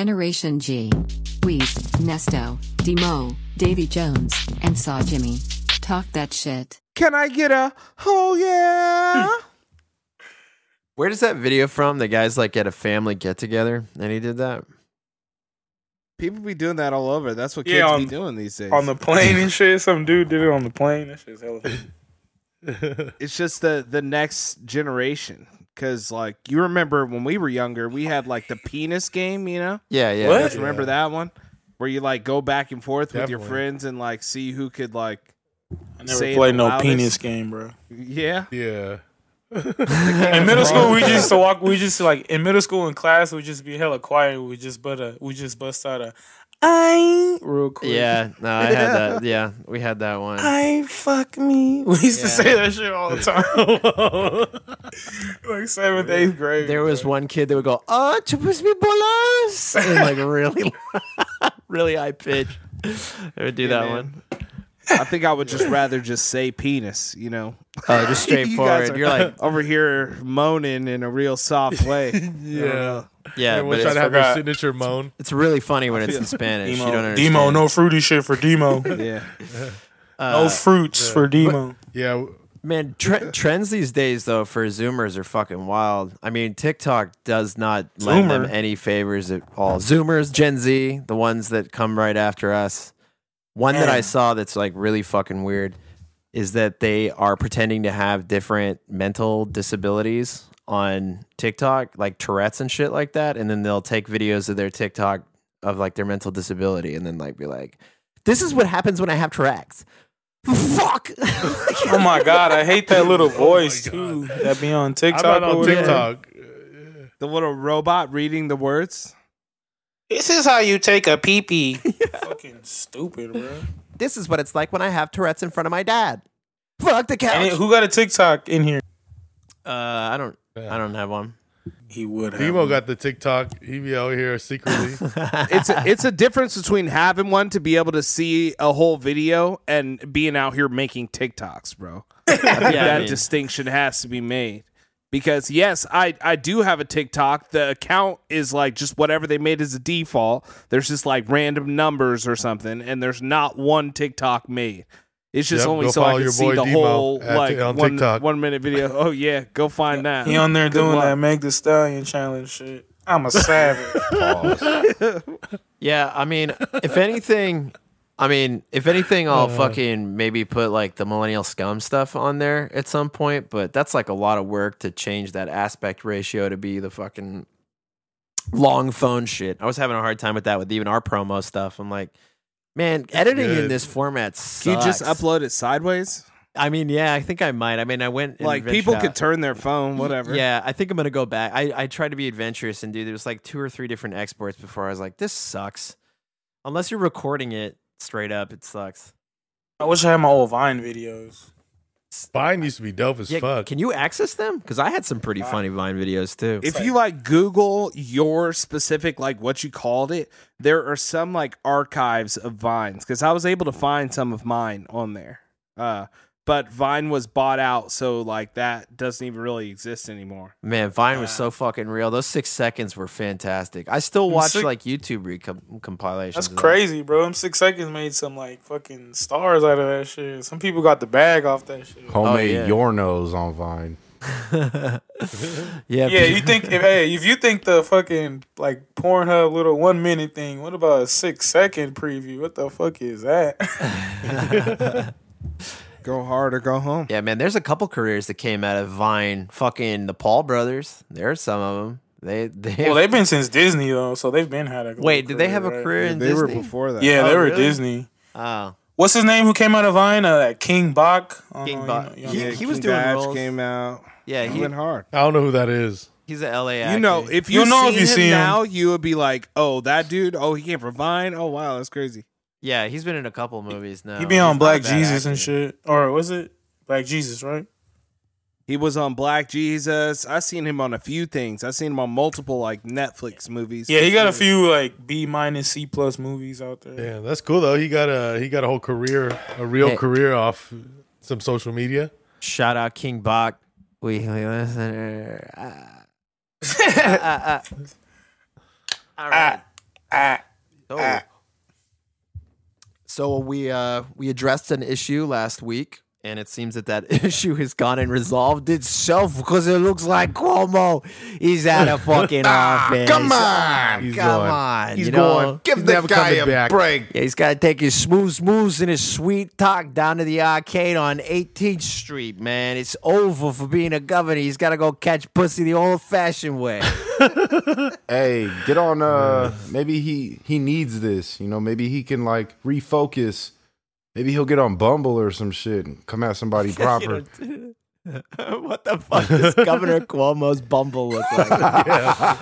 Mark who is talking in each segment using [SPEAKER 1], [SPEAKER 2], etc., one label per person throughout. [SPEAKER 1] Generation G. Weez, Nesto, Demo, Davy Jones, and Saw Jimmy. Talk that shit.
[SPEAKER 2] Can I get a oh
[SPEAKER 3] Hmm.
[SPEAKER 2] yeah?
[SPEAKER 4] Where does that video from? The guy's like at a family get together and he did that?
[SPEAKER 2] People be doing that all over. That's what kids
[SPEAKER 3] Yeah,
[SPEAKER 2] be
[SPEAKER 3] on-
[SPEAKER 2] doing these days.
[SPEAKER 3] on the plane and shit. Some dude did it on the plane. That shit's hella.
[SPEAKER 2] it's just the the next generation. Cause like you remember when we were younger, we had like the penis game. You know,
[SPEAKER 4] Yeah, yeah.
[SPEAKER 3] What?
[SPEAKER 4] that's
[SPEAKER 2] Do
[SPEAKER 4] right.
[SPEAKER 2] you remember that one where you like go back and forth with your
[SPEAKER 5] Definitely.
[SPEAKER 2] friends and like see who could like
[SPEAKER 3] I
[SPEAKER 2] never
[SPEAKER 3] never
[SPEAKER 2] Say played
[SPEAKER 3] played
[SPEAKER 2] the no
[SPEAKER 3] no
[SPEAKER 2] loudest. penis
[SPEAKER 3] penis game, bro.
[SPEAKER 2] yeah.
[SPEAKER 5] yeah.
[SPEAKER 3] In middle school, we just to walk. We just like in middle school in class, we just be hella quiet. We just but uh, we just bust out a I real quick.
[SPEAKER 4] Yeah, no, I had that. Yeah, we had that one.
[SPEAKER 3] I fuck me. We used to
[SPEAKER 4] Yeah.
[SPEAKER 3] say that shit all the time. like seventh, eighth grade.
[SPEAKER 4] There was one kid that would go, "Oh, tu peux me bolas," and like really, really high pitch. I would do that
[SPEAKER 2] man.
[SPEAKER 4] one.
[SPEAKER 2] I think I would just rather just say penis. You know,
[SPEAKER 4] Oh, just straightforward.
[SPEAKER 2] are
[SPEAKER 4] You are like,
[SPEAKER 2] over here moaning in a real soft way.
[SPEAKER 5] Yeah.
[SPEAKER 4] yeah, but
[SPEAKER 5] Everyone
[SPEAKER 4] it's,
[SPEAKER 5] tried to have their
[SPEAKER 3] forgot.
[SPEAKER 5] signature moan.
[SPEAKER 4] it's really funny when it's in Spanish. You don't
[SPEAKER 3] Demo,
[SPEAKER 4] understand.
[SPEAKER 3] Demo, no fruity shit for Demo.
[SPEAKER 2] Yeah.
[SPEAKER 3] no fruits for Demo.
[SPEAKER 5] Yeah.
[SPEAKER 4] Man, tre- trends these days though for Zoomers are fucking wild. I mean, TikTok does not lend them
[SPEAKER 3] Zoomer.
[SPEAKER 4] any favors at all. Zoomers, Gen Z, the ones that come right after us. One that I
[SPEAKER 3] Man.
[SPEAKER 4] saw that's like really fucking weird is that they are pretending to have different mental disabilities on TikTok, like Tourette's and shit like that, and then they'll take videos of their TikTok of like their mental disability and then like be like, "This is what happens when I have Tourette's." Fuck.
[SPEAKER 3] Oh my god, I hate that little voice too. That be on
[SPEAKER 5] I'm
[SPEAKER 3] TikTok.
[SPEAKER 5] not
[SPEAKER 3] or
[SPEAKER 5] on
[SPEAKER 3] whatever.
[SPEAKER 5] TikTok.
[SPEAKER 2] The little robot reading the words.
[SPEAKER 3] This is how you take a pee pee. Fucking stupid, bro.
[SPEAKER 4] this is what it's like when I have Tourette's in front of my dad. Fuck the
[SPEAKER 3] And
[SPEAKER 4] couch.
[SPEAKER 3] it- who got a TikTok in here?
[SPEAKER 4] uh, I don't. I don't have one.
[SPEAKER 3] He would have.
[SPEAKER 5] Demo got the TikTok. He be out here secretly.
[SPEAKER 2] It's a, it's a difference between having one to be able to see a whole video and being out here making TikToks, bro.
[SPEAKER 4] yeah,
[SPEAKER 2] that
[SPEAKER 4] I mean,
[SPEAKER 2] distinction has to be made because yes i i do have a tiktok the account is like just whatever they made as a default there's just like random numbers or something and there's not one tiktok made it's just
[SPEAKER 5] Yep,
[SPEAKER 2] only
[SPEAKER 5] go
[SPEAKER 2] so i
[SPEAKER 5] follow
[SPEAKER 2] can
[SPEAKER 5] your
[SPEAKER 2] see
[SPEAKER 5] boy
[SPEAKER 2] the
[SPEAKER 5] Demo
[SPEAKER 2] whole
[SPEAKER 5] at-
[SPEAKER 2] like
[SPEAKER 5] on
[SPEAKER 2] one,
[SPEAKER 5] TikTok.
[SPEAKER 2] one minute video oh yeah go find that
[SPEAKER 3] He on there
[SPEAKER 2] Good
[SPEAKER 3] doing
[SPEAKER 2] luck.
[SPEAKER 3] that Meg the Stallion challenge shit. I'm a savage.
[SPEAKER 4] yeah, I mean, if anything, I mean, if anything, I'll fucking maybe put like the millennial scum stuff on there at some point. But that's like a lot of work to change that aspect ratio to be the fucking long phone shit. I was having a hard time with that with even our promo stuff. I'm like, man, editing in
[SPEAKER 5] good.
[SPEAKER 4] this format sucks.
[SPEAKER 2] Can you just upload it sideways
[SPEAKER 4] I mean, yeah, I think I might. I mean, I went and
[SPEAKER 2] like
[SPEAKER 4] ventured
[SPEAKER 2] people
[SPEAKER 4] out.
[SPEAKER 2] could turn their phone whatever
[SPEAKER 4] Yeah, I think I'm gonna go back. I, I tried to be adventurous and do there was like two or three different exports before I was like, this sucks. Unless you're recording it straight up, it sucks.
[SPEAKER 3] I wish I had my old Vine videos.
[SPEAKER 5] Vine used to be dope as
[SPEAKER 4] Yeah,
[SPEAKER 5] fuck.
[SPEAKER 4] can you access them? Because I had some pretty funny Vine videos too.
[SPEAKER 2] if you like google your specific like what you called it there are some like archives of vines because i was able to find some of mine on there uh but vine was bought out so like that doesn't even really exist anymore
[SPEAKER 4] Man, Vine was so fucking real. Those six seconds were fantastic. I still watch
[SPEAKER 3] sick-
[SPEAKER 4] like YouTube recom- compilations.
[SPEAKER 3] That's
[SPEAKER 4] of them.
[SPEAKER 3] crazy, bro. Them six seconds made some like fucking stars out of that shit. Some people got the bag off that shit.
[SPEAKER 6] Homemade
[SPEAKER 4] Oh, yeah.
[SPEAKER 6] your nose on Vine.
[SPEAKER 4] Yeah,
[SPEAKER 3] Yeah,
[SPEAKER 4] pe-
[SPEAKER 3] you think if hey, if you think the fucking like Pornhub little one minute thing, what about a six second preview? What the fuck is that?
[SPEAKER 2] go hard or go home
[SPEAKER 4] Yeah, man, there's a couple careers that came out of Vine. Fucking the Paul brothers. There are some of them. They they
[SPEAKER 3] well, they've been since Disney though, so they've been had a little
[SPEAKER 4] wait. Did they have a
[SPEAKER 3] right?
[SPEAKER 4] career in
[SPEAKER 2] they
[SPEAKER 4] Disney?
[SPEAKER 2] were before that
[SPEAKER 3] Yeah,
[SPEAKER 4] Oh,
[SPEAKER 3] they were
[SPEAKER 4] really?
[SPEAKER 3] Disney.
[SPEAKER 4] Oh,
[SPEAKER 3] What's his name who came out of Vine? Uh, that King Bach. I don't
[SPEAKER 4] King
[SPEAKER 3] know, you
[SPEAKER 4] Bach.
[SPEAKER 3] know- you know
[SPEAKER 4] He-
[SPEAKER 3] what I mean?
[SPEAKER 4] he was
[SPEAKER 2] King
[SPEAKER 4] doing
[SPEAKER 2] Badge
[SPEAKER 4] roles.
[SPEAKER 2] came out
[SPEAKER 4] yeah.
[SPEAKER 2] he,
[SPEAKER 4] He,
[SPEAKER 2] went hard
[SPEAKER 5] I don't know who that is.
[SPEAKER 4] he's a LA.
[SPEAKER 2] you
[SPEAKER 4] actor.
[SPEAKER 2] know if you
[SPEAKER 3] You'll know
[SPEAKER 2] know
[SPEAKER 3] if you
[SPEAKER 2] him
[SPEAKER 3] see him.
[SPEAKER 2] now you would be like oh that dude oh he came from vine oh wow that's crazy
[SPEAKER 4] yeah, he's been in a couple movies now.
[SPEAKER 3] he be
[SPEAKER 4] He's
[SPEAKER 3] on
[SPEAKER 4] not
[SPEAKER 3] Black
[SPEAKER 4] a bad
[SPEAKER 3] Jesus and
[SPEAKER 4] actor.
[SPEAKER 3] shit, or was it Black Jesus? Right?
[SPEAKER 2] He was on Black Jesus. I seen him on a few things. I seen him on multiple like Netflix movies.
[SPEAKER 3] Yeah, he got a few like B minus C plus movies out there.
[SPEAKER 5] Damn, that's cool though. He got a he got a whole career, a real
[SPEAKER 4] Hey.
[SPEAKER 5] career off some social media.
[SPEAKER 4] Shout out King Bach. We, we listen. Uh, uh, uh, uh. All right.
[SPEAKER 3] ah.
[SPEAKER 4] So, so we uh, we addressed an issue last week, and it seems that that issue has gone and resolved itself because it looks like Cuomo is out of fucking office.
[SPEAKER 6] Come on.
[SPEAKER 5] He's
[SPEAKER 4] Ah, come
[SPEAKER 5] going.
[SPEAKER 4] on,
[SPEAKER 5] He's
[SPEAKER 4] you know?
[SPEAKER 5] going.
[SPEAKER 6] Give
[SPEAKER 5] He's
[SPEAKER 6] the
[SPEAKER 5] never
[SPEAKER 6] guy
[SPEAKER 5] coming
[SPEAKER 6] a
[SPEAKER 5] back.
[SPEAKER 6] break.
[SPEAKER 4] Yeah, he's got to take his smooth moves and his sweet talk down to the arcade on 18th Street, man. It's over for being a governor. He's got to go catch pussy the old-fashioned way.
[SPEAKER 6] Hey, get on uh maybe he he needs this. You know, maybe he can like refocus. Maybe he'll get on Bumble or some shit and come at somebody proper.
[SPEAKER 4] what the fuck does Governor Cuomo's bumble look like?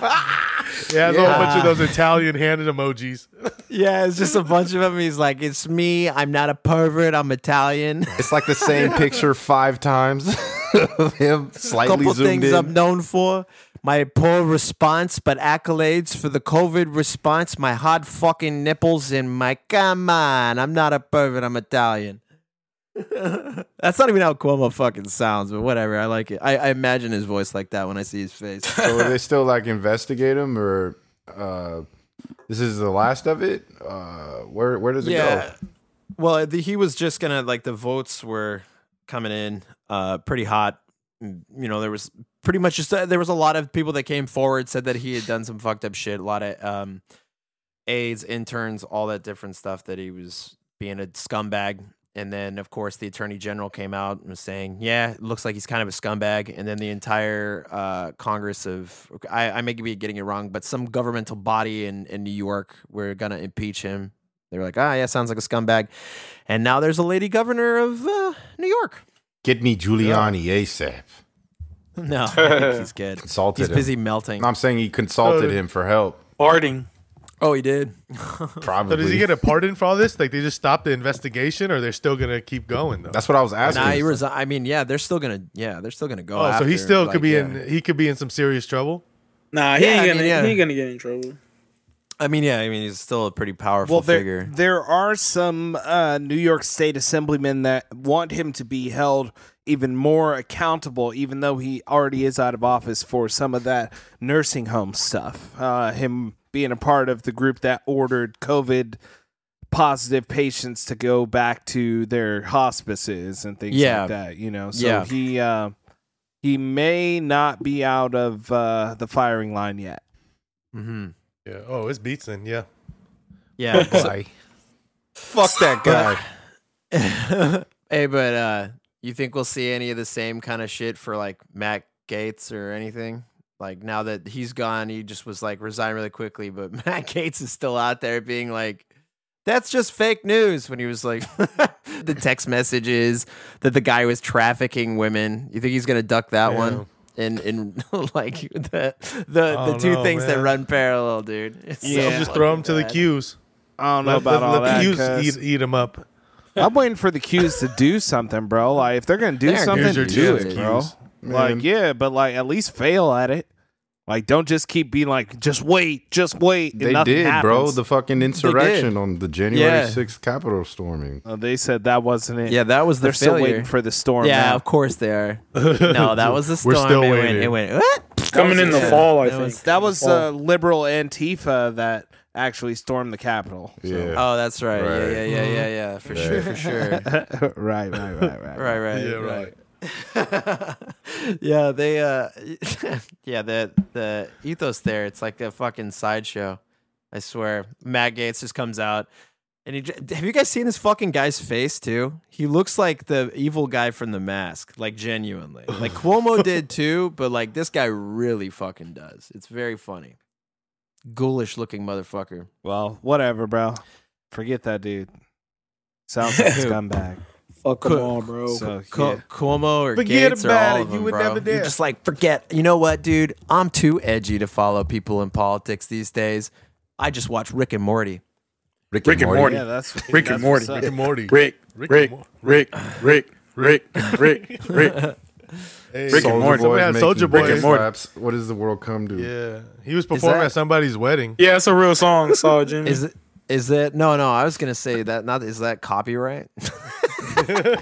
[SPEAKER 5] Yeah, there's a whole bunch
[SPEAKER 4] Yeah.
[SPEAKER 5] of those Italian hand emojis.
[SPEAKER 4] yeah, it's just a bunch of them. He's like, it's me. I'm not a pervert. I'm Italian.
[SPEAKER 6] it's like the same picture five times of him slightly
[SPEAKER 4] couple
[SPEAKER 6] zoomed
[SPEAKER 4] things
[SPEAKER 6] in.
[SPEAKER 4] I'm known for. My poor response, but accolades for the COVID response. My hard fucking nipples and my come on. I'm not a pervert. I'm Italian. That's not even how Cuomo fucking sounds, but whatever. I like it. I, I imagine his voice like that when I see his face.
[SPEAKER 6] so will they still like investigate him or uh this is the last of it? Uh where where does it go?
[SPEAKER 4] Well, the, he was just gonna like the votes were coming in uh pretty hot. Mm, You know, there was pretty much just uh, there was a lot of people that came forward said that he had done some fucked up shit. A lot of um aides, interns, all that different stuff that he was being a scumbag. And then, of course, the attorney general came out and was saying, "Yeah, it looks like he's kind of a scumbag." And then the entire uh, Congress of—I I may be getting it wrong, but some governmental body in in New York were gonna impeach him. They were like, "Ah, yeah, sounds like a scumbag." And now there's a lady governor of uh, New York.
[SPEAKER 6] Get me Giuliani ASAP.
[SPEAKER 4] No, I think he's good.
[SPEAKER 6] Consulted
[SPEAKER 4] He's
[SPEAKER 6] him.
[SPEAKER 4] busy melting.
[SPEAKER 6] I'm saying he consulted him for help.
[SPEAKER 3] farting.
[SPEAKER 4] Oh, he did.
[SPEAKER 6] Probably.
[SPEAKER 5] So does he get a pardon for all this? Like they just stopped the investigation, or they're still gonna keep going though?
[SPEAKER 6] That's what I was asking.
[SPEAKER 4] Nah, he resi- I mean, yeah, they're still gonna. Yeah, they're still gonna go.
[SPEAKER 5] oh, so he
[SPEAKER 4] after,
[SPEAKER 5] still
[SPEAKER 4] like,
[SPEAKER 5] could be
[SPEAKER 4] yeah.
[SPEAKER 5] in. He could be in some serious trouble.
[SPEAKER 3] Nah, he
[SPEAKER 4] Yeah,
[SPEAKER 3] ain't
[SPEAKER 4] I
[SPEAKER 3] gonna
[SPEAKER 4] mean, yeah.
[SPEAKER 3] he ain't gonna get in trouble.
[SPEAKER 4] I mean, yeah, I mean, he's still a pretty powerful
[SPEAKER 2] Well, there
[SPEAKER 4] figure.
[SPEAKER 2] there are some uh, New York State assemblymen that want him to be held even more accountable, even though he already is out of office for some of that nursing home stuff. Uh, him being a part of the group that ordered COVID positive patients to go back to their hospices and things
[SPEAKER 4] Yeah.
[SPEAKER 2] like that. You know, so
[SPEAKER 4] Yeah.
[SPEAKER 2] he uh, he may not be out of uh, the firing line yet.
[SPEAKER 4] Mm-hmm.
[SPEAKER 5] Yeah. Oh, it's Beatson. Yeah.
[SPEAKER 4] Yeah, so-
[SPEAKER 6] Fuck that guy.
[SPEAKER 4] hey, but uh, you think we'll see any of the same kind of shit for like Matt Gates or anything? Like now that he's gone, he just was like resigned really quickly, but Matt Gates is still out there being like, "That's just fake news." When he was like, the text messages that the guy was trafficking women. You think he's gonna duck that
[SPEAKER 5] Yeah.
[SPEAKER 4] one? And in like the the,
[SPEAKER 5] I
[SPEAKER 4] the
[SPEAKER 5] don't
[SPEAKER 4] two
[SPEAKER 5] know,
[SPEAKER 4] things that
[SPEAKER 5] man.
[SPEAKER 4] run parallel, dude. It's so
[SPEAKER 2] Oh, Yeah.
[SPEAKER 5] Just throw
[SPEAKER 4] fucking
[SPEAKER 5] him to the
[SPEAKER 4] bad.
[SPEAKER 5] queues.
[SPEAKER 2] I don't know
[SPEAKER 5] Let,
[SPEAKER 2] about
[SPEAKER 5] let,
[SPEAKER 2] all
[SPEAKER 5] let
[SPEAKER 2] that.
[SPEAKER 5] the queues
[SPEAKER 2] 'cause-
[SPEAKER 5] eat, eat him up.
[SPEAKER 2] I'm waiting for the Qs to do something, bro. Like if they're gonna do
[SPEAKER 4] They're
[SPEAKER 2] something,
[SPEAKER 5] Here's your
[SPEAKER 2] do
[SPEAKER 5] chance,
[SPEAKER 2] it, bro.
[SPEAKER 5] Qs.
[SPEAKER 6] Man.
[SPEAKER 2] Like yeah, but like at least fail at it. Like don't just keep being like, just wait, just wait. and
[SPEAKER 6] They
[SPEAKER 2] nothing
[SPEAKER 6] did, bro.
[SPEAKER 2] happens.
[SPEAKER 6] The fucking insurrection on the January
[SPEAKER 4] Yeah.
[SPEAKER 6] 6th Capitol storming.
[SPEAKER 2] Uh, they said that wasn't it.
[SPEAKER 4] Yeah, that was the
[SPEAKER 2] they're still
[SPEAKER 4] failure.
[SPEAKER 2] waiting for the storm.
[SPEAKER 4] Yeah,
[SPEAKER 2] now.
[SPEAKER 4] of course they are. No, that was the storm.
[SPEAKER 5] We're still
[SPEAKER 4] it
[SPEAKER 5] waiting.
[SPEAKER 4] Went, it went. "What?"
[SPEAKER 3] Coming in the
[SPEAKER 4] Yeah,
[SPEAKER 3] fall, I
[SPEAKER 4] that
[SPEAKER 3] think.
[SPEAKER 4] was-
[SPEAKER 2] that was uh, liberal Antifa that actually stormed the Capitol.
[SPEAKER 6] Yeah.
[SPEAKER 4] Oh, that's right.
[SPEAKER 6] Right.
[SPEAKER 4] Yeah, yeah, yeah, yeah, yeah. For sure, for sure.
[SPEAKER 2] right,
[SPEAKER 4] right,
[SPEAKER 2] right, right, right.
[SPEAKER 4] right, right.
[SPEAKER 5] Yeah. Right.
[SPEAKER 4] yeah, they. uh Yeah, the the ethos there. It's like a fucking sideshow. I swear, Matt Gates just comes out. And he, j- have you guys seen this fucking guy's face too? He looks like the evil guy from The Mask, like genuinely. Like Cuomo did too, but like this guy really fucking does. It's very funny. Ghoulish looking motherfucker.
[SPEAKER 2] Well, whatever, bro. Forget that dude. Sounds like a scumbag.
[SPEAKER 3] Fuck them
[SPEAKER 4] Could-
[SPEAKER 3] all, bro.
[SPEAKER 2] So
[SPEAKER 4] Cu-
[SPEAKER 2] yeah.
[SPEAKER 4] Cuomo or
[SPEAKER 5] Forget
[SPEAKER 4] Gates
[SPEAKER 5] about
[SPEAKER 4] or all
[SPEAKER 5] it.
[SPEAKER 4] of
[SPEAKER 5] You
[SPEAKER 4] them,
[SPEAKER 5] would
[SPEAKER 4] bro.
[SPEAKER 5] never
[SPEAKER 4] You're
[SPEAKER 5] dare.
[SPEAKER 4] just like, forget. You know what, dude? I'm too edgy to follow people in politics these days. I just watch Rick and Morty.
[SPEAKER 6] Rick,
[SPEAKER 3] Rick and Morty.
[SPEAKER 2] yeah, that's
[SPEAKER 3] Rick and
[SPEAKER 2] that's
[SPEAKER 3] Morty.
[SPEAKER 2] what's up.
[SPEAKER 5] Rick and Morty.
[SPEAKER 3] Rick,
[SPEAKER 5] Rick
[SPEAKER 3] Rick,
[SPEAKER 5] and
[SPEAKER 3] Rick,
[SPEAKER 5] Mor-
[SPEAKER 3] Rick, Rick, Rick, Rick, Rick.
[SPEAKER 5] Hey,
[SPEAKER 3] Rick and
[SPEAKER 5] Soulja
[SPEAKER 3] Morty.
[SPEAKER 5] Boy had Soldier Boy.
[SPEAKER 6] Rick and
[SPEAKER 3] Morty.
[SPEAKER 6] What does the world come to?
[SPEAKER 5] Yeah. He was performing
[SPEAKER 4] that-
[SPEAKER 5] at somebody's wedding.
[SPEAKER 3] Yeah, it's a real song, Saw Jimmy.
[SPEAKER 4] Is it? Is it? No, no. I was gonna say that. Not is that copyright?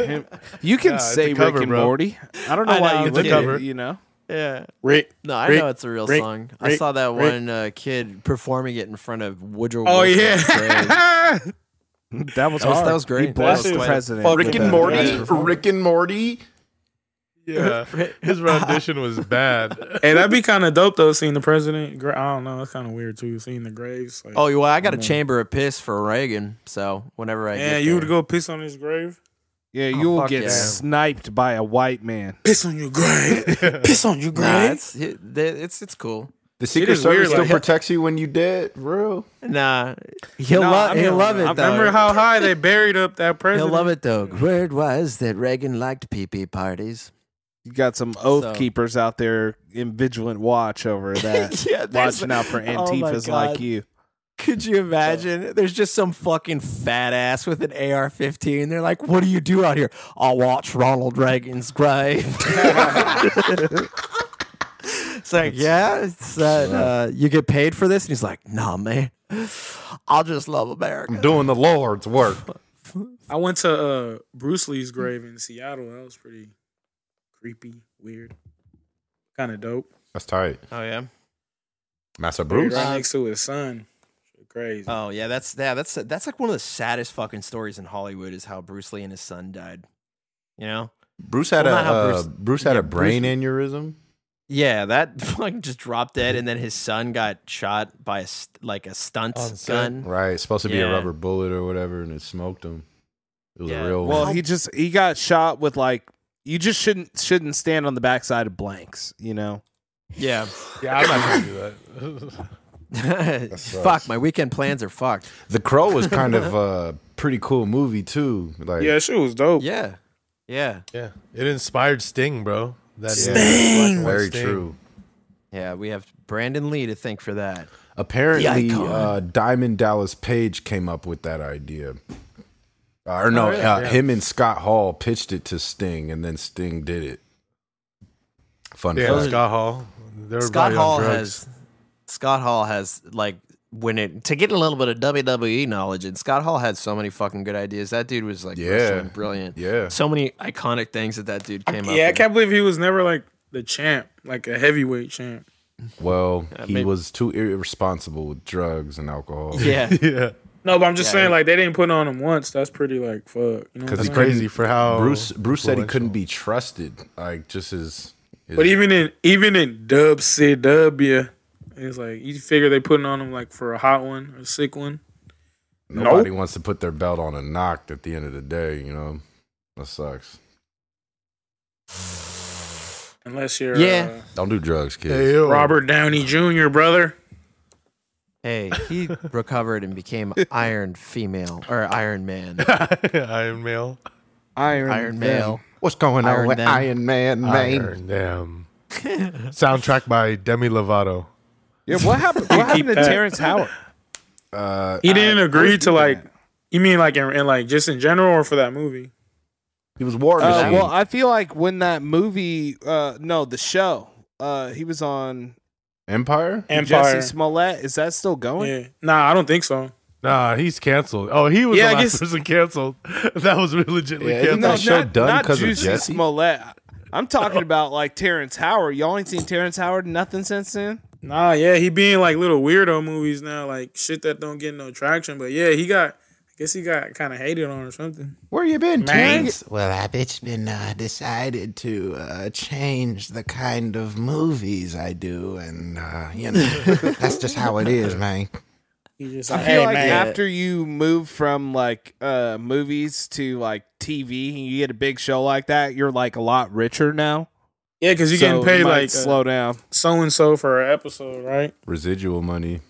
[SPEAKER 2] You can
[SPEAKER 5] Nah, it's a
[SPEAKER 2] say
[SPEAKER 5] cover,
[SPEAKER 2] Rick and
[SPEAKER 5] bro.
[SPEAKER 2] Morty. I don't know
[SPEAKER 4] I
[SPEAKER 2] why
[SPEAKER 4] know,
[SPEAKER 2] you
[SPEAKER 4] it's
[SPEAKER 5] a
[SPEAKER 2] look at
[SPEAKER 5] cover.
[SPEAKER 2] it, you know.
[SPEAKER 4] Yeah.
[SPEAKER 7] Rick.
[SPEAKER 4] No, I
[SPEAKER 7] Rick,
[SPEAKER 4] know it's a real
[SPEAKER 7] Rick,
[SPEAKER 4] song. I
[SPEAKER 7] Rick,
[SPEAKER 4] saw that
[SPEAKER 7] Rick.
[SPEAKER 4] one uh, kid performing it in front of Woodrow.
[SPEAKER 3] Oh
[SPEAKER 4] Wilson's grave.
[SPEAKER 3] yeah.
[SPEAKER 2] That was
[SPEAKER 4] That was-
[SPEAKER 2] hard.
[SPEAKER 4] that was great.
[SPEAKER 2] He
[SPEAKER 4] That
[SPEAKER 2] blessed
[SPEAKER 3] was
[SPEAKER 2] the
[SPEAKER 3] quite-
[SPEAKER 2] president.
[SPEAKER 3] Fuck
[SPEAKER 2] with
[SPEAKER 6] Rick
[SPEAKER 2] that.
[SPEAKER 6] and Morty,
[SPEAKER 2] Yeah.
[SPEAKER 6] Rick and Morty.
[SPEAKER 5] Yeah, his rendition was bad.
[SPEAKER 3] hey, that'd be kind of dope though. Seeing the president, gra- I don't know, it's kind of weird too. Seeing the graves. Like,
[SPEAKER 4] Oh, well, I got a chamber of piss for Reagan. So whenever I
[SPEAKER 3] yeah,
[SPEAKER 4] get
[SPEAKER 3] you
[SPEAKER 4] there-
[SPEAKER 3] would go piss on his grave.
[SPEAKER 2] Oh, Yeah, you'll
[SPEAKER 4] fuck
[SPEAKER 2] get
[SPEAKER 4] yeah.
[SPEAKER 2] sniped by a white man.
[SPEAKER 3] Piss on your grave. piss on your grave.
[SPEAKER 4] Nah, it's, it- they- it's it's cool.
[SPEAKER 6] The Secret
[SPEAKER 3] is
[SPEAKER 6] Service
[SPEAKER 3] weird,
[SPEAKER 6] still
[SPEAKER 3] like-
[SPEAKER 6] protects you when you dead, real.
[SPEAKER 4] Nah, he'll
[SPEAKER 2] No,
[SPEAKER 4] love
[SPEAKER 2] I mean,
[SPEAKER 4] he'll love it
[SPEAKER 2] I
[SPEAKER 4] though.
[SPEAKER 3] Remember how high they buried up that
[SPEAKER 4] he'll
[SPEAKER 3] president?
[SPEAKER 4] love it though. Word was that Reagan liked pee pee parties.
[SPEAKER 2] You got some oath
[SPEAKER 4] So-
[SPEAKER 2] keepers out there in vigilant watch over that,
[SPEAKER 4] Yeah, there's-
[SPEAKER 2] watching out for
[SPEAKER 4] Oh my
[SPEAKER 2] antifas like
[SPEAKER 4] God.
[SPEAKER 2] you.
[SPEAKER 4] Could you imagine? There's just some fucking fat ass with an AR-15. They're like, "What do you do out here?" I'll watch Ronald Reagan's grave. it's like, yeah, it's that uh, you get paid for this, and he's like, "Nah, man, I'll just love America."
[SPEAKER 6] I'm doing the Lord's work.
[SPEAKER 3] I went to uh, Bruce Lee's grave in Seattle. That was pretty creepy, weird, kind of dope.
[SPEAKER 6] That's tight,
[SPEAKER 4] Oh yeah.
[SPEAKER 6] Master
[SPEAKER 3] Buried
[SPEAKER 6] Bruce.
[SPEAKER 3] right next to his son. Crazy.
[SPEAKER 4] Oh yeah, that's yeah, that's that's like one of the saddest fucking stories in Hollywood is how Bruce Lee and his son died. You know?
[SPEAKER 6] Bruce had
[SPEAKER 4] Well,
[SPEAKER 6] a
[SPEAKER 4] not how
[SPEAKER 6] uh,
[SPEAKER 4] Bruce-
[SPEAKER 6] Bruce, had
[SPEAKER 4] yeah,
[SPEAKER 6] a brain
[SPEAKER 4] Bruce-
[SPEAKER 6] aneurysm.
[SPEAKER 4] Yeah, that fucking just dropped dead, and then his son got shot by a st- like a stunt
[SPEAKER 7] On set.
[SPEAKER 4] gun.
[SPEAKER 6] Right, it's supposed to be
[SPEAKER 4] Yeah.
[SPEAKER 6] a rubber bullet or whatever, and it smoked him. It was
[SPEAKER 4] Yeah.
[SPEAKER 6] a real
[SPEAKER 2] Well,
[SPEAKER 6] one.
[SPEAKER 2] he just he got shot with like you just shouldn't shouldn't stand on the backside of blanks, you know.
[SPEAKER 4] Yeah,
[SPEAKER 5] Yeah, I'm not gonna do that.
[SPEAKER 4] fuck.
[SPEAKER 6] sucks.
[SPEAKER 4] My weekend plans are fucked.
[SPEAKER 6] The Crow was kind of a pretty cool movie too. Like,
[SPEAKER 3] yeah, she was dope.
[SPEAKER 4] Yeah, yeah,
[SPEAKER 5] yeah, it inspired Sting, bro. That
[SPEAKER 6] Yeah.
[SPEAKER 5] Sting,
[SPEAKER 6] very true.
[SPEAKER 4] yeah. We have Brandon Lee to thank for that.
[SPEAKER 6] Apparently,
[SPEAKER 4] The icon.
[SPEAKER 6] uh, Diamond Dallas Page came up with that idea. Uh, or no, uh, him and Scott Hall pitched it to Sting, and then Sting did it. Fun
[SPEAKER 5] Yeah,
[SPEAKER 6] fact.
[SPEAKER 5] Scott Hall. They were
[SPEAKER 4] Scott
[SPEAKER 5] probably on
[SPEAKER 4] Hall
[SPEAKER 5] drugs.
[SPEAKER 4] has Scott Hall has like when it to get a little bit of WWE knowledge, and Scott Hall had so many fucking good ideas. That dude was like
[SPEAKER 6] Yeah.
[SPEAKER 4] wrestling brilliant.
[SPEAKER 6] Yeah.
[SPEAKER 4] so many iconic things that that dude came up.
[SPEAKER 3] Yeah, I
[SPEAKER 4] with.
[SPEAKER 3] can't believe he was never like the champ, like a heavyweight champ.
[SPEAKER 6] Well, he
[SPEAKER 4] maybe-
[SPEAKER 6] was too irresponsible with drugs and alcohol.
[SPEAKER 4] yeah.
[SPEAKER 5] yeah,
[SPEAKER 3] No, but I'm just
[SPEAKER 4] Yeah,
[SPEAKER 3] saying,
[SPEAKER 4] he-
[SPEAKER 3] like they didn't put on him once. That's pretty like fuck. You know what I'm
[SPEAKER 6] Because he
[SPEAKER 3] saying?
[SPEAKER 5] That's crazy
[SPEAKER 6] couldn't-
[SPEAKER 5] for how
[SPEAKER 6] Bruce Bruce said he
[SPEAKER 5] Oh,
[SPEAKER 6] couldn't
[SPEAKER 5] influential.
[SPEAKER 6] be trusted. Like just his. his
[SPEAKER 3] But even in even in Dub CW, it's like you figure they putting on him like for a hot one or a sick one.
[SPEAKER 6] nobody wants to put their belt on a knocked at the end of the day. You know, that sucks.
[SPEAKER 3] Unless you're
[SPEAKER 4] Yeah.
[SPEAKER 6] Don't do drugs, kids.
[SPEAKER 5] Hey, yo.
[SPEAKER 3] uh, Robert Downey Jr. brother.
[SPEAKER 4] Hey, he recovered and became Iron Female or Iron Man.
[SPEAKER 5] Iron Male.
[SPEAKER 2] Iron,
[SPEAKER 4] Iron
[SPEAKER 2] Man.
[SPEAKER 4] Male.
[SPEAKER 6] What's going
[SPEAKER 4] Iron
[SPEAKER 6] on with
[SPEAKER 4] Man.
[SPEAKER 6] Iron Man? Man?
[SPEAKER 5] Iron Damn. Soundtrack by Demi Lovato.
[SPEAKER 2] Yeah, what happened? What happened to
[SPEAKER 3] that.
[SPEAKER 2] Terrence Howard?
[SPEAKER 6] Uh,
[SPEAKER 3] He didn't agree to
[SPEAKER 2] do
[SPEAKER 3] like. You mean like in, in like just in general or for that movie?
[SPEAKER 6] he was War
[SPEAKER 2] Uh,
[SPEAKER 6] Machine.
[SPEAKER 2] well, I feel like when that movie, uh, no, the show, uh, he was on
[SPEAKER 6] Empire.
[SPEAKER 3] Empire.
[SPEAKER 2] Jesse Smollett. Is that still going?
[SPEAKER 3] Yeah. Nah, I don't think so.
[SPEAKER 5] Nah, he's canceled. Oh, he was
[SPEAKER 3] Yeah, I
[SPEAKER 5] the last
[SPEAKER 3] guess-
[SPEAKER 5] person canceled. That was legitimately
[SPEAKER 6] Yeah,
[SPEAKER 5] canceled.
[SPEAKER 6] isn't that show done 'cause of
[SPEAKER 2] Juicy
[SPEAKER 6] Jesse?
[SPEAKER 2] Smollett. I'm
[SPEAKER 3] Oh.
[SPEAKER 2] talking about like Terrence Howard. Y'all ain't seen Terrence Howard in nothing since then.
[SPEAKER 3] Nah, yeah, he being like little weirdo movies now, like shit that don't get no traction. But yeah, he got, I guess he got kind of hated on or something.
[SPEAKER 6] Where you been,
[SPEAKER 3] Man.
[SPEAKER 6] Terrence?
[SPEAKER 8] Well, I've it's been uh, decided to uh, change the kind of movies I do, and uh, you know that's just how it is, man.
[SPEAKER 3] He just
[SPEAKER 2] I
[SPEAKER 3] like,
[SPEAKER 2] feel
[SPEAKER 3] hey
[SPEAKER 2] like
[SPEAKER 3] man,
[SPEAKER 2] after you move from like uh movies to like TV, and you get a big show like that, you're like a lot richer now.
[SPEAKER 3] yeah, because you
[SPEAKER 2] So
[SPEAKER 3] getting paid
[SPEAKER 2] might
[SPEAKER 3] like uh,
[SPEAKER 2] slow down.
[SPEAKER 3] so and so for an episode, right?
[SPEAKER 6] Residual money.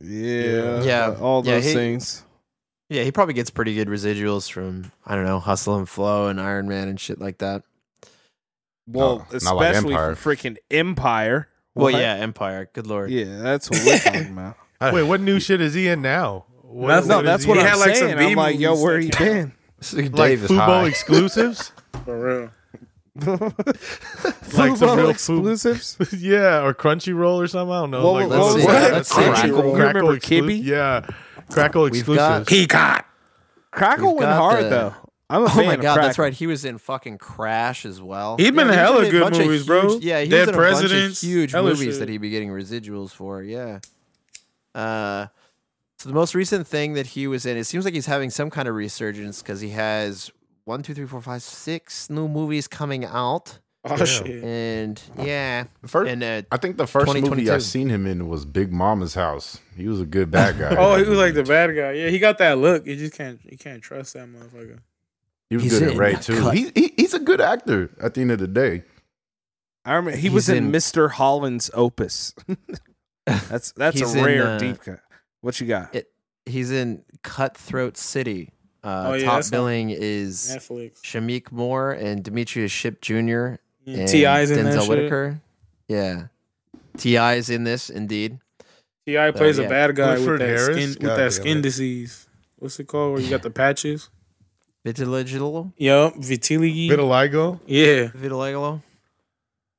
[SPEAKER 2] Yeah,
[SPEAKER 4] Yeah.
[SPEAKER 2] uh, all
[SPEAKER 4] Yeah,
[SPEAKER 2] those
[SPEAKER 4] he-
[SPEAKER 2] things.
[SPEAKER 4] Yeah, he probably gets pretty good residuals from I don't know, Hustle and Flow and Iron Man and shit like that.
[SPEAKER 2] Well,
[SPEAKER 6] No, not like
[SPEAKER 2] especially
[SPEAKER 6] Empire.
[SPEAKER 2] for freaking Empire.
[SPEAKER 4] Well,
[SPEAKER 2] What?
[SPEAKER 4] yeah, Empire. Good lord.
[SPEAKER 2] yeah, that's what we're talking about.
[SPEAKER 5] Wait, what new shit is he in now? What,
[SPEAKER 3] Nothing.
[SPEAKER 2] No,
[SPEAKER 5] is
[SPEAKER 2] that's
[SPEAKER 5] he
[SPEAKER 2] what
[SPEAKER 5] in?
[SPEAKER 3] had,
[SPEAKER 2] I'm
[SPEAKER 3] like, some
[SPEAKER 2] saying. I'm like, yo,
[SPEAKER 3] B-movies
[SPEAKER 2] where
[SPEAKER 3] that
[SPEAKER 2] he
[SPEAKER 3] came
[SPEAKER 2] been?
[SPEAKER 5] like
[SPEAKER 6] Dave is
[SPEAKER 5] Fubo
[SPEAKER 6] high.
[SPEAKER 5] exclusives.
[SPEAKER 3] For real.
[SPEAKER 5] Like some
[SPEAKER 2] Fubo
[SPEAKER 5] real food-
[SPEAKER 2] exclusives.
[SPEAKER 5] yeah, or Crunchyroll or something. I don't know.
[SPEAKER 2] Well,
[SPEAKER 5] like
[SPEAKER 2] well,
[SPEAKER 5] those-
[SPEAKER 2] well,
[SPEAKER 4] what?
[SPEAKER 5] that's
[SPEAKER 4] Crunchyroll.
[SPEAKER 5] Crackle-
[SPEAKER 2] You
[SPEAKER 5] Crackle
[SPEAKER 2] remember
[SPEAKER 5] exclu-
[SPEAKER 2] Kibby?
[SPEAKER 5] Yeah, Crackle
[SPEAKER 4] We've got-
[SPEAKER 5] exclusives.
[SPEAKER 3] He got
[SPEAKER 2] Crackle
[SPEAKER 4] We've
[SPEAKER 2] went
[SPEAKER 4] got
[SPEAKER 2] hard
[SPEAKER 4] the-
[SPEAKER 2] though. I'm a
[SPEAKER 4] Oh
[SPEAKER 2] fan
[SPEAKER 4] my
[SPEAKER 2] of
[SPEAKER 4] god, that's
[SPEAKER 2] Kraken.
[SPEAKER 4] right. He was in fucking Crash as well.
[SPEAKER 3] He'd been
[SPEAKER 4] he was
[SPEAKER 3] hella
[SPEAKER 4] in a
[SPEAKER 3] good
[SPEAKER 4] bunch of
[SPEAKER 3] movies, bro.
[SPEAKER 4] huge- Yeah, he
[SPEAKER 3] Dead
[SPEAKER 4] was in a
[SPEAKER 3] Presidents,
[SPEAKER 4] bunch of huge
[SPEAKER 3] hella
[SPEAKER 4] movies
[SPEAKER 3] shit.
[SPEAKER 4] that he'd be getting residuals for. Yeah. Uh, so the most recent thing that he was in, it seems like he's having some kind of resurgence because he has one, two, three, four, five, six new movies coming out,
[SPEAKER 3] Oh shit.
[SPEAKER 4] and yeah,
[SPEAKER 6] First,
[SPEAKER 4] and uh,
[SPEAKER 6] I think the first movie
[SPEAKER 4] 2022.
[SPEAKER 6] I seen him in was Big Mama's House. He was a good bad guy.
[SPEAKER 3] Oh, he was like the bad guy. Yeah, he got that look. You just can't you can't trust that motherfucker.
[SPEAKER 6] He was
[SPEAKER 4] He's
[SPEAKER 6] good at
[SPEAKER 4] in
[SPEAKER 6] Ray
[SPEAKER 4] the
[SPEAKER 6] too.
[SPEAKER 4] cut.
[SPEAKER 6] He, he he's a good actor. At the end of the day,
[SPEAKER 2] I remember he
[SPEAKER 4] He's
[SPEAKER 2] was in,
[SPEAKER 4] in-
[SPEAKER 2] Mr. Holland's Opus. that's that's
[SPEAKER 4] He's
[SPEAKER 2] a
[SPEAKER 4] in,
[SPEAKER 2] rare
[SPEAKER 4] uh,
[SPEAKER 2] deep cut. What you got?
[SPEAKER 4] he's in Cutthroat City. Uh,
[SPEAKER 3] Oh, yeah,
[SPEAKER 4] top
[SPEAKER 3] that's on
[SPEAKER 4] billing is
[SPEAKER 3] Netflix.
[SPEAKER 4] Shamik Moore and Demetrius Ship Jr.
[SPEAKER 3] Yeah,
[SPEAKER 4] and
[SPEAKER 3] Ti's in that
[SPEAKER 4] Denzel
[SPEAKER 3] shit.
[SPEAKER 4] Whitaker. Yeah, Ti's in this indeed.
[SPEAKER 3] Ti plays
[SPEAKER 4] yeah.
[SPEAKER 3] a bad guy with
[SPEAKER 5] Clifford
[SPEAKER 3] that
[SPEAKER 5] Harris?
[SPEAKER 3] skin with
[SPEAKER 5] God
[SPEAKER 3] that
[SPEAKER 5] damn
[SPEAKER 3] skin
[SPEAKER 5] it.
[SPEAKER 3] disease. What's it called? Where you got the patches?
[SPEAKER 4] Vitiligo.
[SPEAKER 3] Yup, vitiligo.
[SPEAKER 5] Vitiligo.
[SPEAKER 3] Yeah,
[SPEAKER 4] Vitiligo.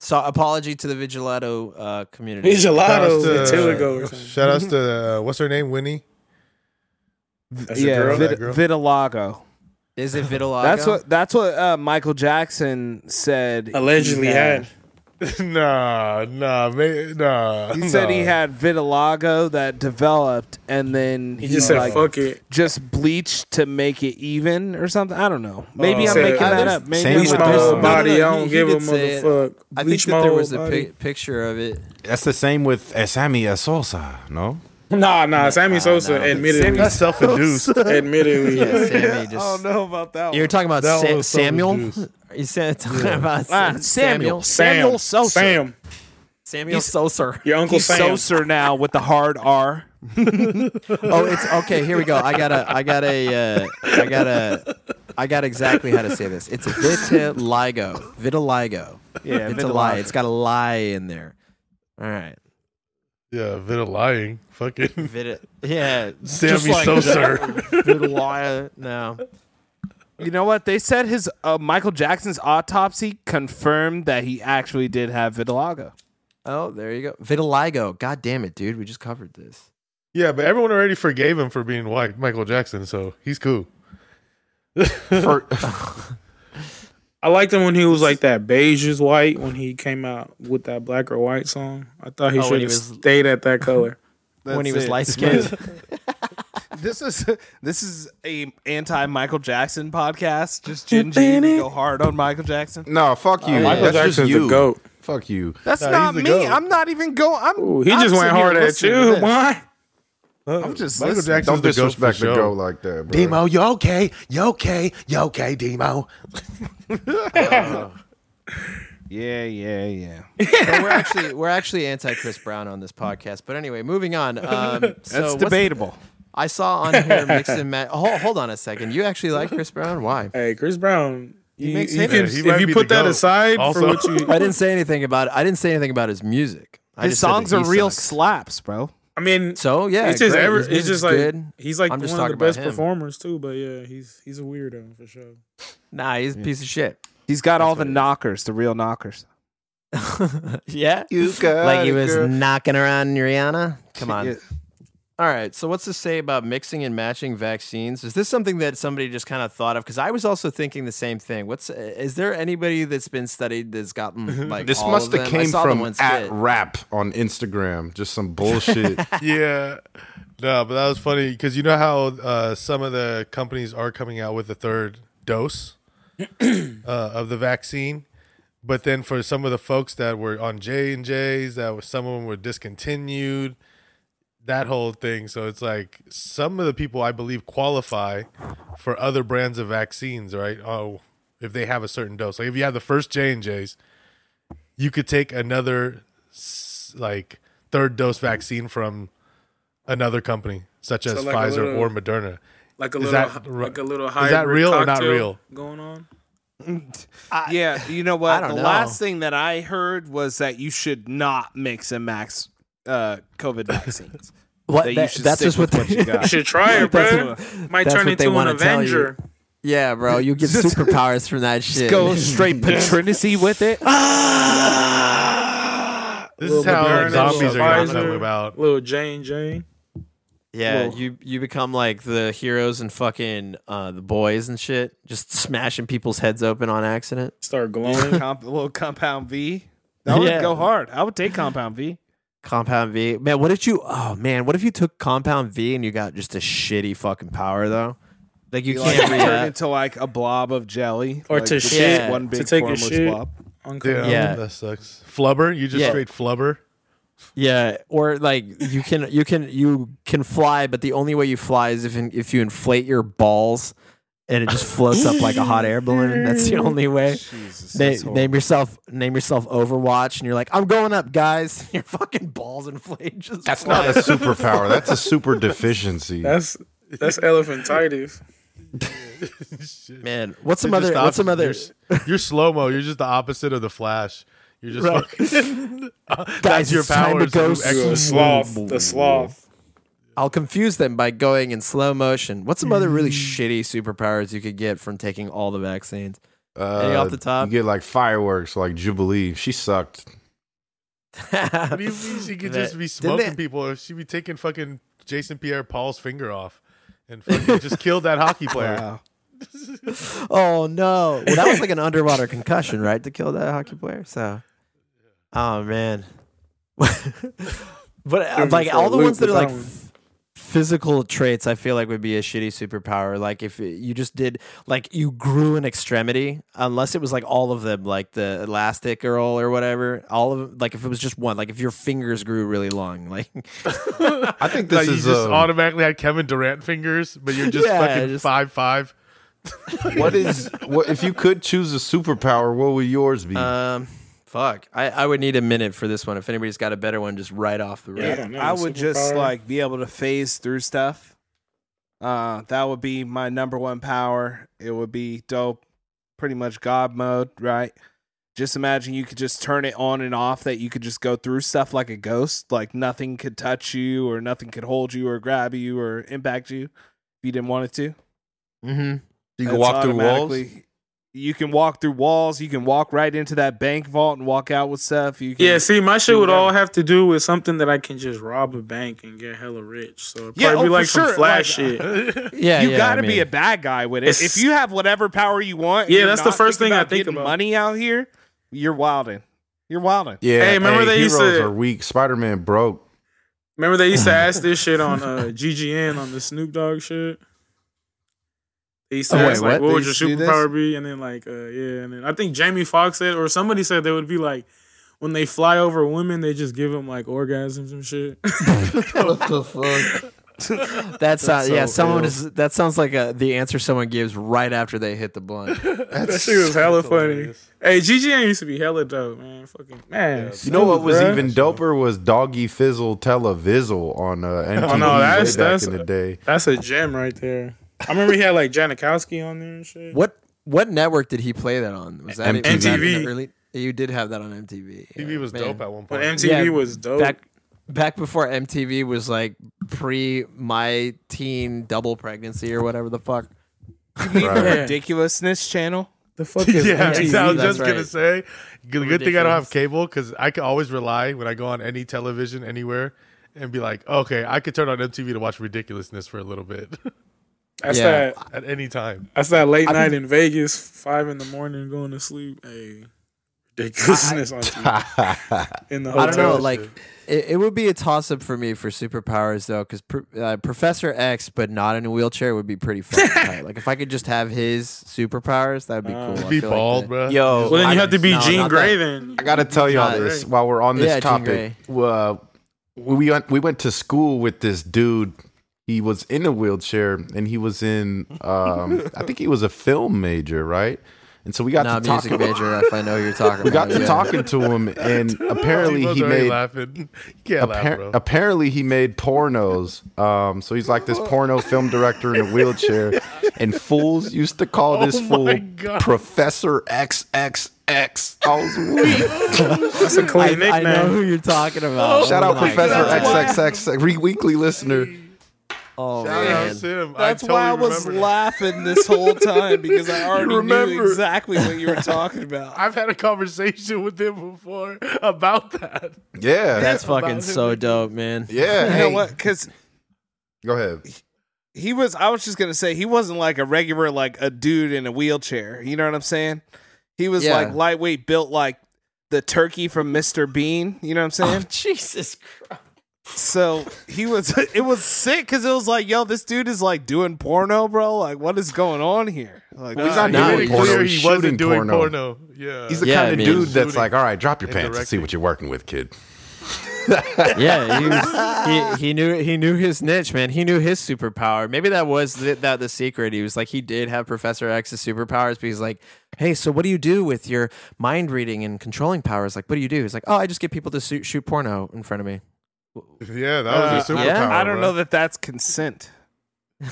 [SPEAKER 4] So apology to the Vigilato uh, community.
[SPEAKER 3] gelato,
[SPEAKER 5] Shoutouts to-
[SPEAKER 3] vitiligo. Or something.
[SPEAKER 5] Shout outs to uh, what's her name, Winnie.
[SPEAKER 3] That's
[SPEAKER 5] Yeah,
[SPEAKER 3] a girl.
[SPEAKER 5] that
[SPEAKER 2] vit-
[SPEAKER 5] girl.
[SPEAKER 2] vitiligo.
[SPEAKER 4] Is it Vitiligo?
[SPEAKER 2] That's what that's what uh, Michael Jackson said. he
[SPEAKER 3] Allegedly had.
[SPEAKER 5] nah, nah, man, nah.
[SPEAKER 2] He said he
[SPEAKER 5] nah.
[SPEAKER 2] had vitiligo that developed, and then
[SPEAKER 3] He just said
[SPEAKER 2] like,
[SPEAKER 3] fuck it.
[SPEAKER 2] just bleached to make it even or something. I don't know. Maybe
[SPEAKER 3] Oh.
[SPEAKER 2] I'm
[SPEAKER 3] Said,
[SPEAKER 2] making
[SPEAKER 3] "I
[SPEAKER 2] that
[SPEAKER 4] just
[SPEAKER 2] up. Maybe
[SPEAKER 6] same
[SPEAKER 2] I'm
[SPEAKER 3] Bleach
[SPEAKER 6] with
[SPEAKER 2] not-
[SPEAKER 3] my
[SPEAKER 6] this
[SPEAKER 3] whole
[SPEAKER 6] one.
[SPEAKER 3] body.
[SPEAKER 4] No, no,
[SPEAKER 3] I
[SPEAKER 4] no,
[SPEAKER 3] don't
[SPEAKER 4] he-
[SPEAKER 3] give
[SPEAKER 4] he
[SPEAKER 3] a
[SPEAKER 4] did say it.
[SPEAKER 3] motherfucker.
[SPEAKER 4] I think
[SPEAKER 3] Bleach
[SPEAKER 4] that
[SPEAKER 3] my
[SPEAKER 4] there
[SPEAKER 3] whole
[SPEAKER 4] was a
[SPEAKER 3] body.
[SPEAKER 4] pic- picture of it.
[SPEAKER 6] that's the same with Sammy Asosa. No,
[SPEAKER 3] Nah, nah. Sammy Sosa
[SPEAKER 4] no.
[SPEAKER 3] admittedly,
[SPEAKER 5] That's self-induced.
[SPEAKER 3] admittedly,
[SPEAKER 4] Yeah, Sammy
[SPEAKER 2] I
[SPEAKER 4] just.
[SPEAKER 2] don't know about that
[SPEAKER 4] You're
[SPEAKER 2] one.
[SPEAKER 4] talking about
[SPEAKER 5] That
[SPEAKER 4] Sa-
[SPEAKER 5] was so
[SPEAKER 4] Samuel.
[SPEAKER 5] juice.
[SPEAKER 4] You said talking about
[SPEAKER 2] Ah,
[SPEAKER 4] Sam-
[SPEAKER 2] Samuel.
[SPEAKER 3] Sam,
[SPEAKER 2] Samuel Sosa.
[SPEAKER 3] Sam,
[SPEAKER 4] Samuel Sosa.
[SPEAKER 3] your uncle
[SPEAKER 2] He's
[SPEAKER 3] Sam.
[SPEAKER 2] Sosa now with the hard R.
[SPEAKER 4] Oh, it's okay. Here we go. I got to I got a. Uh, I got to I got exactly how to say this. It's vitiligo. Vitiligo.
[SPEAKER 2] Yeah,
[SPEAKER 4] it's a lie. It's got a lie in there. All right.
[SPEAKER 5] yeah, vitiligo. Fucking
[SPEAKER 4] Vit- yeah.
[SPEAKER 5] Sammy Sosa.
[SPEAKER 4] Vitiligo. No.
[SPEAKER 2] You know what? They said his uh, Michael Jackson's autopsy confirmed that he actually did have vitiligo.
[SPEAKER 4] Oh, there you go. Vitiligo. God damn it, dude. We just covered this.
[SPEAKER 5] yeah, but everyone already forgave him for being white, Michael Jackson. So he's cool.
[SPEAKER 3] I liked him when he was like that beige is white when he came out with that black or white song. I thought he
[SPEAKER 4] Oh, when
[SPEAKER 3] should
[SPEAKER 4] he
[SPEAKER 3] have
[SPEAKER 4] was-
[SPEAKER 3] stayed at that color.
[SPEAKER 4] when he
[SPEAKER 2] That's
[SPEAKER 4] was
[SPEAKER 2] it.
[SPEAKER 4] light skinned.
[SPEAKER 2] This is this is a anti Michael Jackson podcast. Just Jin Jin we go hard on Michael Jackson.
[SPEAKER 6] no, fuck you.
[SPEAKER 3] Oh, Michael
[SPEAKER 6] that's
[SPEAKER 3] Jackson's
[SPEAKER 6] just you.
[SPEAKER 3] the goat.
[SPEAKER 6] Fuck you.
[SPEAKER 2] That's
[SPEAKER 5] Nah,
[SPEAKER 2] not
[SPEAKER 5] he's
[SPEAKER 2] me.
[SPEAKER 5] the goat.
[SPEAKER 2] I'm not even going. I'm.
[SPEAKER 3] Ooh, he
[SPEAKER 2] I'm
[SPEAKER 3] just went
[SPEAKER 2] sitting here
[SPEAKER 3] hard at
[SPEAKER 2] listening
[SPEAKER 3] you.
[SPEAKER 2] to this.
[SPEAKER 3] Why?
[SPEAKER 2] I'm just
[SPEAKER 5] Michael
[SPEAKER 2] listening.
[SPEAKER 5] Jackson's the
[SPEAKER 6] Don't
[SPEAKER 5] goat for
[SPEAKER 6] disrespect the
[SPEAKER 5] sure.
[SPEAKER 6] go like that, bro.
[SPEAKER 7] Demo, you okay? You okay? You okay, Demo?
[SPEAKER 2] Yeah, yeah, yeah.
[SPEAKER 4] But we're actually we're actually anti Chris Brown on this podcast. But anyway, moving on. Um, so
[SPEAKER 2] That's
[SPEAKER 4] what's the-
[SPEAKER 2] debatable.
[SPEAKER 4] I saw on here mix and match. Hold, hold on a second. You actually like Chris Brown? Why?
[SPEAKER 3] Hey, Chris Brown. You,
[SPEAKER 2] makes
[SPEAKER 3] you
[SPEAKER 2] hits.
[SPEAKER 3] can,
[SPEAKER 5] Yeah, he might
[SPEAKER 3] if
[SPEAKER 5] be
[SPEAKER 3] you put
[SPEAKER 5] the
[SPEAKER 3] that
[SPEAKER 5] goat.
[SPEAKER 3] aside
[SPEAKER 5] Also-
[SPEAKER 3] for what you,
[SPEAKER 4] I didn't say anything about. I didn't say anything about his music. I
[SPEAKER 2] His
[SPEAKER 4] just said that
[SPEAKER 2] songs
[SPEAKER 4] he
[SPEAKER 2] are real
[SPEAKER 4] sucks.
[SPEAKER 2] slaps, bro.
[SPEAKER 3] I mean,
[SPEAKER 4] So yeah,
[SPEAKER 3] it's just
[SPEAKER 4] great.
[SPEAKER 3] ever,
[SPEAKER 4] His
[SPEAKER 3] it's
[SPEAKER 4] music's
[SPEAKER 3] just like
[SPEAKER 4] good.
[SPEAKER 3] he's like
[SPEAKER 4] I'm just
[SPEAKER 3] one of the
[SPEAKER 4] talking about
[SPEAKER 3] best
[SPEAKER 4] him.
[SPEAKER 3] performers too. But yeah, he's he's a weirdo for sure.
[SPEAKER 4] Nah, he's a piece of shit.
[SPEAKER 2] He's got all the
[SPEAKER 4] what it is.
[SPEAKER 2] knockers, the real knockers.
[SPEAKER 4] yeah,
[SPEAKER 6] You got
[SPEAKER 4] like he
[SPEAKER 6] it,
[SPEAKER 4] was
[SPEAKER 6] girl.
[SPEAKER 4] knocking around Rihanna. Come on.
[SPEAKER 2] Yeah.
[SPEAKER 4] All right. So, what's to say about mixing and matching vaccines? Is this something that somebody just kind of thought of? Because I was also thinking the same thing. What's is there anybody that's been studied that's
[SPEAKER 2] Mm-hmm.
[SPEAKER 4] gotten like
[SPEAKER 6] This
[SPEAKER 4] all
[SPEAKER 6] must
[SPEAKER 4] of
[SPEAKER 6] have
[SPEAKER 4] them? I
[SPEAKER 6] came
[SPEAKER 4] saw the
[SPEAKER 6] from
[SPEAKER 4] one
[SPEAKER 6] at
[SPEAKER 4] skit.
[SPEAKER 6] rap on Instagram. Just some bullshit.
[SPEAKER 5] yeah. No, but that was funny because you know how uh, some of the companies are coming out with the third dose uh, of the vaccine, but then for some of the folks that were on J and J's, that was some of them were discontinued. That whole thing. So it's like some of the people I believe qualify for other brands of vaccines, right? Oh, if they have a certain dose, like if you have the first J and J's, you could take another s- like third dose vaccine from another company, such as
[SPEAKER 3] like a
[SPEAKER 5] Pfizer
[SPEAKER 3] little-
[SPEAKER 5] or Moderna.
[SPEAKER 3] Like a
[SPEAKER 5] Is
[SPEAKER 3] little,
[SPEAKER 5] that
[SPEAKER 3] hy-
[SPEAKER 5] r-
[SPEAKER 3] like a little
[SPEAKER 5] is
[SPEAKER 3] hybrid
[SPEAKER 5] that real or not
[SPEAKER 3] cocktail
[SPEAKER 5] real?
[SPEAKER 3] going on?
[SPEAKER 2] Yeah, you know what?
[SPEAKER 4] don't
[SPEAKER 2] The
[SPEAKER 4] know.
[SPEAKER 2] last thing that I heard was that you should not mix and max uh, COVID vaccines.
[SPEAKER 4] What?
[SPEAKER 2] That you
[SPEAKER 4] That-
[SPEAKER 2] should
[SPEAKER 4] that's
[SPEAKER 2] stick
[SPEAKER 4] just what
[SPEAKER 2] with
[SPEAKER 4] they,
[SPEAKER 2] what you got.
[SPEAKER 3] Should try it,
[SPEAKER 4] That's
[SPEAKER 3] bro. Might
[SPEAKER 4] that's
[SPEAKER 3] turn
[SPEAKER 4] what they
[SPEAKER 3] into an
[SPEAKER 4] wanna tell you.
[SPEAKER 3] Avenger.
[SPEAKER 4] Yeah, bro, you get superpowers from that shit.
[SPEAKER 2] Go straight patrinacy with it.
[SPEAKER 5] This is
[SPEAKER 3] Little
[SPEAKER 5] how like,
[SPEAKER 3] Moderna,
[SPEAKER 5] zombies
[SPEAKER 3] little
[SPEAKER 5] are going
[SPEAKER 3] Pfizer.
[SPEAKER 5] to come about.
[SPEAKER 3] Little Jane Jane.
[SPEAKER 4] Yeah,
[SPEAKER 2] Well-
[SPEAKER 4] you you become like the heroes and fucking uh, the boys and shit, just smashing people's heads open on accident.
[SPEAKER 3] Start glowing.
[SPEAKER 2] Comp- a little compound V. That would
[SPEAKER 4] Yeah.
[SPEAKER 2] go hard. I would take compound V.
[SPEAKER 4] Compound V, man. What if you? Oh man, what if you took Compound V and you got just a shitty fucking power though? Like you
[SPEAKER 2] You like
[SPEAKER 4] can't
[SPEAKER 2] turn
[SPEAKER 4] read that.
[SPEAKER 2] into like a blob of jelly,
[SPEAKER 3] Or
[SPEAKER 2] like,
[SPEAKER 3] to
[SPEAKER 2] just
[SPEAKER 4] shit,
[SPEAKER 2] one
[SPEAKER 3] to
[SPEAKER 2] big
[SPEAKER 3] take a
[SPEAKER 2] formless
[SPEAKER 3] shit.
[SPEAKER 2] blob.
[SPEAKER 3] Uncle-
[SPEAKER 5] Damn,
[SPEAKER 4] Yeah.
[SPEAKER 5] that sucks. Flubber, you just
[SPEAKER 4] Yeah.
[SPEAKER 5] straight flubber.
[SPEAKER 4] Yeah, or like you can you can you can fly, but the only way you fly is if in, if you inflate your balls and it just floats up like a hot air balloon. That's the only way.
[SPEAKER 2] Jesus,
[SPEAKER 4] Na-
[SPEAKER 2] that's horrible.
[SPEAKER 4] name yourself name yourself Overwatch, and you're like, I'm going up, guys. Your fucking balls inflate. Just
[SPEAKER 6] That's not a superpower. That's a super deficiency.
[SPEAKER 3] That's that's elephantitis.
[SPEAKER 4] man. What's some
[SPEAKER 5] You're
[SPEAKER 4] other?
[SPEAKER 5] just the
[SPEAKER 4] What's some
[SPEAKER 5] opposite.
[SPEAKER 4] other?
[SPEAKER 5] You're, s- you're slow mo. You're just the opposite of the Flash. You're just
[SPEAKER 4] Right.
[SPEAKER 5] fucking. that's
[SPEAKER 4] Guys,
[SPEAKER 5] your
[SPEAKER 4] it's time
[SPEAKER 5] power.
[SPEAKER 4] to go
[SPEAKER 3] The sloth. The sloth.
[SPEAKER 4] I'll confuse them by going in slow motion. What's some other
[SPEAKER 5] Mm.
[SPEAKER 4] really shitty superpowers you could get from taking all the vaccines?
[SPEAKER 6] Uh,
[SPEAKER 4] Any off the top?
[SPEAKER 6] You get like fireworks, like Jubilee. She sucked.
[SPEAKER 5] What do you mean she could
[SPEAKER 4] That-
[SPEAKER 5] just be
[SPEAKER 4] didn't
[SPEAKER 5] smoking
[SPEAKER 4] they-
[SPEAKER 5] people, or she'd be taking fucking Jason Pierre Paul's finger off and fucking just killed that hockey player.
[SPEAKER 2] Wow.
[SPEAKER 4] Oh no! Well, that was like an underwater concussion, right, to kill that hockey player. So, oh man. but uh,
[SPEAKER 3] Dude,
[SPEAKER 4] like
[SPEAKER 3] for
[SPEAKER 4] all the
[SPEAKER 3] Luke
[SPEAKER 4] ones that are
[SPEAKER 3] with
[SPEAKER 4] like
[SPEAKER 3] that one.
[SPEAKER 4] f- physical traits, I feel like would be a shitty superpower. Like if you just did like you grew an extremity, unless it was like all of them, like the elastic girl or whatever. All of like if it was just one, like if your fingers grew really long, like
[SPEAKER 6] I think
[SPEAKER 5] Like
[SPEAKER 6] this
[SPEAKER 5] you
[SPEAKER 6] is
[SPEAKER 5] just
[SPEAKER 6] um,
[SPEAKER 5] automatically had Kevin Durant fingers, but you're just
[SPEAKER 4] Yeah,
[SPEAKER 5] fucking
[SPEAKER 4] just-
[SPEAKER 5] five five.
[SPEAKER 6] what is what if you could choose a superpower, what would yours
[SPEAKER 3] Hmm.
[SPEAKER 6] be?
[SPEAKER 4] um. Fuck, I, I would need a minute for this one. If anybody's got a better one, just right off the rip.
[SPEAKER 3] I don't know,
[SPEAKER 2] I would just
[SPEAKER 3] superpower.
[SPEAKER 2] like be able to phase through stuff. Uh, that would be my number one power. It would be dope. Pretty much God mode, right? Just imagine you could just turn it on and off. That you could just go through stuff like a ghost. Like nothing could touch you, or nothing could hold you, or grab you, or impact you if you didn't want it to.
[SPEAKER 4] Mm-hmm.
[SPEAKER 6] you
[SPEAKER 2] It's
[SPEAKER 6] can walk through walls.
[SPEAKER 2] automatically- You can walk through walls. You can walk right into that bank vault and walk out with stuff. You can,
[SPEAKER 3] Yeah, see, my shit would
[SPEAKER 2] Yeah.
[SPEAKER 3] all have to do with something that I can just rob a bank and get hella rich. So it'd probably
[SPEAKER 2] Yeah, oh,
[SPEAKER 3] be
[SPEAKER 2] for
[SPEAKER 3] like some
[SPEAKER 2] sure,
[SPEAKER 3] flash
[SPEAKER 2] like,
[SPEAKER 3] shit.
[SPEAKER 4] Yeah,
[SPEAKER 2] you
[SPEAKER 4] yeah, I
[SPEAKER 2] gotta be
[SPEAKER 4] mean-
[SPEAKER 2] a bad guy with it.
[SPEAKER 3] It's-
[SPEAKER 2] If you have whatever power you want,
[SPEAKER 3] Yeah,
[SPEAKER 2] you're
[SPEAKER 3] that's the
[SPEAKER 2] not
[SPEAKER 3] first
[SPEAKER 2] thinking
[SPEAKER 3] thing I
[SPEAKER 2] about
[SPEAKER 3] think
[SPEAKER 2] getting
[SPEAKER 3] about.
[SPEAKER 2] Money out here, you're wilding. You're wilding.
[SPEAKER 6] Yeah,
[SPEAKER 3] Hey, remember they used
[SPEAKER 6] heroes
[SPEAKER 3] to-
[SPEAKER 6] are weak. Spider Man broke.
[SPEAKER 3] Remember they used to ask this shit on uh, GGN on the Snoop Dogg shit. They used to
[SPEAKER 4] Oh, wait,
[SPEAKER 3] ask like,
[SPEAKER 4] what?
[SPEAKER 3] what,
[SPEAKER 2] They
[SPEAKER 3] would your
[SPEAKER 2] used to do this?
[SPEAKER 3] superpower be? And then like, uh, yeah, and then I think Jamie Foxx said or somebody said they would be like, when they fly over women, they just give them like orgasms and shit.
[SPEAKER 4] That sounds
[SPEAKER 2] so
[SPEAKER 4] yeah. Someone
[SPEAKER 2] ill.
[SPEAKER 4] is that sounds like a, the answer someone gives right after they hit the blunt.
[SPEAKER 3] that shit was hella funny. Hey, GGN used to be hella dope, man. Fucking man.
[SPEAKER 6] You know what was
[SPEAKER 3] bruh.
[SPEAKER 6] even doper was Doggy Fizzle Televizzle on uh, MTV
[SPEAKER 3] no,
[SPEAKER 6] way
[SPEAKER 3] that's-
[SPEAKER 6] back
[SPEAKER 3] that's-
[SPEAKER 6] in the day.
[SPEAKER 3] That's a gem right there. I remember he had like Janikowski on there and shit.
[SPEAKER 4] What what network did he play that on? Was that
[SPEAKER 6] MTV.
[SPEAKER 4] even back in the
[SPEAKER 3] MTV.
[SPEAKER 4] Early, you did have that on MTV. yeah,
[SPEAKER 5] TV was
[SPEAKER 4] man.
[SPEAKER 5] dope at one
[SPEAKER 3] When
[SPEAKER 5] point.
[SPEAKER 3] MTV
[SPEAKER 4] Yeah,
[SPEAKER 3] was dope.
[SPEAKER 4] Back back before MTV was like pre my teen double pregnancy or whatever the fuck.
[SPEAKER 2] The
[SPEAKER 6] Right.
[SPEAKER 3] Yeah.
[SPEAKER 2] ridiculousness channel.
[SPEAKER 3] the fuck is E
[SPEAKER 5] yeah,
[SPEAKER 3] MTV?
[SPEAKER 5] I was
[SPEAKER 4] That's
[SPEAKER 5] just gonna
[SPEAKER 4] right.
[SPEAKER 5] say. Good, good thing I don't
[SPEAKER 4] Ridiculous.
[SPEAKER 5] have cable because I can always rely when I go on any television anywhere and be like, okay, I could turn on MTV to watch ridiculousness for a little bit
[SPEAKER 3] That's
[SPEAKER 4] Yeah.
[SPEAKER 3] that.
[SPEAKER 5] at any time.
[SPEAKER 3] That's that late
[SPEAKER 4] I
[SPEAKER 3] night
[SPEAKER 4] mean-
[SPEAKER 3] in Vegas, five in the morning, going to sleep. Hey, ridiculousness on TV in the hotel.
[SPEAKER 4] I don't know.
[SPEAKER 3] shit.
[SPEAKER 4] Like it, it would be a toss up for me for superpowers though, because uh, Professor X, but not in a wheelchair, would be pretty fucking tight. Like if I could just have his superpowers, that'd be
[SPEAKER 3] Uh,
[SPEAKER 4] cool. I
[SPEAKER 5] Be
[SPEAKER 4] feel like
[SPEAKER 5] bald,
[SPEAKER 4] the-
[SPEAKER 5] bro.
[SPEAKER 6] Yo,
[SPEAKER 3] well, then you
[SPEAKER 6] I-
[SPEAKER 3] have to be
[SPEAKER 4] no,
[SPEAKER 3] Gene
[SPEAKER 4] not that.
[SPEAKER 3] Gray. Then
[SPEAKER 6] I gotta tell y'all
[SPEAKER 4] Jean
[SPEAKER 6] this
[SPEAKER 4] Grey.
[SPEAKER 6] while we're on this
[SPEAKER 4] Yeah, Jean
[SPEAKER 6] topic.
[SPEAKER 4] Grey.
[SPEAKER 6] Uh, we went we went to school with this dude. He was in a wheelchair and he was in um, I think he was a film major, right? And so we got
[SPEAKER 4] Not
[SPEAKER 6] to talk.
[SPEAKER 4] music major, if I know you're talking.
[SPEAKER 6] we got
[SPEAKER 4] about,
[SPEAKER 6] to
[SPEAKER 4] yeah.
[SPEAKER 6] talking to him, and apparently
[SPEAKER 5] T-Bone's
[SPEAKER 6] he
[SPEAKER 5] already
[SPEAKER 6] made
[SPEAKER 5] laughing. Yeah,
[SPEAKER 6] appar-
[SPEAKER 5] laugh, bro.
[SPEAKER 6] apparently he made pornos. Um, so he's like this porno film director in a wheelchair, and fools used to call this
[SPEAKER 5] my
[SPEAKER 6] fool
[SPEAKER 5] God.
[SPEAKER 6] Professor XXX. I was weak.
[SPEAKER 3] that's a
[SPEAKER 4] I,
[SPEAKER 3] clean
[SPEAKER 4] I know
[SPEAKER 3] nickname.
[SPEAKER 4] who you're talking about.
[SPEAKER 6] Shout
[SPEAKER 4] Oh
[SPEAKER 6] out
[SPEAKER 4] my
[SPEAKER 6] Professor
[SPEAKER 4] God.
[SPEAKER 6] XXX, re- weekly listener.
[SPEAKER 4] Oh
[SPEAKER 5] Shout out
[SPEAKER 4] man.
[SPEAKER 5] to him. I
[SPEAKER 2] That's why I
[SPEAKER 5] totally
[SPEAKER 2] was
[SPEAKER 5] remembered.
[SPEAKER 2] laughing this whole time because I already knew
[SPEAKER 6] remember.
[SPEAKER 2] exactly what you were talking about.
[SPEAKER 5] I've had a conversation with him before about that.
[SPEAKER 6] Yeah,
[SPEAKER 4] That's fucking so dope, man.
[SPEAKER 6] yeah.
[SPEAKER 2] You
[SPEAKER 6] hey,
[SPEAKER 2] know what? Because
[SPEAKER 6] Go ahead.
[SPEAKER 2] he was i was just gonna say he wasn't like a regular like a dude in a wheelchair you know what i'm saying he was
[SPEAKER 4] Yeah.
[SPEAKER 2] like lightweight built like the turkey from mr bean you know what i'm saying
[SPEAKER 4] Oh, Jesus Christ.
[SPEAKER 2] so he was it was sick because it was like yo this dude is like doing porno bro like what is going on here like
[SPEAKER 5] Well, he's
[SPEAKER 2] uh,
[SPEAKER 5] not
[SPEAKER 4] Nah,
[SPEAKER 5] doing it
[SPEAKER 4] porno,
[SPEAKER 5] clear
[SPEAKER 6] he's
[SPEAKER 5] he wasn't
[SPEAKER 6] shooting
[SPEAKER 5] doing
[SPEAKER 6] porno.
[SPEAKER 5] porno. Yeah.
[SPEAKER 6] He's the
[SPEAKER 4] Yeah, I
[SPEAKER 6] kind of
[SPEAKER 4] mean-
[SPEAKER 6] dude that's
[SPEAKER 5] Shooting
[SPEAKER 6] like, all right, drop your pants and see
[SPEAKER 5] indirectly.
[SPEAKER 6] what you're working with, kid.
[SPEAKER 4] Yeah, he, was, he he knew he knew his niche, man. He knew his superpower. Maybe that was the, that the secret. He was like he did have Professor X's superpowers, but he's like, hey, so what do you do with your mind reading and controlling powers? Like, what do you do? He's like, oh, I just get people to shoot, shoot porno in front of me.
[SPEAKER 5] yeah, that was a
[SPEAKER 4] Uh,
[SPEAKER 5] superpower.
[SPEAKER 4] yeah.
[SPEAKER 2] i don't
[SPEAKER 5] bro.
[SPEAKER 2] know that that's consent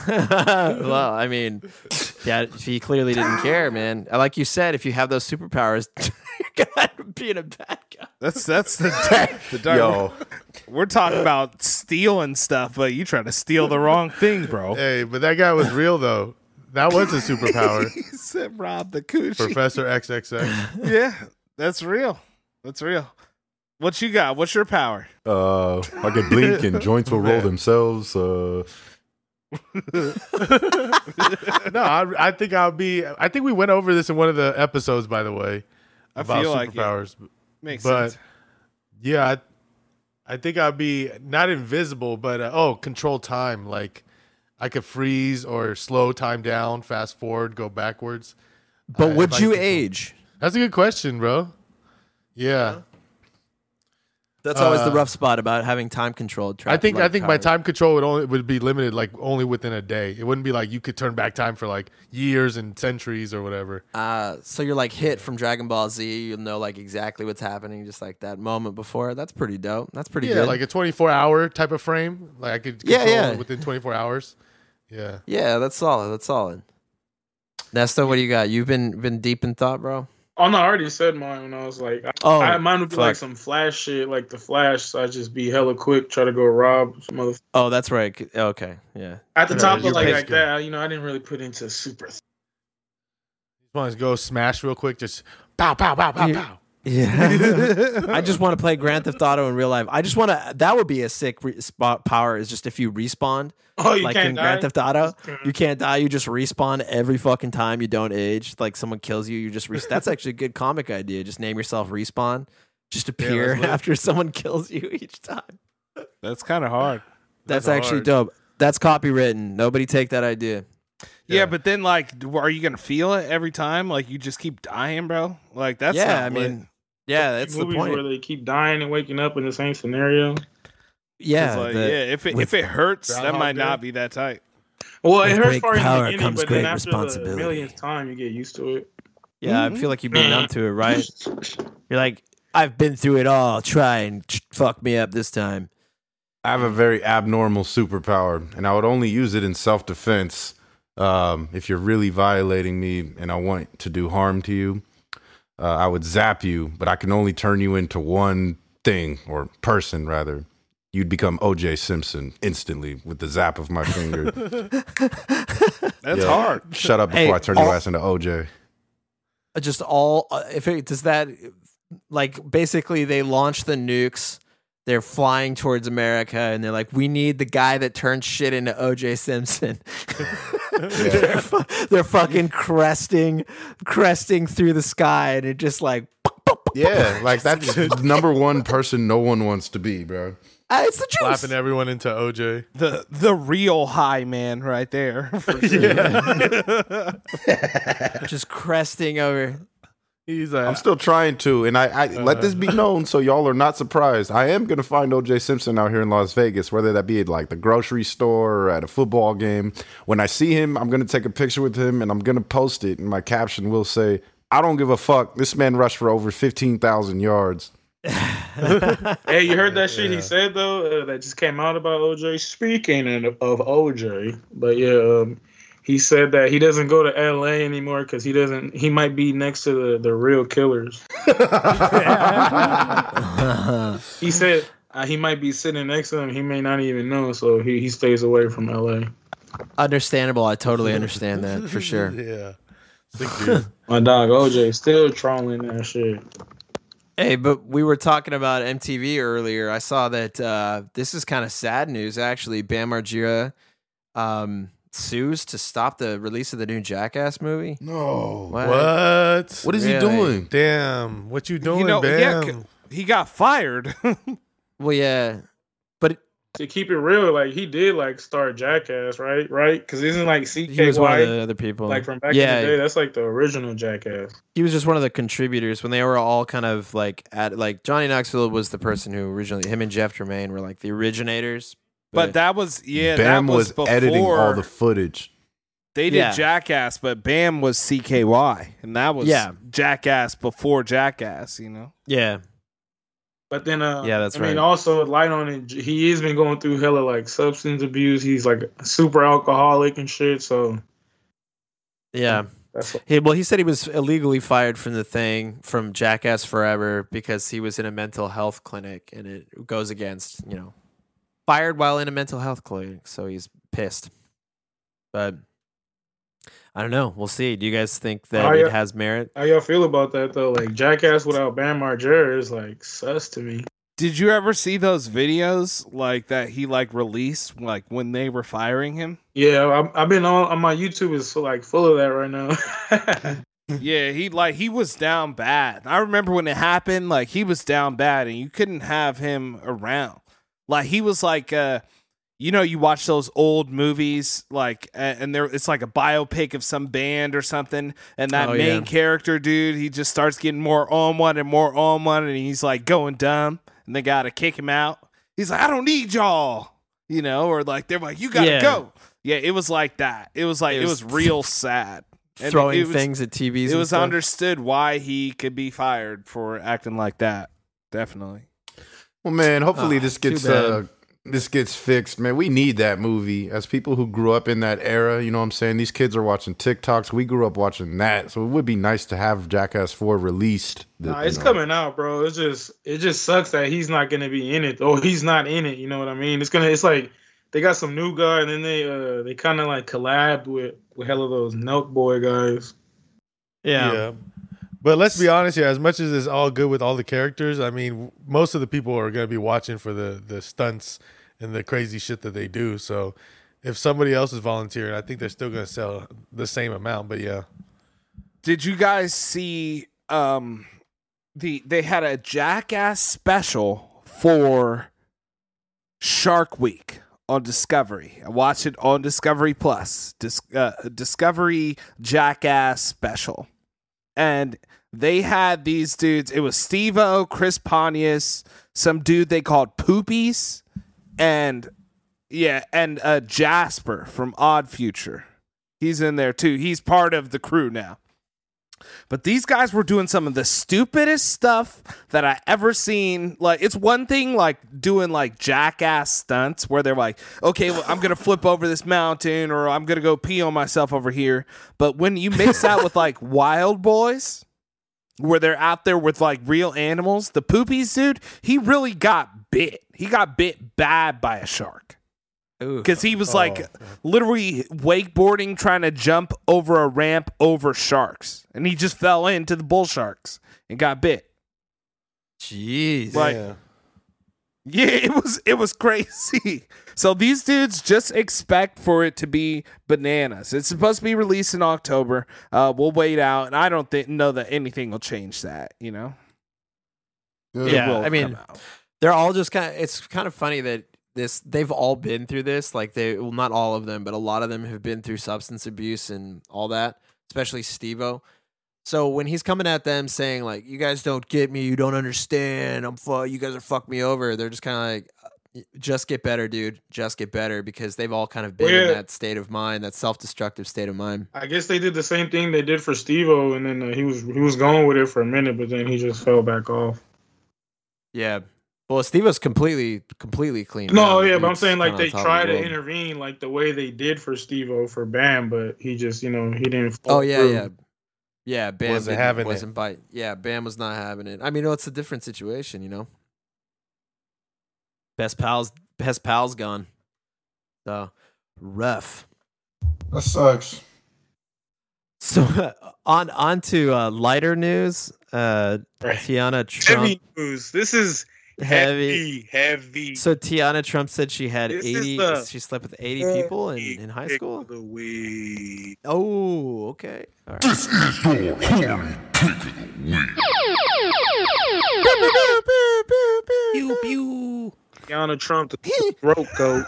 [SPEAKER 4] well, I mean, yeah, he clearly didn't care, man. Like you said, if you have those superpowers, you're gonna be a bad guy.
[SPEAKER 2] that's that's the, the dark
[SPEAKER 6] Yo,
[SPEAKER 2] we're talking about stealing stuff but you trying to steal the wrong thing bro
[SPEAKER 5] Hey, but that guy was real though. That was a superpower,
[SPEAKER 2] he said rob the coochie
[SPEAKER 5] Professor XXX.
[SPEAKER 2] yeah, that's real. That's real. What you got? What's your power?
[SPEAKER 6] uh, I could blink and joints will roll themselves. Uh,
[SPEAKER 5] No, I, I think I'll be. I think we went over this in one of the episodes, by the way,
[SPEAKER 2] I
[SPEAKER 5] about
[SPEAKER 2] feel like, yeah.
[SPEAKER 5] superpowers.
[SPEAKER 2] Makes
[SPEAKER 5] But-
[SPEAKER 2] sense.
[SPEAKER 5] Yeah, I, I think I'd be not invisible, but uh, oh, control time. Like I could freeze or slow time down, fast forward, go backwards.
[SPEAKER 4] But
[SPEAKER 5] if
[SPEAKER 4] would
[SPEAKER 5] I
[SPEAKER 4] you
[SPEAKER 5] could-
[SPEAKER 4] age?
[SPEAKER 5] That's a good question, bro.
[SPEAKER 2] Uh-huh.
[SPEAKER 5] Yeah,
[SPEAKER 4] That's always the rough spot about having time controlled.
[SPEAKER 5] Uh, I think I think my time control would only would be limited, like only within a day. It wouldn't be like you could turn back time for like years and centuries or whatever.
[SPEAKER 4] Uh, so you're like hit from Dragon Ball Z. You'll know like exactly what's happening, just like that moment before. That's pretty dope. That's pretty
[SPEAKER 5] yeah,
[SPEAKER 4] good.
[SPEAKER 5] like a 24 hour type of frame. Like I could
[SPEAKER 4] Yeah,
[SPEAKER 5] control yeah,
[SPEAKER 4] yeah.
[SPEAKER 5] within 24 hours. Yeah.
[SPEAKER 4] yeah, that's solid. That's solid. Nesta, what do you got? You've been been deep in thought, bro.
[SPEAKER 3] Oh no, I already said mine when I was like, I,
[SPEAKER 4] Oh,
[SPEAKER 3] I, mine would be like
[SPEAKER 4] fuck.
[SPEAKER 3] some flash shit, like the Flash. So I just be hella quick, try to go rob some other.
[SPEAKER 4] Oh, that's right. C- Okay, yeah.
[SPEAKER 3] At the
[SPEAKER 5] Yeah,
[SPEAKER 3] top of
[SPEAKER 5] your
[SPEAKER 3] like
[SPEAKER 5] pace
[SPEAKER 3] like
[SPEAKER 5] good.
[SPEAKER 3] that, you know, I didn't really put into super.
[SPEAKER 5] Just want to go smash real quick. Just pow, pow, pow, pow,
[SPEAKER 4] Yeah.
[SPEAKER 5] pow.
[SPEAKER 4] Yeah. I just want to play Grand Theft Auto in real life. I just want to. That would be a sick re- spot power. Is just if you respawn,
[SPEAKER 3] Oh, you
[SPEAKER 4] like
[SPEAKER 3] can't
[SPEAKER 4] in
[SPEAKER 3] die.
[SPEAKER 4] Grand Theft Auto,
[SPEAKER 3] Mhm.
[SPEAKER 4] you can't die. You just respawn every fucking time you don't age. Like someone kills you, you just re- that's actually a good comic idea. Just name yourself respawn. Just appear
[SPEAKER 5] lit.
[SPEAKER 4] after someone kills you each time.
[SPEAKER 2] That's kind of hard.
[SPEAKER 4] That's,
[SPEAKER 5] That's
[SPEAKER 4] actually
[SPEAKER 5] hard.
[SPEAKER 4] dope. That's copywritten. Nobody take that idea.
[SPEAKER 2] Yeah.
[SPEAKER 5] Yeah.
[SPEAKER 2] but then like, d- are you gonna feel it every time? Like you just keep dying, bro. Like that's
[SPEAKER 4] yeah,
[SPEAKER 2] not
[SPEAKER 4] I
[SPEAKER 2] lit.
[SPEAKER 4] mean, yeah, that's the
[SPEAKER 3] movies
[SPEAKER 4] point.
[SPEAKER 3] where they keep dying and waking up in the same scenario.
[SPEAKER 4] yeah,
[SPEAKER 2] 'Cause, like,
[SPEAKER 4] the-
[SPEAKER 2] yeah. If it
[SPEAKER 4] with
[SPEAKER 2] if it hurts, that
[SPEAKER 5] Groundhog
[SPEAKER 2] might
[SPEAKER 5] Day?
[SPEAKER 2] not be that tight.
[SPEAKER 3] Well, it
[SPEAKER 4] With
[SPEAKER 3] hurts
[SPEAKER 4] great
[SPEAKER 3] for in
[SPEAKER 4] power
[SPEAKER 3] the beginning,
[SPEAKER 4] comes
[SPEAKER 3] but
[SPEAKER 4] great
[SPEAKER 3] then after the
[SPEAKER 4] responsibility.
[SPEAKER 3] millionth time, you get used to it.
[SPEAKER 4] yeah. I feel like you'd
[SPEAKER 6] Mm-hmm.
[SPEAKER 4] be numb to it, right? You're like, I've been through it all. Try and ch- fuck me up this time.
[SPEAKER 6] I have a very abnormal superpower, and I would only use it in self defense um, if you're really violating me and I want to do harm to you. Uh, I would zap you, but I can only turn you into one thing or person, rather. You'd become OJ Simpson instantly with the zap of my finger.
[SPEAKER 2] That's
[SPEAKER 6] Yeah.
[SPEAKER 2] hard.
[SPEAKER 6] Shut up before
[SPEAKER 4] Hey,
[SPEAKER 6] I turn your
[SPEAKER 4] all-
[SPEAKER 6] ass into OJ.
[SPEAKER 4] Uh, just all uh, if it does that like basically they launch the nukes they're flying towards america and they're like we need the guy that turns shit into oj simpson they're, fu- they're fucking cresting cresting through the sky and it just like
[SPEAKER 6] Yeah, like that's the number one person no one wants to be, bro.
[SPEAKER 4] "Ah, it's the juice
[SPEAKER 5] Slapping everyone into OJ.
[SPEAKER 2] The the real high man right there. For sure.
[SPEAKER 4] just cresting over
[SPEAKER 5] He's like,
[SPEAKER 6] I'm still trying to, and I, I let this
[SPEAKER 2] Uh-huh.
[SPEAKER 6] be known so y'all are not surprised. I am gonna find OJ Simpson out here in Las Vegas, whether that be at like the grocery store or at a football game. When I see him, I'm gonna take a picture with him and I'm gonna post it, and my caption will say, "I don't give a fuck. This man rushed for over fifteen thousand yards."
[SPEAKER 3] Hey, you heard that shit he said though uh, that just came out about OJ. Speaking of, of OJ, but yeah, um, he said that he doesn't go to LA anymore because he doesn't. He might be next to the, the real killers. he said uh, he might be sitting next to him. He may not even know, so he, he stays away from LA.
[SPEAKER 4] understandable i totally understand that for sure
[SPEAKER 5] yeah. Sick dude.
[SPEAKER 3] My dog OJ still trolling that shit.
[SPEAKER 4] Hey, but we were talking about MTV earlier. I saw that uh, this is kind of sad news, actually. Bam Margera um, sues to stop the release of the new Jackass movie.
[SPEAKER 5] Oh.
[SPEAKER 6] No.
[SPEAKER 4] What?
[SPEAKER 5] What?
[SPEAKER 6] What is he
[SPEAKER 4] Really?
[SPEAKER 6] doing?
[SPEAKER 5] Damn, what you doing,
[SPEAKER 2] you know, yeah,
[SPEAKER 5] Bam?
[SPEAKER 2] c- he got fired.
[SPEAKER 4] Well, yeah.
[SPEAKER 3] To keep it real, like he did like star Jackass, right? Right? Because isn't like
[SPEAKER 4] He was one of
[SPEAKER 3] CKY
[SPEAKER 4] the other people.
[SPEAKER 3] like from back
[SPEAKER 4] yeah,
[SPEAKER 3] in the day? That's like the original Jackass.
[SPEAKER 4] he was just one of the contributors when they were all kind of like at like Johnny Knoxville was the person who originally him and Jeff Tremaine were like the originators.
[SPEAKER 2] but that was yeah,
[SPEAKER 6] Bam
[SPEAKER 2] that
[SPEAKER 6] was
[SPEAKER 2] was, before
[SPEAKER 6] editing all the footage.
[SPEAKER 2] they did
[SPEAKER 4] Yeah.
[SPEAKER 2] Jackass, but Bam was CKY, and that was
[SPEAKER 4] Yeah.
[SPEAKER 2] Jackass before Jackass. You know,
[SPEAKER 4] yeah,
[SPEAKER 3] But then, uh,
[SPEAKER 4] Yeah, that's
[SPEAKER 3] I mean,
[SPEAKER 4] right.
[SPEAKER 3] also light on it. He has been going through hella like substance abuse. He's like super alcoholic and shit. So
[SPEAKER 4] yeah.
[SPEAKER 3] that's what,
[SPEAKER 4] He, well, he said he was illegally fired from the thing from Jackass Forever because he was in a mental health clinic, and it goes against you know fired while in a mental health clinic, so he's pissed. But I don't know. We'll see. Do you guys think that
[SPEAKER 3] Oh,
[SPEAKER 4] it
[SPEAKER 2] uh,
[SPEAKER 3] yeah.
[SPEAKER 4] has merit?
[SPEAKER 3] how y'all feel about that though. Like Jackass without Bam Margera is like sus to me.
[SPEAKER 2] did you ever see those videos like that he like released like when they were firing him?
[SPEAKER 3] Yeah, I'm- I've been on, on my YouTube is like full of that right now.
[SPEAKER 2] Yeah, he like he was down bad. I remember when it happened, like he was down bad and you couldn't have him around. Like he was like uh you know you watch those old movies like a- and there it's like a biopic of some band or something and that
[SPEAKER 4] Oh,
[SPEAKER 2] main
[SPEAKER 4] yeah.
[SPEAKER 2] character dude he just starts getting more on one and more on one and he's like going dumb and they got to kick him out. He's like I don't need y'all. You know, or like they're like you got to
[SPEAKER 4] Yeah.
[SPEAKER 2] go. Yeah, it was like that. It was like
[SPEAKER 4] It
[SPEAKER 2] it was,
[SPEAKER 4] was
[SPEAKER 2] real sad. And it-
[SPEAKER 4] Throwing
[SPEAKER 2] it was-
[SPEAKER 4] things at TVs.
[SPEAKER 2] it
[SPEAKER 4] and
[SPEAKER 2] was
[SPEAKER 4] stuff?
[SPEAKER 2] understood why he could be fired for acting like that. Definitely.
[SPEAKER 6] Well, man, hopefully
[SPEAKER 4] Ah,
[SPEAKER 6] this
[SPEAKER 4] too
[SPEAKER 6] gets
[SPEAKER 4] bad.
[SPEAKER 6] uh, this gets fixed, man. We need that movie as people who grew up in that era. You know what I'm saying? These kids are watching TikToks. We grew up watching that, so it would be nice to have Jackass Four released. th-
[SPEAKER 3] Nah,
[SPEAKER 6] you
[SPEAKER 3] it's
[SPEAKER 6] know.
[SPEAKER 3] coming out, bro. It's just it just sucks that he's not gonna be in it. Oh, he's not in it. You know what I mean? It's gonna it's like they got some new guy and then they uh they kind of like collabed with with hell of those Nelk Boy guys.
[SPEAKER 4] Yeah.
[SPEAKER 5] But let's be honest here. As much as it's all good with all the characters, I mean, w- most of the people are going to be watching for the the stunts and the crazy shit that they do. So, if somebody else is volunteering, I think they're still going to sell the same amount. But yeah,
[SPEAKER 2] Did you guys see um the they had a jackass special for Shark Week on Discovery. I watched it on Discovery Plus. Dis- uh, Discovery Jackass special. And they had these dudes. It was Steve O, Chris Pontius, some dude they called Poopies, and yeah, and uh, Jasper from Odd Future. He's in there too. He's part of the crew now. But these guys were doing some of the stupidest stuff that I ever seen. Like it's one thing like doing like jackass stunts where they're like, "Okay, well, I'm going to flip over this mountain or I'm going to go pee on myself over here." But when you mix that with like wild boys where they're out there with like real animals, the poopies dude, he really got bit. He got bit bad by a shark
[SPEAKER 4] Ooh.
[SPEAKER 2] because he was like literally wakeboarding trying to jump over a ramp over sharks and he just fell into the bull sharks and got bit
[SPEAKER 4] Jeez.
[SPEAKER 2] like
[SPEAKER 5] Yeah.
[SPEAKER 2] yeah it was it was crazy so these dudes just expect for it to be bananas it's supposed to be released in october uh we'll wait out and i don't think know that anything will change that you know It
[SPEAKER 4] Yeah,
[SPEAKER 2] will
[SPEAKER 4] I mean,
[SPEAKER 2] come out.
[SPEAKER 4] they're all just kind of it's kind of funny that this they've all been through this like they well not all of them but a lot of them have been through substance abuse and all that especially stevo so when he's coming at them saying like you guys don't get me you don't understand i'm fu- you guys are fuck me over they're just kind of like "Uh, just get better dude just get better because they've all kind of been in
[SPEAKER 3] Yeah.
[SPEAKER 4] that state of mind that self-destructive state of mind
[SPEAKER 3] I guess they did the same thing they did for Stevo, and then uh, he was he was going with it for a minute, but then he just fell back off.
[SPEAKER 4] yeah well stevo's completely completely clean now.
[SPEAKER 3] No,
[SPEAKER 4] The
[SPEAKER 3] yeah, but I'm
[SPEAKER 4] dude's
[SPEAKER 3] saying like
[SPEAKER 4] kinda on
[SPEAKER 3] they
[SPEAKER 4] top of
[SPEAKER 3] tried
[SPEAKER 4] the
[SPEAKER 3] to
[SPEAKER 4] world.
[SPEAKER 3] intervene like the way they did for Stevo for Bam, but he just you know he didn't.
[SPEAKER 4] Oh
[SPEAKER 3] follow
[SPEAKER 4] yeah,
[SPEAKER 3] through.
[SPEAKER 4] yeah, yeah. Bam
[SPEAKER 5] Wasn't
[SPEAKER 4] didn't-
[SPEAKER 5] having it.
[SPEAKER 4] wasn't bite. Yeah, Bam was not having it. I mean, no, it's a different situation, you know. Best pals, best pals gone. So rough.
[SPEAKER 6] That sucks.
[SPEAKER 4] So on on to uh, lighter news. Uh,
[SPEAKER 3] Right.
[SPEAKER 4] Tiana Trump.
[SPEAKER 3] Heavy news. This is
[SPEAKER 4] Heavy.
[SPEAKER 3] heavy, heavy.
[SPEAKER 4] So Tiana Trump said she had
[SPEAKER 3] This is
[SPEAKER 4] eighty.
[SPEAKER 3] the-
[SPEAKER 4] she slept with eighty people in, in high
[SPEAKER 3] Pick
[SPEAKER 4] school.
[SPEAKER 3] of The week.
[SPEAKER 4] Oh, okay. All right.
[SPEAKER 3] Tiana Trump, the throat goat.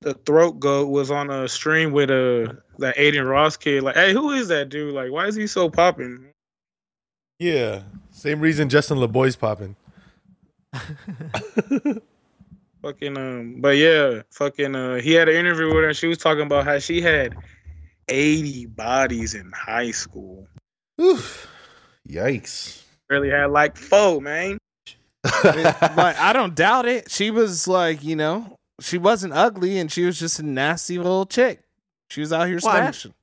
[SPEAKER 3] The throat goat was on a stream with a that Aiden Ross kid. Like, hey, who is that dude? Like, why is he so popping?
[SPEAKER 5] Yeah. Same reason Justin LeBoy's popping.
[SPEAKER 3] Fucking um, but yeah, fucking uh, he had an interview with her. and She was talking about how she had eighty bodies in high school.
[SPEAKER 6] Yikes.
[SPEAKER 3] Really had like four, man.
[SPEAKER 2] like I don't doubt it. She was like, you know, she wasn't ugly and she was just a nasty little chick. She was out here
[SPEAKER 4] Well, I'm-
[SPEAKER 2] smashing.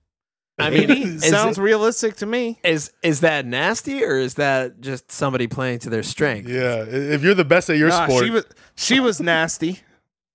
[SPEAKER 4] I
[SPEAKER 2] It
[SPEAKER 4] mean, is,
[SPEAKER 2] sounds
[SPEAKER 4] it-
[SPEAKER 2] realistic to me.
[SPEAKER 4] is is that nasty or is that just somebody playing to their strength?
[SPEAKER 5] Yeah. i- If you're the best at your
[SPEAKER 2] Nah,
[SPEAKER 5] sport,
[SPEAKER 2] she was she was nasty.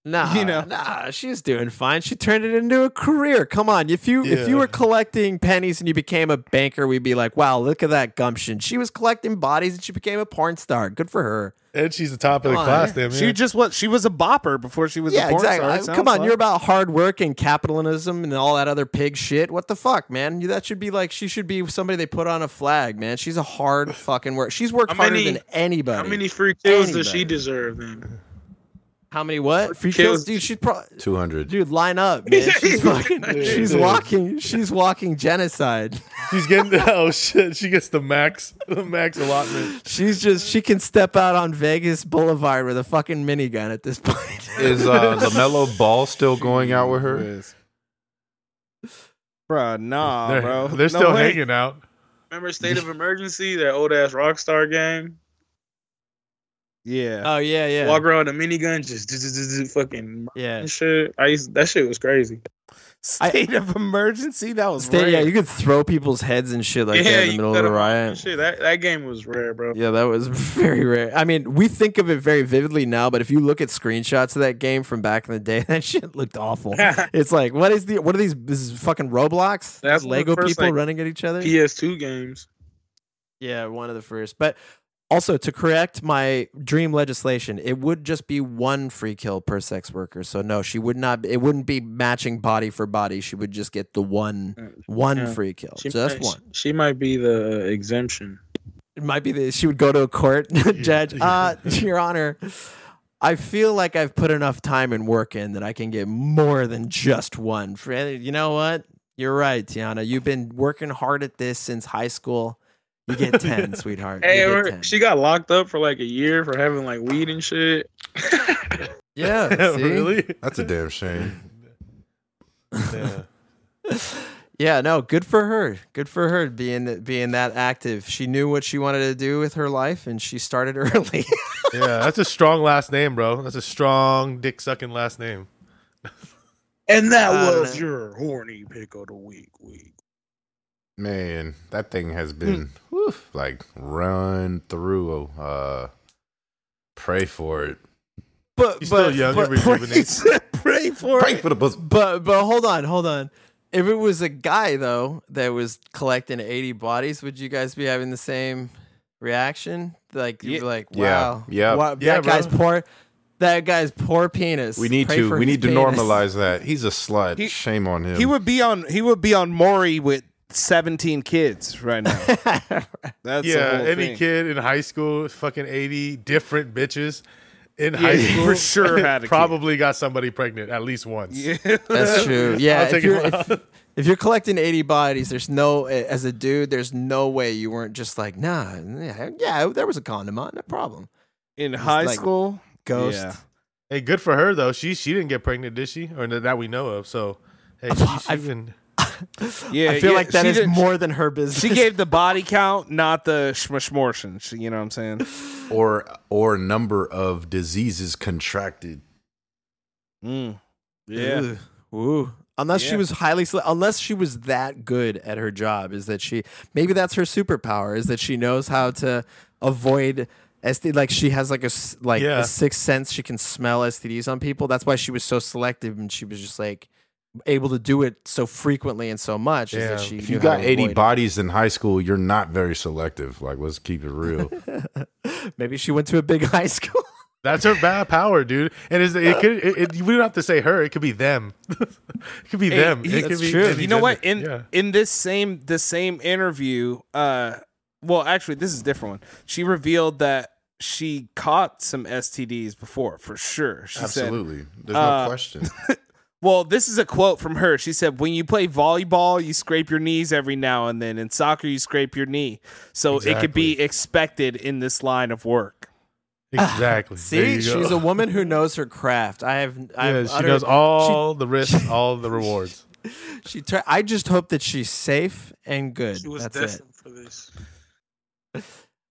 [SPEAKER 4] Nah,
[SPEAKER 2] You know.
[SPEAKER 4] nah, she's doing fine. She turned it into a career. Come on, if you if you
[SPEAKER 5] Yeah.
[SPEAKER 4] were collecting pennies and you became a banker, we'd be like, wow, look at that gumption. She was collecting bodies and she became a porn star. Good for her.
[SPEAKER 5] and she's the top of the
[SPEAKER 4] Come on.
[SPEAKER 5] class, damn
[SPEAKER 2] She
[SPEAKER 5] yeah.
[SPEAKER 2] just was she was a bopper before she was
[SPEAKER 4] yeah,
[SPEAKER 2] a porn
[SPEAKER 4] exactly.
[SPEAKER 2] star, it
[SPEAKER 4] I-
[SPEAKER 2] sounds
[SPEAKER 4] Come on,
[SPEAKER 2] like.
[SPEAKER 4] you're about hard work and capitalism and all that other pig shit. What the fuck, man? You- That should be like she should be somebody they put on a flag, man. She's a hard fucking work. She's worked
[SPEAKER 3] How
[SPEAKER 4] harder
[SPEAKER 3] many-
[SPEAKER 4] than anybody.
[SPEAKER 3] How many free kills does
[SPEAKER 4] Anybody.
[SPEAKER 3] she deserve? Then
[SPEAKER 4] How many what? Free
[SPEAKER 3] Kills.
[SPEAKER 4] kills, dude. She's probably
[SPEAKER 6] 200.
[SPEAKER 4] dude. Line up, man. She's fucking. she's
[SPEAKER 5] dude.
[SPEAKER 4] walking. She's walking genocide.
[SPEAKER 5] she's getting oh shit, she gets the max the max allotment.
[SPEAKER 4] She's just she can step out on Vegas Boulevard with a fucking minigun at this point.
[SPEAKER 6] Is uh, LaMelo Ball still going out with her?
[SPEAKER 2] Bruh, nah,
[SPEAKER 5] they're
[SPEAKER 2] bro.
[SPEAKER 5] they're
[SPEAKER 2] No
[SPEAKER 5] still
[SPEAKER 2] way.
[SPEAKER 5] hanging out.
[SPEAKER 3] remember State of Emergency, that old ass Rockstar game.
[SPEAKER 2] Yeah.
[SPEAKER 4] oh yeah, yeah,
[SPEAKER 3] Walk around with a minigun, just z- z- z- z- fucking
[SPEAKER 4] yeah.
[SPEAKER 3] shit. I used that shit was crazy.
[SPEAKER 4] I-
[SPEAKER 2] State of emergency. That was
[SPEAKER 4] Stay, yeah,
[SPEAKER 2] rare.
[SPEAKER 4] you could throw people's heads and shit like that in the
[SPEAKER 3] you
[SPEAKER 4] middle
[SPEAKER 3] set
[SPEAKER 4] of a
[SPEAKER 3] 'em up and
[SPEAKER 4] riot.
[SPEAKER 3] Shit, that, that game was rare, bro.
[SPEAKER 4] Yeah, that was very rare. I mean, we think of it very vividly now, but if you look at screenshots of that game from back in the day, that shit looked awful. it's like, what is the what are these? This is fucking Roblox.
[SPEAKER 3] That's
[SPEAKER 4] That's
[SPEAKER 3] one of the
[SPEAKER 4] Lego
[SPEAKER 3] first,
[SPEAKER 4] people
[SPEAKER 3] like,
[SPEAKER 4] running at each other.
[SPEAKER 3] PS2 games.
[SPEAKER 4] Yeah, one of the first. But also to correct my dream legislation, it would just be one free kill per sex worker. So no, she would not. It wouldn't be matching body for body. She would just get the one
[SPEAKER 3] Mm,
[SPEAKER 4] one
[SPEAKER 3] yeah.
[SPEAKER 4] free kill,
[SPEAKER 3] She
[SPEAKER 4] Oh, just
[SPEAKER 3] might,
[SPEAKER 4] one.
[SPEAKER 3] She might be the exemption.
[SPEAKER 4] It might be that she would go to a court judge. Uh, Your Honor, I feel like I've put enough time and work in that I can get more than just one. For you know what? You're right, Tiana. You've been working hard at this since high school. You get ten, sweetheart. You
[SPEAKER 3] Hey,
[SPEAKER 4] get
[SPEAKER 3] remember,
[SPEAKER 4] 10.
[SPEAKER 3] she got locked up for like a year for having like weed and shit.
[SPEAKER 4] yeah, see?
[SPEAKER 5] Oh, really?
[SPEAKER 6] That's a damn shame.
[SPEAKER 5] Yeah.
[SPEAKER 4] Yeah, no, good for her. Good for her being being that active. She knew what she wanted to do with her life, and she started early.
[SPEAKER 5] yeah, that's a strong last name, bro. That's a strong dick sucking last name.
[SPEAKER 3] And that
[SPEAKER 4] I don't
[SPEAKER 3] was
[SPEAKER 4] know.
[SPEAKER 3] your horny pick of the week. Week.
[SPEAKER 6] Man, that thing has
[SPEAKER 3] Hmm.
[SPEAKER 6] been whew, like run through. Uh, pray for it.
[SPEAKER 4] but
[SPEAKER 5] He's
[SPEAKER 4] but
[SPEAKER 5] still young.
[SPEAKER 4] but,
[SPEAKER 5] and rejuvenates.
[SPEAKER 2] Pray for
[SPEAKER 6] Pray
[SPEAKER 2] it.
[SPEAKER 6] for the bus.
[SPEAKER 4] but but hold on, hold on. If it was a guy though that was collecting eighty bodies, would you guys be having the same reaction? Like you'd
[SPEAKER 2] Ye-
[SPEAKER 4] be like,
[SPEAKER 6] Yeah,
[SPEAKER 4] wow,
[SPEAKER 6] yeah.
[SPEAKER 4] wow,
[SPEAKER 5] Yeah,
[SPEAKER 4] that guy's
[SPEAKER 5] bro.
[SPEAKER 4] poor. That guy's poor penis.
[SPEAKER 6] We need
[SPEAKER 4] Pray
[SPEAKER 6] to.
[SPEAKER 4] for
[SPEAKER 6] We
[SPEAKER 4] his
[SPEAKER 6] need to
[SPEAKER 4] penis.
[SPEAKER 6] normalize that. He's a slut.
[SPEAKER 2] He-
[SPEAKER 6] Shame on him.
[SPEAKER 2] He would be on he would be on Maury with 17 kids right now. That's the
[SPEAKER 5] yeah,
[SPEAKER 2] whole
[SPEAKER 5] any
[SPEAKER 2] thing.
[SPEAKER 5] kid in high school, fucking eighty different bitches in high
[SPEAKER 2] he
[SPEAKER 5] school
[SPEAKER 2] for sure had a kid.
[SPEAKER 5] probably got somebody pregnant at least once.
[SPEAKER 4] That's true. Yeah, if
[SPEAKER 5] take
[SPEAKER 4] you're
[SPEAKER 5] him
[SPEAKER 4] if, if you're collecting eighty bodies, there's no as a dude, there's no way you weren't just like, nah, yeah, yeah there was a condom on, no problem.
[SPEAKER 2] in high
[SPEAKER 4] like-
[SPEAKER 2] school.
[SPEAKER 4] Ghost.
[SPEAKER 2] Yeah.
[SPEAKER 5] Hey, good for her though. She she didn't get pregnant, did she? Or that- that we know of. So hey, she, she
[SPEAKER 4] I've-
[SPEAKER 5] been-
[SPEAKER 2] Yeah,
[SPEAKER 4] I
[SPEAKER 2] yeah,
[SPEAKER 4] feel like that
[SPEAKER 2] she
[SPEAKER 4] is
[SPEAKER 2] did-
[SPEAKER 4] more than her business.
[SPEAKER 2] She gave the body count, not the schmishmortion. She- You know what I'm saying?
[SPEAKER 6] or or number of diseases contracted.
[SPEAKER 2] Mm. Yeah.
[SPEAKER 4] Ooh. Ooh. Unless she
[SPEAKER 2] Yeah.
[SPEAKER 4] was highly, sele- unless she was that good at her job, is that she maybe that's her superpower is that she knows how to avoid STD. Like she has like a s- like
[SPEAKER 5] Yeah.
[SPEAKER 4] a sixth sense she can smell STDs on people. That's why she was so selective and she was just like able to do it so frequently and so much is that
[SPEAKER 5] Yeah.
[SPEAKER 4] she
[SPEAKER 6] If
[SPEAKER 4] knew
[SPEAKER 6] you
[SPEAKER 4] how to
[SPEAKER 6] got 80
[SPEAKER 4] avoid it.
[SPEAKER 6] bodies in high school, you're not very selective. Like, let's keep it real.
[SPEAKER 4] Maybe she went to a big high school.
[SPEAKER 5] That's her bad power, dude. And is it could it, it, we don't have to say her. It could be them. it could be
[SPEAKER 2] Hey,
[SPEAKER 5] them.
[SPEAKER 2] he-
[SPEAKER 5] It could
[SPEAKER 4] that's
[SPEAKER 5] be
[SPEAKER 4] true.
[SPEAKER 5] any
[SPEAKER 2] you know what in
[SPEAKER 5] gender.
[SPEAKER 2] in this same this same interview uh well actually this is a different one she revealed that she caught some stds before for sure she said
[SPEAKER 6] Absolutely. There's
[SPEAKER 2] uh,
[SPEAKER 6] no question.
[SPEAKER 2] well this is a quote from her she said when you play volleyball you scrape your knees every now and then in soccer you scrape your knee so it could be expected in this line of work
[SPEAKER 5] yeah. exactly. There
[SPEAKER 4] Ah, See,
[SPEAKER 5] you go.
[SPEAKER 4] she's a woman who knows her craft. I have, I
[SPEAKER 5] Yeah,
[SPEAKER 4] have
[SPEAKER 5] she
[SPEAKER 4] uttered-
[SPEAKER 5] knows all the risks, all the rewards.
[SPEAKER 4] She, tur- I just hope that she's safe and good.
[SPEAKER 3] She was
[SPEAKER 4] That's it.
[SPEAKER 3] destined for this.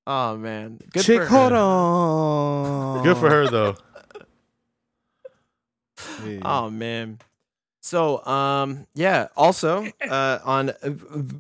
[SPEAKER 4] Oh man, good
[SPEAKER 2] chick
[SPEAKER 4] for her.
[SPEAKER 2] hold on
[SPEAKER 5] Good for her though.
[SPEAKER 4] Oh man. So um yeah, also uh on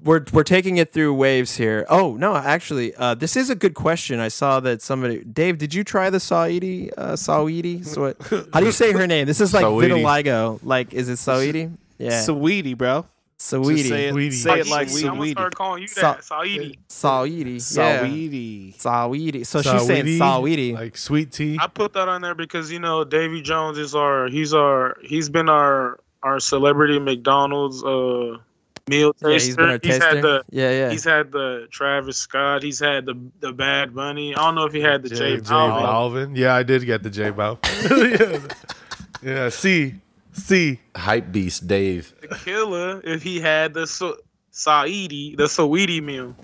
[SPEAKER 4] we're we're taking it through waves here. Oh no, actually uh this is a good question. I saw that somebody Dave, did you try the Saidi uh Saidi? So what, how do you say her name? This is like
[SPEAKER 6] Saweetie.
[SPEAKER 4] vitiligo. Like is it Saidi? Yeah.
[SPEAKER 2] sweetie bro Just say
[SPEAKER 4] Saidi.
[SPEAKER 2] it,
[SPEAKER 5] Saweetie.
[SPEAKER 2] say it like
[SPEAKER 3] Saidi. I'm gonna
[SPEAKER 2] sweetie
[SPEAKER 3] start calling you
[SPEAKER 4] Sa-
[SPEAKER 3] that. Saidi.
[SPEAKER 4] Saidi. Yeah.
[SPEAKER 2] sweetie
[SPEAKER 4] Saidi. So Oh, she's saying
[SPEAKER 5] Saweetie,
[SPEAKER 4] Saidi.
[SPEAKER 5] like sweet tea.
[SPEAKER 3] I put that on there because you know Davy Jones is our he's our he's been our our celebrity McDonald's uh meal taster.
[SPEAKER 4] Yeah, he's been our
[SPEAKER 3] had
[SPEAKER 4] taster.
[SPEAKER 3] the
[SPEAKER 4] Yeah, yeah.
[SPEAKER 3] he's had the Travis Scott. He's had the the Bad Bunny. I don't know if he had the J,
[SPEAKER 5] J
[SPEAKER 3] Balvin.
[SPEAKER 5] Balvin. Yeah, I did get the J Balvin. yeah. yeah, C C.
[SPEAKER 6] Hype beast Dave.
[SPEAKER 3] the Killer. If he had the Sa- Saidi the Saweetie meal.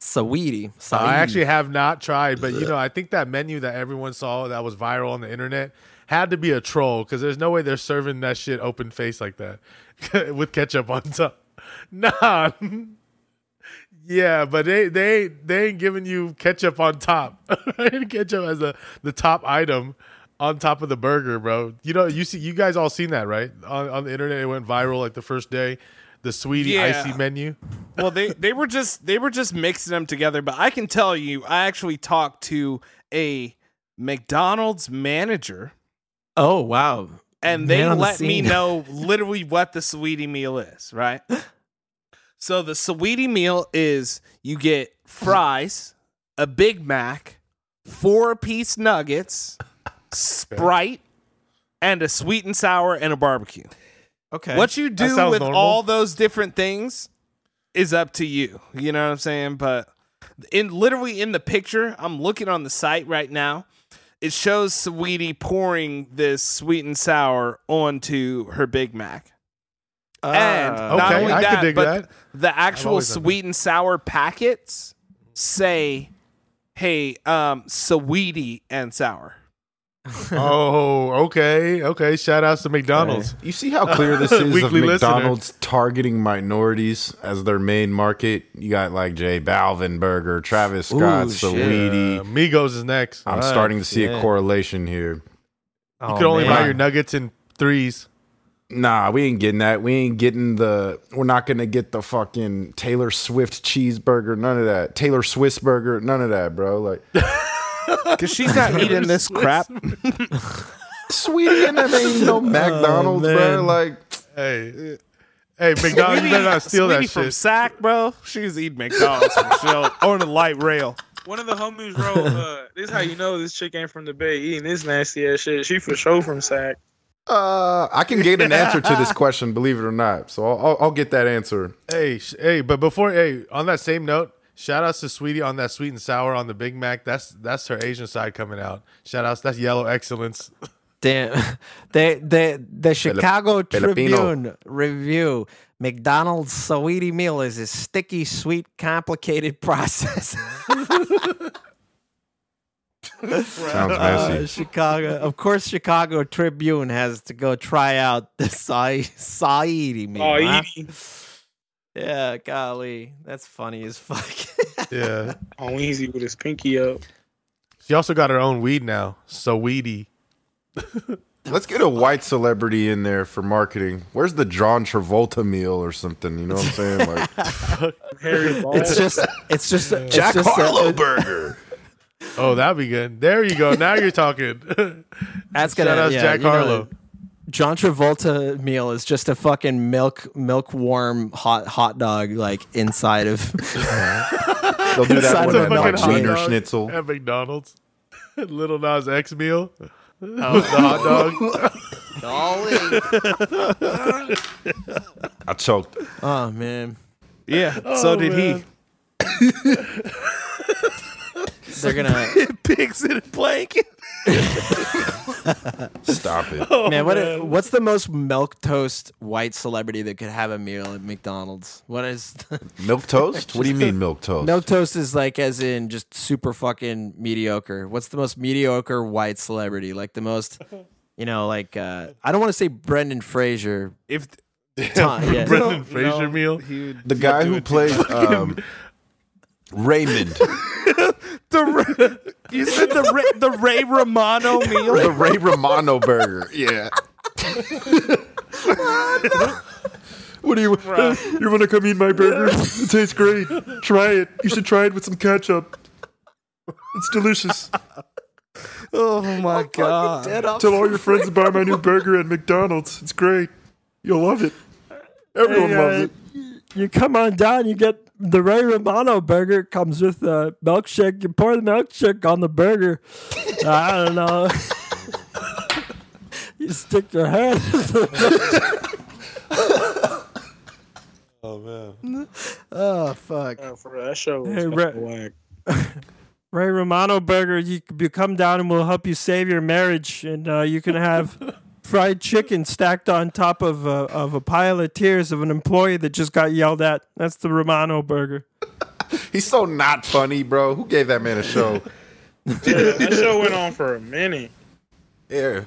[SPEAKER 4] Saidi. Saidi.
[SPEAKER 5] I actually have not tried, but you know, I think that menu that everyone saw that was viral on the internet had to be a troll because there's no way they're serving that shit open face like that with ketchup on top. Nah. yeah, but they they they ain't giving you ketchup on top. ketchup as a the top item on top of the burger, bro. You know, you see you guys all seen that, right? On on the internet it went viral like the first day. The sweetie
[SPEAKER 2] Yeah.
[SPEAKER 5] icy menu.
[SPEAKER 2] well they they were just they were just mixing them together but i can tell you i actually talked to a mcdonald's manager
[SPEAKER 4] Oh wow.
[SPEAKER 2] and
[SPEAKER 4] Man
[SPEAKER 2] they
[SPEAKER 4] on the
[SPEAKER 2] let me
[SPEAKER 4] scene.
[SPEAKER 2] know literally what the sweetie meal is right so the sweetie meal is you get fries a big mac four piece nuggets sprite and a sweet and sour and a barbecue
[SPEAKER 4] Okay.
[SPEAKER 2] What you do
[SPEAKER 5] sounds
[SPEAKER 2] with
[SPEAKER 5] normal.
[SPEAKER 2] all those different things is up to you. You know what I'm saying? But in literally in the picture, I'm looking on the site right now. It shows Sweetie pouring this sweet and sour onto her Big Mac.
[SPEAKER 4] Ah.
[SPEAKER 2] And not
[SPEAKER 5] Okay,
[SPEAKER 2] only
[SPEAKER 5] I can
[SPEAKER 2] that,
[SPEAKER 5] dig
[SPEAKER 2] but
[SPEAKER 5] that.
[SPEAKER 2] the actual
[SPEAKER 5] always done that.
[SPEAKER 2] sweet and sour packets say, "Hey, um, Sweetie and sour."
[SPEAKER 5] Oh, okay, okay. Shout outs to McDonald's.
[SPEAKER 6] You see how clear this is of
[SPEAKER 5] Weekly listener.
[SPEAKER 6] McDonald's targeting minorities as their main market? You got like J Balvin Burger, Travis Scott,
[SPEAKER 4] Ooh, shit.
[SPEAKER 6] Saweetie.
[SPEAKER 5] Uh, Migos is next.
[SPEAKER 6] I'm
[SPEAKER 5] All right.
[SPEAKER 6] starting to see
[SPEAKER 4] yeah.
[SPEAKER 6] a Oh, correlation here.
[SPEAKER 5] You could only buy your nuggets in threes.
[SPEAKER 6] Nah, we ain't getting that. We ain't getting the. We're not gonna get the fucking Taylor Swift cheeseburger. None of that. Taylor Swiss burger. None of that, bro. Like
[SPEAKER 2] Because she's not eating this crap.
[SPEAKER 6] sweetie, and that ain't no McDonald's, bro.
[SPEAKER 4] Oh, man.
[SPEAKER 6] Like
[SPEAKER 5] Hey, hey, McDonald's, you better not steal that
[SPEAKER 2] Sweetie from
[SPEAKER 5] shit.
[SPEAKER 2] Sack, bro. She's eating McDonald's from Shell on a light rail.
[SPEAKER 3] One of the homies wrote, uh, "This is how you know this chick ain't from the Bay eating this nasty ass shit. She for sure from Sac."
[SPEAKER 6] Uh, I can get an answer to this question, believe it or not. So I'll, I'll, I'll get that answer.
[SPEAKER 5] hey, sh- hey, but before, hey, on that same note, shout outs to Sweetie on that sweet and sour on the Big Mac. That's that's her Asian side coming out. Shout outs. That's yellow excellence.
[SPEAKER 4] Damn. They, they, the Chicago
[SPEAKER 6] Filipino.
[SPEAKER 4] Tribune review McDonald's Saweetie meal is a sticky, sweet, complicated process.
[SPEAKER 6] Sounds
[SPEAKER 4] Uh,
[SPEAKER 6] messy.
[SPEAKER 4] Chicago, of course, Chicago Tribune has to go try out the Sa- Saidi meal.
[SPEAKER 3] Oh,
[SPEAKER 4] huh?
[SPEAKER 3] eating.
[SPEAKER 4] Yeah, golly, that's funny as fuck.
[SPEAKER 5] Yeah.
[SPEAKER 3] On Weezy with his pinky up.
[SPEAKER 5] she also got her own weed now. So weedy.
[SPEAKER 6] Let's get a white celebrity in there for marketing. Where's the John Travolta meal or something? You know what I'm saying? Like
[SPEAKER 3] Harry Ball.
[SPEAKER 4] it's just, it's just, it's
[SPEAKER 6] Jack
[SPEAKER 4] just a-
[SPEAKER 6] Harlow burger.
[SPEAKER 5] Oh, that'd be good. There you go. Now you're talking.
[SPEAKER 4] that's
[SPEAKER 5] Shout
[SPEAKER 4] gonna
[SPEAKER 5] outs
[SPEAKER 4] yeah,
[SPEAKER 5] Jack
[SPEAKER 4] you know,
[SPEAKER 5] Harlow.
[SPEAKER 4] John Travolta meal is just a fucking milk milk warm hot hot dog like inside of
[SPEAKER 6] They'll do
[SPEAKER 4] Inside
[SPEAKER 6] that with
[SPEAKER 4] of a
[SPEAKER 6] a like
[SPEAKER 4] fucking hot
[SPEAKER 6] wiener
[SPEAKER 5] dog.
[SPEAKER 6] schnitzel.
[SPEAKER 5] at McDonald's. Little Nas X meal. the hot dog.
[SPEAKER 6] I choked.
[SPEAKER 4] Oh man.
[SPEAKER 2] Yeah,
[SPEAKER 5] Oh,
[SPEAKER 2] so did he.
[SPEAKER 4] They're gonna
[SPEAKER 5] Pigs in a blanket.
[SPEAKER 6] Stop it.
[SPEAKER 5] Oh,
[SPEAKER 4] man, what what's the most milk toast white celebrity that could have a meal at McDonald's? What is
[SPEAKER 6] Milk toast? What do you mean milk toast?
[SPEAKER 4] milk toast is like as in just super fucking mediocre. What's the most mediocre white celebrity? Like the most you know, like uh I don't want to say Brendan Fraser.
[SPEAKER 2] If
[SPEAKER 4] Tom, yeah.
[SPEAKER 5] Brendan Fraser meal.
[SPEAKER 6] the guy who played um, Raymond,
[SPEAKER 2] the Ray- you said the Ray, the Ray Romano meal.
[SPEAKER 6] the Ray Romano burger. Yeah. what do you? you want to come eat my burger? It tastes great. Try it. You should try it with some ketchup. It's delicious.
[SPEAKER 2] Oh my god!
[SPEAKER 6] Tell all your friends to buy my new burger at McDonald's. It's great. You'll love it. Everyone loves it.
[SPEAKER 9] you come on down, you get the Ray Romano burger comes with a milkshake. You pour the milkshake on the burger. I don't know. you stick your head.
[SPEAKER 3] Yeah, for real, that show was
[SPEAKER 9] Hey,
[SPEAKER 3] fucking
[SPEAKER 9] Rhett.
[SPEAKER 3] whack.
[SPEAKER 9] Ray Romano burger. You, you come down and we'll help you save your marriage, and uh, you can have fried chicken stacked on top of a, of a pile of tears of an employee that just got yelled at. That's the Romano burger.
[SPEAKER 6] He's so not funny, bro. Who gave that man a show?
[SPEAKER 3] Yeah, that show went on for a minute.
[SPEAKER 6] Yeah.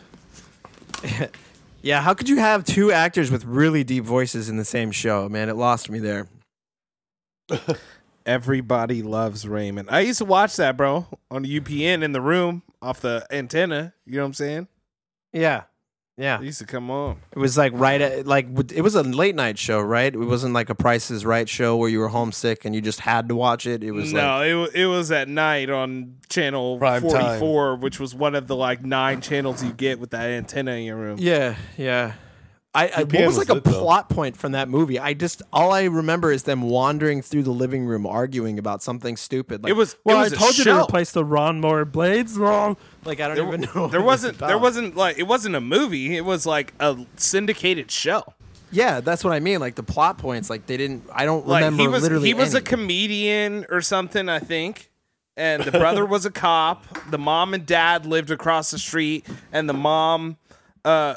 [SPEAKER 4] Yeah, how could you have two actors with really deep voices in the same show, man? It lost me there.
[SPEAKER 2] Everybody loves Raymond. I used to watch that, bro, on UPN in the room off the antenna. You know what I'm saying?
[SPEAKER 4] Yeah. Yeah.
[SPEAKER 2] It used to come on.
[SPEAKER 4] It was like right at, like w- it was a late night show, right? It wasn't like a Price is Right show where you were homesick and you just had to watch it. It was
[SPEAKER 2] no, it wa- it was at night on channel
[SPEAKER 5] Prime
[SPEAKER 2] 44, which was one of the like nine channels you get with that antenna in your room.
[SPEAKER 4] like Yeah, yeah. I, I what
[SPEAKER 5] UPN
[SPEAKER 4] was like
[SPEAKER 5] was
[SPEAKER 4] a
[SPEAKER 5] lit, though.
[SPEAKER 4] plot point from that movie? I just all I remember is them wandering through the living room arguing about something stupid. Like
[SPEAKER 2] It was.
[SPEAKER 9] Well,
[SPEAKER 2] it was
[SPEAKER 9] I
[SPEAKER 2] a
[SPEAKER 9] told you
[SPEAKER 2] show.
[SPEAKER 9] to replace the Ron Moore blades. Wrong.
[SPEAKER 4] like I don't even know. what
[SPEAKER 2] There
[SPEAKER 4] it was
[SPEAKER 2] wasn't. There
[SPEAKER 4] about.
[SPEAKER 2] wasn't like it wasn't a movie. It was like a syndicated show.
[SPEAKER 4] Yeah, that's what I mean. Like the plot points, like they didn't. I don't
[SPEAKER 2] Like
[SPEAKER 4] remember
[SPEAKER 2] he was.
[SPEAKER 4] literally.
[SPEAKER 2] He was a
[SPEAKER 4] any.
[SPEAKER 2] comedian or something, I think. And the brother was a cop. The mom and dad lived across the street, and the mom, uh,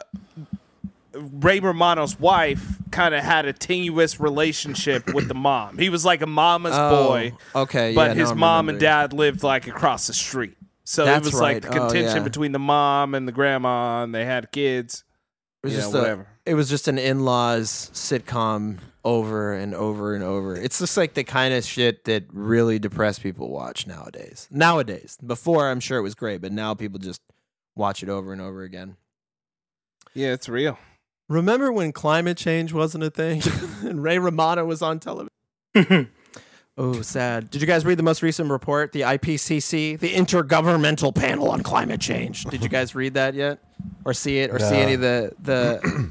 [SPEAKER 2] Ray Romano's wife, kind of had a tenuous relationship with the mom. He was like a mama's
[SPEAKER 4] Oh,
[SPEAKER 2] boy.
[SPEAKER 4] Okay, yeah,
[SPEAKER 2] but
[SPEAKER 4] now
[SPEAKER 2] his
[SPEAKER 4] I'm
[SPEAKER 2] mom and
[SPEAKER 4] remembering.
[SPEAKER 2] dad lived like across the street. So
[SPEAKER 4] That's
[SPEAKER 2] it was like
[SPEAKER 4] right.
[SPEAKER 2] the
[SPEAKER 4] Oh,
[SPEAKER 2] contention
[SPEAKER 4] yeah.
[SPEAKER 2] between the mom and the grandma, and they had kids.
[SPEAKER 4] It was
[SPEAKER 2] Yeah,
[SPEAKER 4] just a-
[SPEAKER 2] whatever.
[SPEAKER 4] it was just an in-laws sitcom over and over and over. It's just like the kind of shit that really depressed people watch nowadays. Nowadays, before I'm sure it was great, but now people just watch it over and over again.
[SPEAKER 2] Yeah, it's real.
[SPEAKER 4] Remember when climate change wasn't a thing and Ray Romano was on television? oh, sad. Did you guys read the most recent report, the IPCC, the Intergovernmental Panel on Climate Change? Did you guys read that yet, or see it, or see any of the the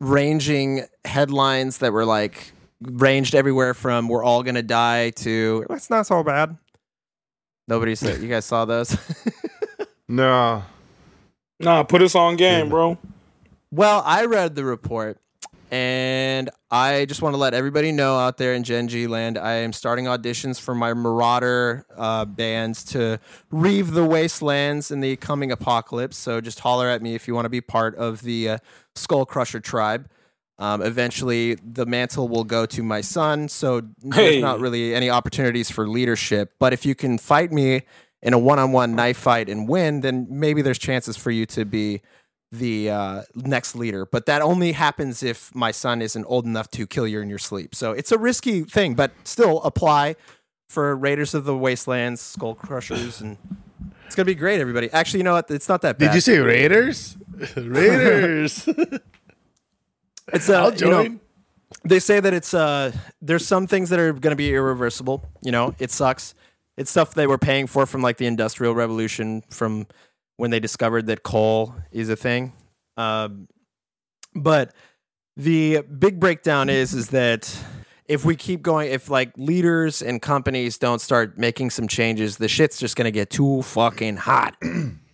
[SPEAKER 4] ranging headlines that were like ranged everywhere from "We're all gonna die" to
[SPEAKER 9] That's not so bad.
[SPEAKER 4] nobody said. You guys saw those?
[SPEAKER 6] No.
[SPEAKER 3] Nah, put us on game, bro.
[SPEAKER 4] Well, I read the report, and I just want to let everybody know out there in Gen G land, I am starting auditions for my Marauder uh, bands to reeve the wastelands in the coming apocalypse. So just holler at me if you want to be part of the uh, Skull Crusher tribe. Um, eventually, the mantle will go to my son, so
[SPEAKER 3] Hey.
[SPEAKER 4] there's not really any opportunities for leadership. But if you can fight me in a one-on-one knife fight and win, then maybe there's chances for you to be the uh, next leader. But that only happens if my son isn't old enough to kill you in your sleep. So it's a risky thing, but still apply for Raiders of the Wastelands, Skull Crushers, and it's gonna be great, everybody. Actually, you know what? It's not that bad.
[SPEAKER 5] Did you say Raiders? Raiders.
[SPEAKER 4] It's uh,
[SPEAKER 5] I'll
[SPEAKER 4] you know,
[SPEAKER 5] join.
[SPEAKER 4] they say that it's uh there's some things that are going to be irreversible you know it sucks it's stuff they were paying for from like the industrial revolution from when they discovered that coal is a thing um But the big breakdown is is that if we keep going, if like leaders and companies don't start making some changes, the shit's just gonna get too fucking hot.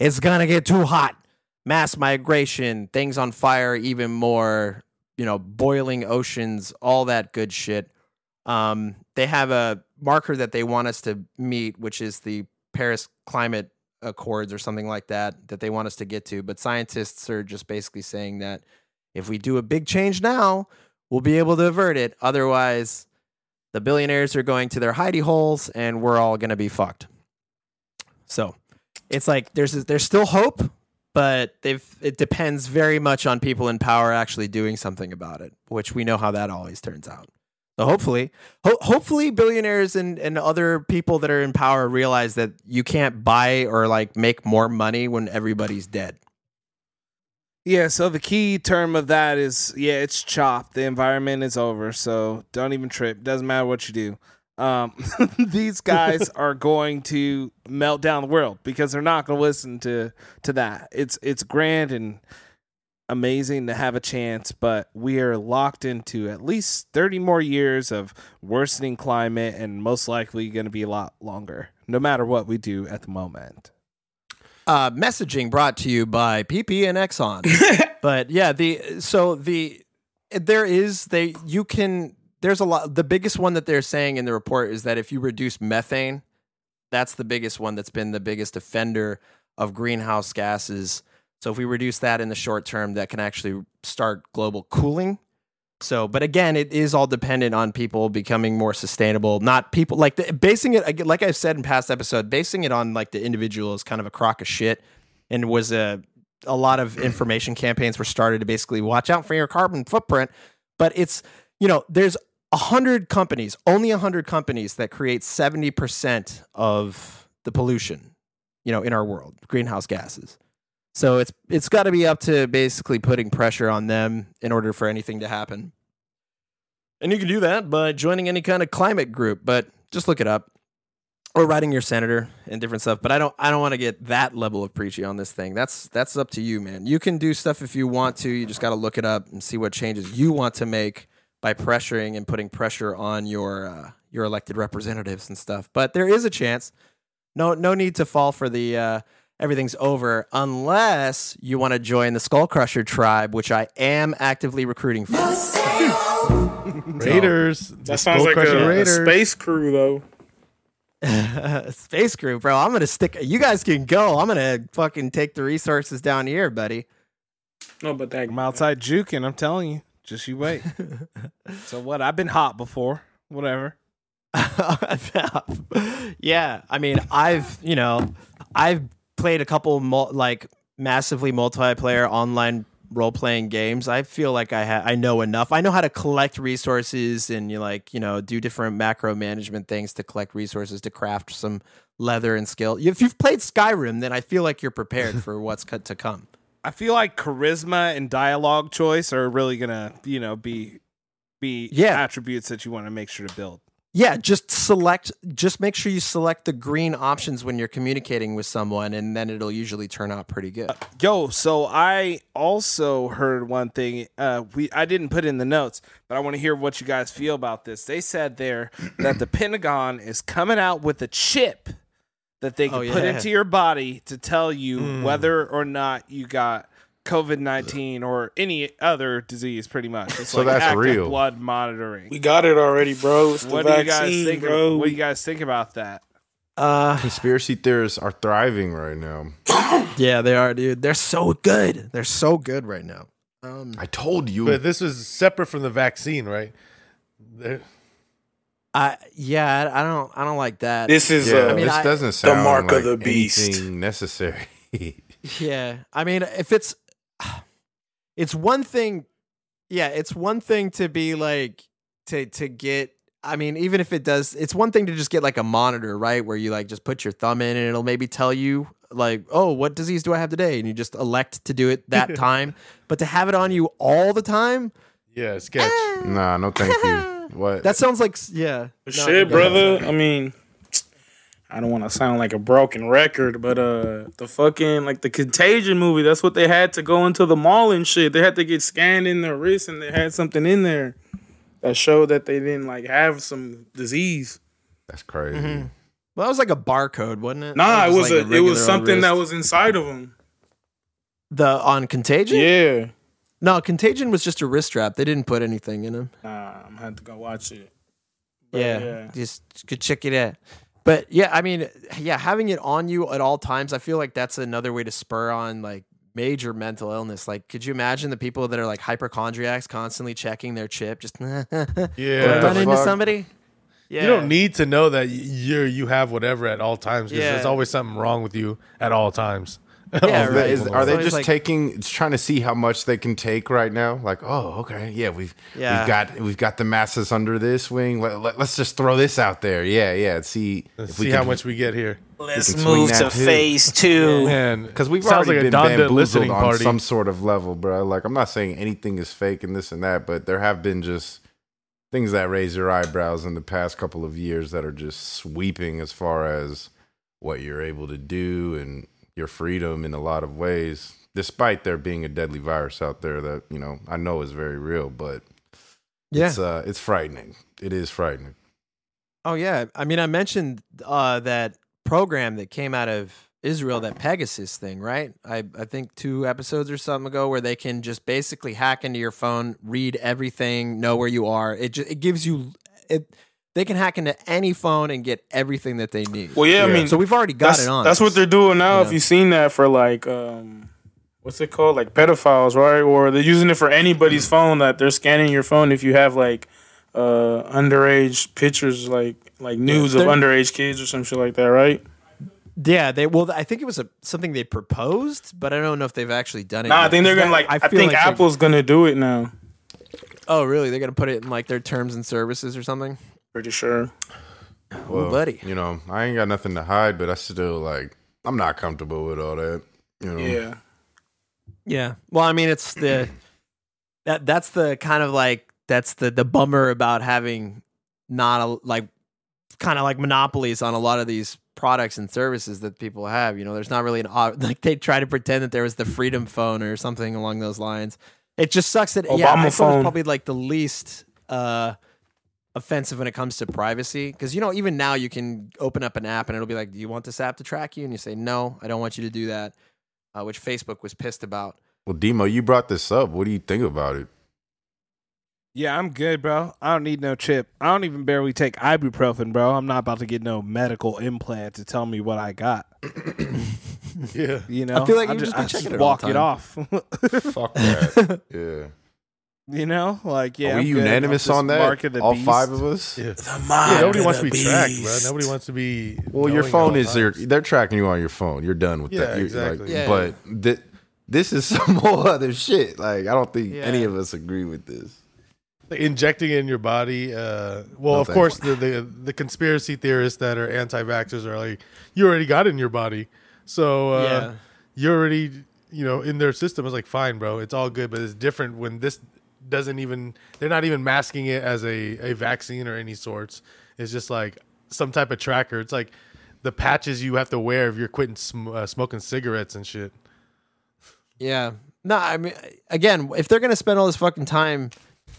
[SPEAKER 4] it's gonna get too hot. Mass migration, things on fire, even more, you know, boiling oceans, all that good shit. Um, they have a marker that they want us to meet, which is the Paris Climate Accords or something like that, that they want us to get to. But scientists are just basically saying that if we do a big change now, we'll be able to avert it. Otherwise, the billionaires are going to their hidey holes and we're all going to be fucked. So it's like there's there's still hope, but they've, it depends very much on people in power actually doing something about it, which we know how that always turns out. So hopefully, ho- hopefully, billionaires and, and other people that are in power realize that you can't buy or like make more money when everybody's dead.
[SPEAKER 2] Yeah, so the key term of that is yeah, it's chopped. The environment is over, so don't even trip. Doesn't matter what you do. Um, these guys are going to melt down the world because they're not going to listen to to that. It's it's grand and amazing to have a chance, but we are locked into at least thirty more years of worsening climate, and most likely going to be a lot longer, no matter what we do at the moment.
[SPEAKER 4] uh, messaging brought to you by PP and Exxon. but yeah, the so the there is they you can there's a lot the biggest one that they're saying in the report is that if you reduce methane, that's the biggest one that's been the biggest offender of greenhouse gases. So if we reduce that in the short term, that can actually start global cooling. So, but again, it is all dependent on people becoming more sustainable. Not people like the, basing it again, like I've said in past episode, basing it on like the individual is kind of a crock of shit, and was a a lot of information campaigns were started to basically watch out for your carbon footprint. But it's you know there's a hundred companies, only a hundred companies that create seventy percent of the pollution, you know, in our world, greenhouse gases. So it's it's got to be up to basically putting pressure on them in order for anything to happen. And you can do that by joining any kind of climate group, but just look it up or writing your senator and different stuff. But I don't I don't want to get that level of preachy on this thing. That's that's up to you, man. You can do stuff if you want to. You just got to look it up and see what changes you want to make by pressuring and putting pressure on your uh, your elected representatives and stuff. But there is a chance. No no need to fall for the uh, everything's over unless you want to join the Skull Crusher tribe, which I am actively recruiting for.
[SPEAKER 5] Raiders.
[SPEAKER 3] That sounds like a, a space crew though.
[SPEAKER 4] Space crew, bro. I'm gonna stick. You guys can go. I'm gonna fucking take the resources down here, buddy.
[SPEAKER 3] No, but that
[SPEAKER 2] I'm outside juking. I'm telling you. Just you wait. so what? I've been hot before. Whatever.
[SPEAKER 4] yeah, I mean, I've you know, I've played a couple mul- like massively multiplayer online role playing games. I feel like I ha- I know enough. I know how to collect resources and you like you know do different macro management things to collect resources to craft some leather and skill. If you've played Skyrim, then I feel like you're prepared for what's co- to come.
[SPEAKER 2] I feel like charisma and dialogue choice are really gonna, you know, be be
[SPEAKER 4] Yeah.
[SPEAKER 2] attributes that you want to make sure to build.
[SPEAKER 4] Yeah, just select, just make sure you select the green options when you're communicating with someone, and then it'll usually turn out pretty good.
[SPEAKER 2] Yo, so I also heard one thing. Uh, we I didn't put in the notes, but I want to hear what you guys feel about this. They said there that the Pentagon is coming out with a chip that they can
[SPEAKER 4] Oh,
[SPEAKER 2] put
[SPEAKER 4] yeah.
[SPEAKER 2] into your body to tell you
[SPEAKER 6] Hmm.
[SPEAKER 2] whether or not you got COVID nineteen or any other disease. Pretty much, it's
[SPEAKER 6] So
[SPEAKER 2] like
[SPEAKER 6] that's
[SPEAKER 2] active
[SPEAKER 6] real.
[SPEAKER 2] blood monitoring.
[SPEAKER 3] we got it already, bro. It's the
[SPEAKER 2] what do you guys
[SPEAKER 3] vaccine,
[SPEAKER 2] think?
[SPEAKER 3] bro.
[SPEAKER 2] What do you guys think about that?
[SPEAKER 4] Uh,
[SPEAKER 6] Conspiracy theorists are thriving right now.
[SPEAKER 4] yeah, they are, dude. They're so good. They're so good right now. Um,
[SPEAKER 6] I told you.
[SPEAKER 5] But this was separate from the vaccine, right? There-
[SPEAKER 4] I yeah, I- I don't, I don't like that.
[SPEAKER 3] this is
[SPEAKER 6] yeah,
[SPEAKER 3] uh,
[SPEAKER 4] I mean,
[SPEAKER 6] this
[SPEAKER 4] I-
[SPEAKER 6] doesn't sound
[SPEAKER 3] mark of
[SPEAKER 6] like
[SPEAKER 3] the beast.
[SPEAKER 6] anything necessary.
[SPEAKER 4] Yeah. I mean, if it's it's one thing yeah, it's one thing to be like to to get I mean, even if it does it's one thing to just get like a monitor, right, where you like just put your thumb in and it'll maybe tell you like, "Oh, what disease do I have today?" and you just elect to do it that time. But to have it on you all the time, Ah.
[SPEAKER 5] yeah, sketch.
[SPEAKER 3] Ah.
[SPEAKER 6] nah, no, thank you. What?
[SPEAKER 4] that sounds like yeah. No,
[SPEAKER 3] shit,
[SPEAKER 4] go ahead.
[SPEAKER 3] brother. I mean, I don't want to sound like a broken record, but uh, the fucking like the Contagion movie. That's what they had to go into the mall and shit. They had to get scanned in their wrist, and they had something in there that showed that they didn't like have some disease.
[SPEAKER 6] That's crazy.
[SPEAKER 4] Mm-hmm.
[SPEAKER 3] Mm-hmm.
[SPEAKER 4] Well, that was like a barcode, wasn't it?
[SPEAKER 3] Nah,
[SPEAKER 4] That
[SPEAKER 3] it was
[SPEAKER 4] like
[SPEAKER 3] a, it
[SPEAKER 4] regular
[SPEAKER 3] was
[SPEAKER 4] old
[SPEAKER 3] something that
[SPEAKER 4] wrist.
[SPEAKER 3] was inside of them.
[SPEAKER 4] the on Contagion.
[SPEAKER 3] Yeah.
[SPEAKER 4] No, Contagion was just a wrist strap. They didn't put anything in him.
[SPEAKER 3] Nah, I'm gonna have to go watch it.
[SPEAKER 4] yeah,
[SPEAKER 3] yeah.
[SPEAKER 4] just go check it out. But yeah, I mean, yeah, having it on you at all times, I feel like that's another way to spur on like major mental illness. Like, could you imagine the people that are like hypochondriacs constantly checking their chip? Just yeah,
[SPEAKER 5] Yeah.
[SPEAKER 4] run into
[SPEAKER 6] fuck?
[SPEAKER 4] somebody. Yeah,
[SPEAKER 5] You don't need to know that you you have whatever at all times because
[SPEAKER 4] Yeah.
[SPEAKER 5] there's always something wrong with you at all times.
[SPEAKER 4] Yeah,
[SPEAKER 5] All
[SPEAKER 4] right.
[SPEAKER 5] the
[SPEAKER 6] Is-
[SPEAKER 5] people
[SPEAKER 6] are they
[SPEAKER 4] always
[SPEAKER 6] just
[SPEAKER 4] like-
[SPEAKER 6] taking? It's trying to see how much they can take right now. Like, oh, okay, yeah, we've
[SPEAKER 4] Yeah.
[SPEAKER 6] we've got we've got the masses under this wing. Let, let, us just throw this out there. Yeah, yeah. See
[SPEAKER 5] Let's see how much we get here.
[SPEAKER 6] Let's move to phase
[SPEAKER 10] two.
[SPEAKER 5] Man,
[SPEAKER 6] because we've
[SPEAKER 5] sounds
[SPEAKER 6] already
[SPEAKER 5] like a
[SPEAKER 6] been
[SPEAKER 5] Donda
[SPEAKER 6] bamboozled
[SPEAKER 5] listening
[SPEAKER 6] on
[SPEAKER 5] party.
[SPEAKER 6] some sort of level, bro. Like, I'm not saying anything is fake and this and that, but there have been just things that raise your eyebrows in the past couple of years that are just sweeping as far as what you're able to do and your freedom in a lot of ways, despite there being a deadly virus out there that you know I know is very real, but
[SPEAKER 4] yeah.
[SPEAKER 6] it's uh, it's frightening. It is frightening.
[SPEAKER 4] Oh yeah, I mean, I mentioned uh, that program that came out of Israel, that Pegasus thing, right? I I think two episodes or something ago, where they can just basically hack into your phone, read everything, know where you are. It just, it gives you it. They can hack into any phone and get everything that they need.
[SPEAKER 3] Well, yeah, I
[SPEAKER 6] Yeah.
[SPEAKER 3] mean,
[SPEAKER 4] so we've already got
[SPEAKER 3] that's,
[SPEAKER 4] it on.
[SPEAKER 3] that's
[SPEAKER 4] us.
[SPEAKER 3] what they're doing now.
[SPEAKER 4] You
[SPEAKER 3] If
[SPEAKER 4] know.
[SPEAKER 3] you've seen that for like, um, what's it called? Like pedophiles, right? Or they're using it for anybody's
[SPEAKER 5] Mm.
[SPEAKER 3] phone that they're scanning your phone if you have like uh, underage pictures, like like nudes of
[SPEAKER 4] they're-
[SPEAKER 3] underage kids or some shit like that, right?
[SPEAKER 4] Yeah, they well, I think it was a, something they proposed, but I don't know if they've actually done it.
[SPEAKER 3] Nah, I
[SPEAKER 4] yet.
[SPEAKER 3] think they're gonna
[SPEAKER 4] That-
[SPEAKER 3] like. I,
[SPEAKER 4] feel
[SPEAKER 3] think
[SPEAKER 4] like they're-
[SPEAKER 3] Apple's gonna do it now.
[SPEAKER 4] Oh, really? They're gonna put it in like their terms and services or something.
[SPEAKER 3] Pretty sure.
[SPEAKER 6] Well,
[SPEAKER 4] buddy.
[SPEAKER 6] you know I ain't got nothing to hide, but I still like I'm not comfortable with all that. You know,
[SPEAKER 3] Yeah.
[SPEAKER 4] Yeah. Well, I mean, it's the that that's the kind of like that's the the bummer about having not a, like kind of like monopolies on a lot of these products and services that people have. You know, there's not really an op- like they try to pretend that there was the Freedom Phone or something along those lines. It just sucks that yeah,
[SPEAKER 3] Obama
[SPEAKER 4] iPhone is
[SPEAKER 3] phone.
[SPEAKER 4] probably like the least uh offensive when it comes to privacy because you know even now you can open up an app and it'll be like, do you want this app to track you? And you say no, I don't want you to do that, uh, which Facebook was pissed about.
[SPEAKER 6] Well, Demo, you brought this up. What do you think about it?
[SPEAKER 2] Yeah, I'm good, bro. I don't need no chip. I don't even barely take ibuprofen, bro. I'm not about to get no medical implant to tell me what I got.
[SPEAKER 5] yeah.
[SPEAKER 2] You know,
[SPEAKER 4] feel like
[SPEAKER 2] I
[SPEAKER 4] you've
[SPEAKER 2] just,
[SPEAKER 4] just been
[SPEAKER 2] I just
[SPEAKER 4] checking it all
[SPEAKER 2] walk
[SPEAKER 4] the
[SPEAKER 2] it
[SPEAKER 4] time.
[SPEAKER 2] off.
[SPEAKER 6] Fuck that. yeah.
[SPEAKER 2] you know, like yeah,
[SPEAKER 6] Are we
[SPEAKER 2] I'm good. I'll
[SPEAKER 6] unanimous
[SPEAKER 2] just
[SPEAKER 6] on
[SPEAKER 2] mark
[SPEAKER 6] that?
[SPEAKER 2] it a
[SPEAKER 6] All
[SPEAKER 2] beast.
[SPEAKER 6] five of us.
[SPEAKER 5] Yeah.
[SPEAKER 3] Mind
[SPEAKER 5] Yeah, nobody
[SPEAKER 3] of
[SPEAKER 5] wants
[SPEAKER 3] the
[SPEAKER 5] to be tracked, bro.
[SPEAKER 3] beast.
[SPEAKER 5] Nobody wants to be.
[SPEAKER 6] Well, your
[SPEAKER 5] knowing
[SPEAKER 6] phone
[SPEAKER 5] all
[SPEAKER 6] is your.
[SPEAKER 5] times.
[SPEAKER 6] They're tracking you on your phone. You're done with
[SPEAKER 5] Yeah,
[SPEAKER 6] that. You're,
[SPEAKER 5] exactly.
[SPEAKER 4] Yeah.
[SPEAKER 6] But thi- this is some whole other shit. Like I don't think
[SPEAKER 4] Yeah.
[SPEAKER 6] any of us agree with this.
[SPEAKER 5] injecting it in your body. Uh, well,
[SPEAKER 6] No
[SPEAKER 5] of
[SPEAKER 6] thanks.
[SPEAKER 5] course, the, the the conspiracy theorists that are anti-vaxxers are like, you already got it in your body, so uh,
[SPEAKER 4] Yeah.
[SPEAKER 5] you're already you know in their system. It's like, fine, bro, it's all good, but it's different when this doesn't even. They're not even masking it as a a vaccine or any sorts. It's just like some type of tracker. It's like the patches you have to wear if you're quitting sm- uh, smoking cigarettes and shit.
[SPEAKER 4] Yeah. No, I mean, again, if they're gonna spend all this fucking time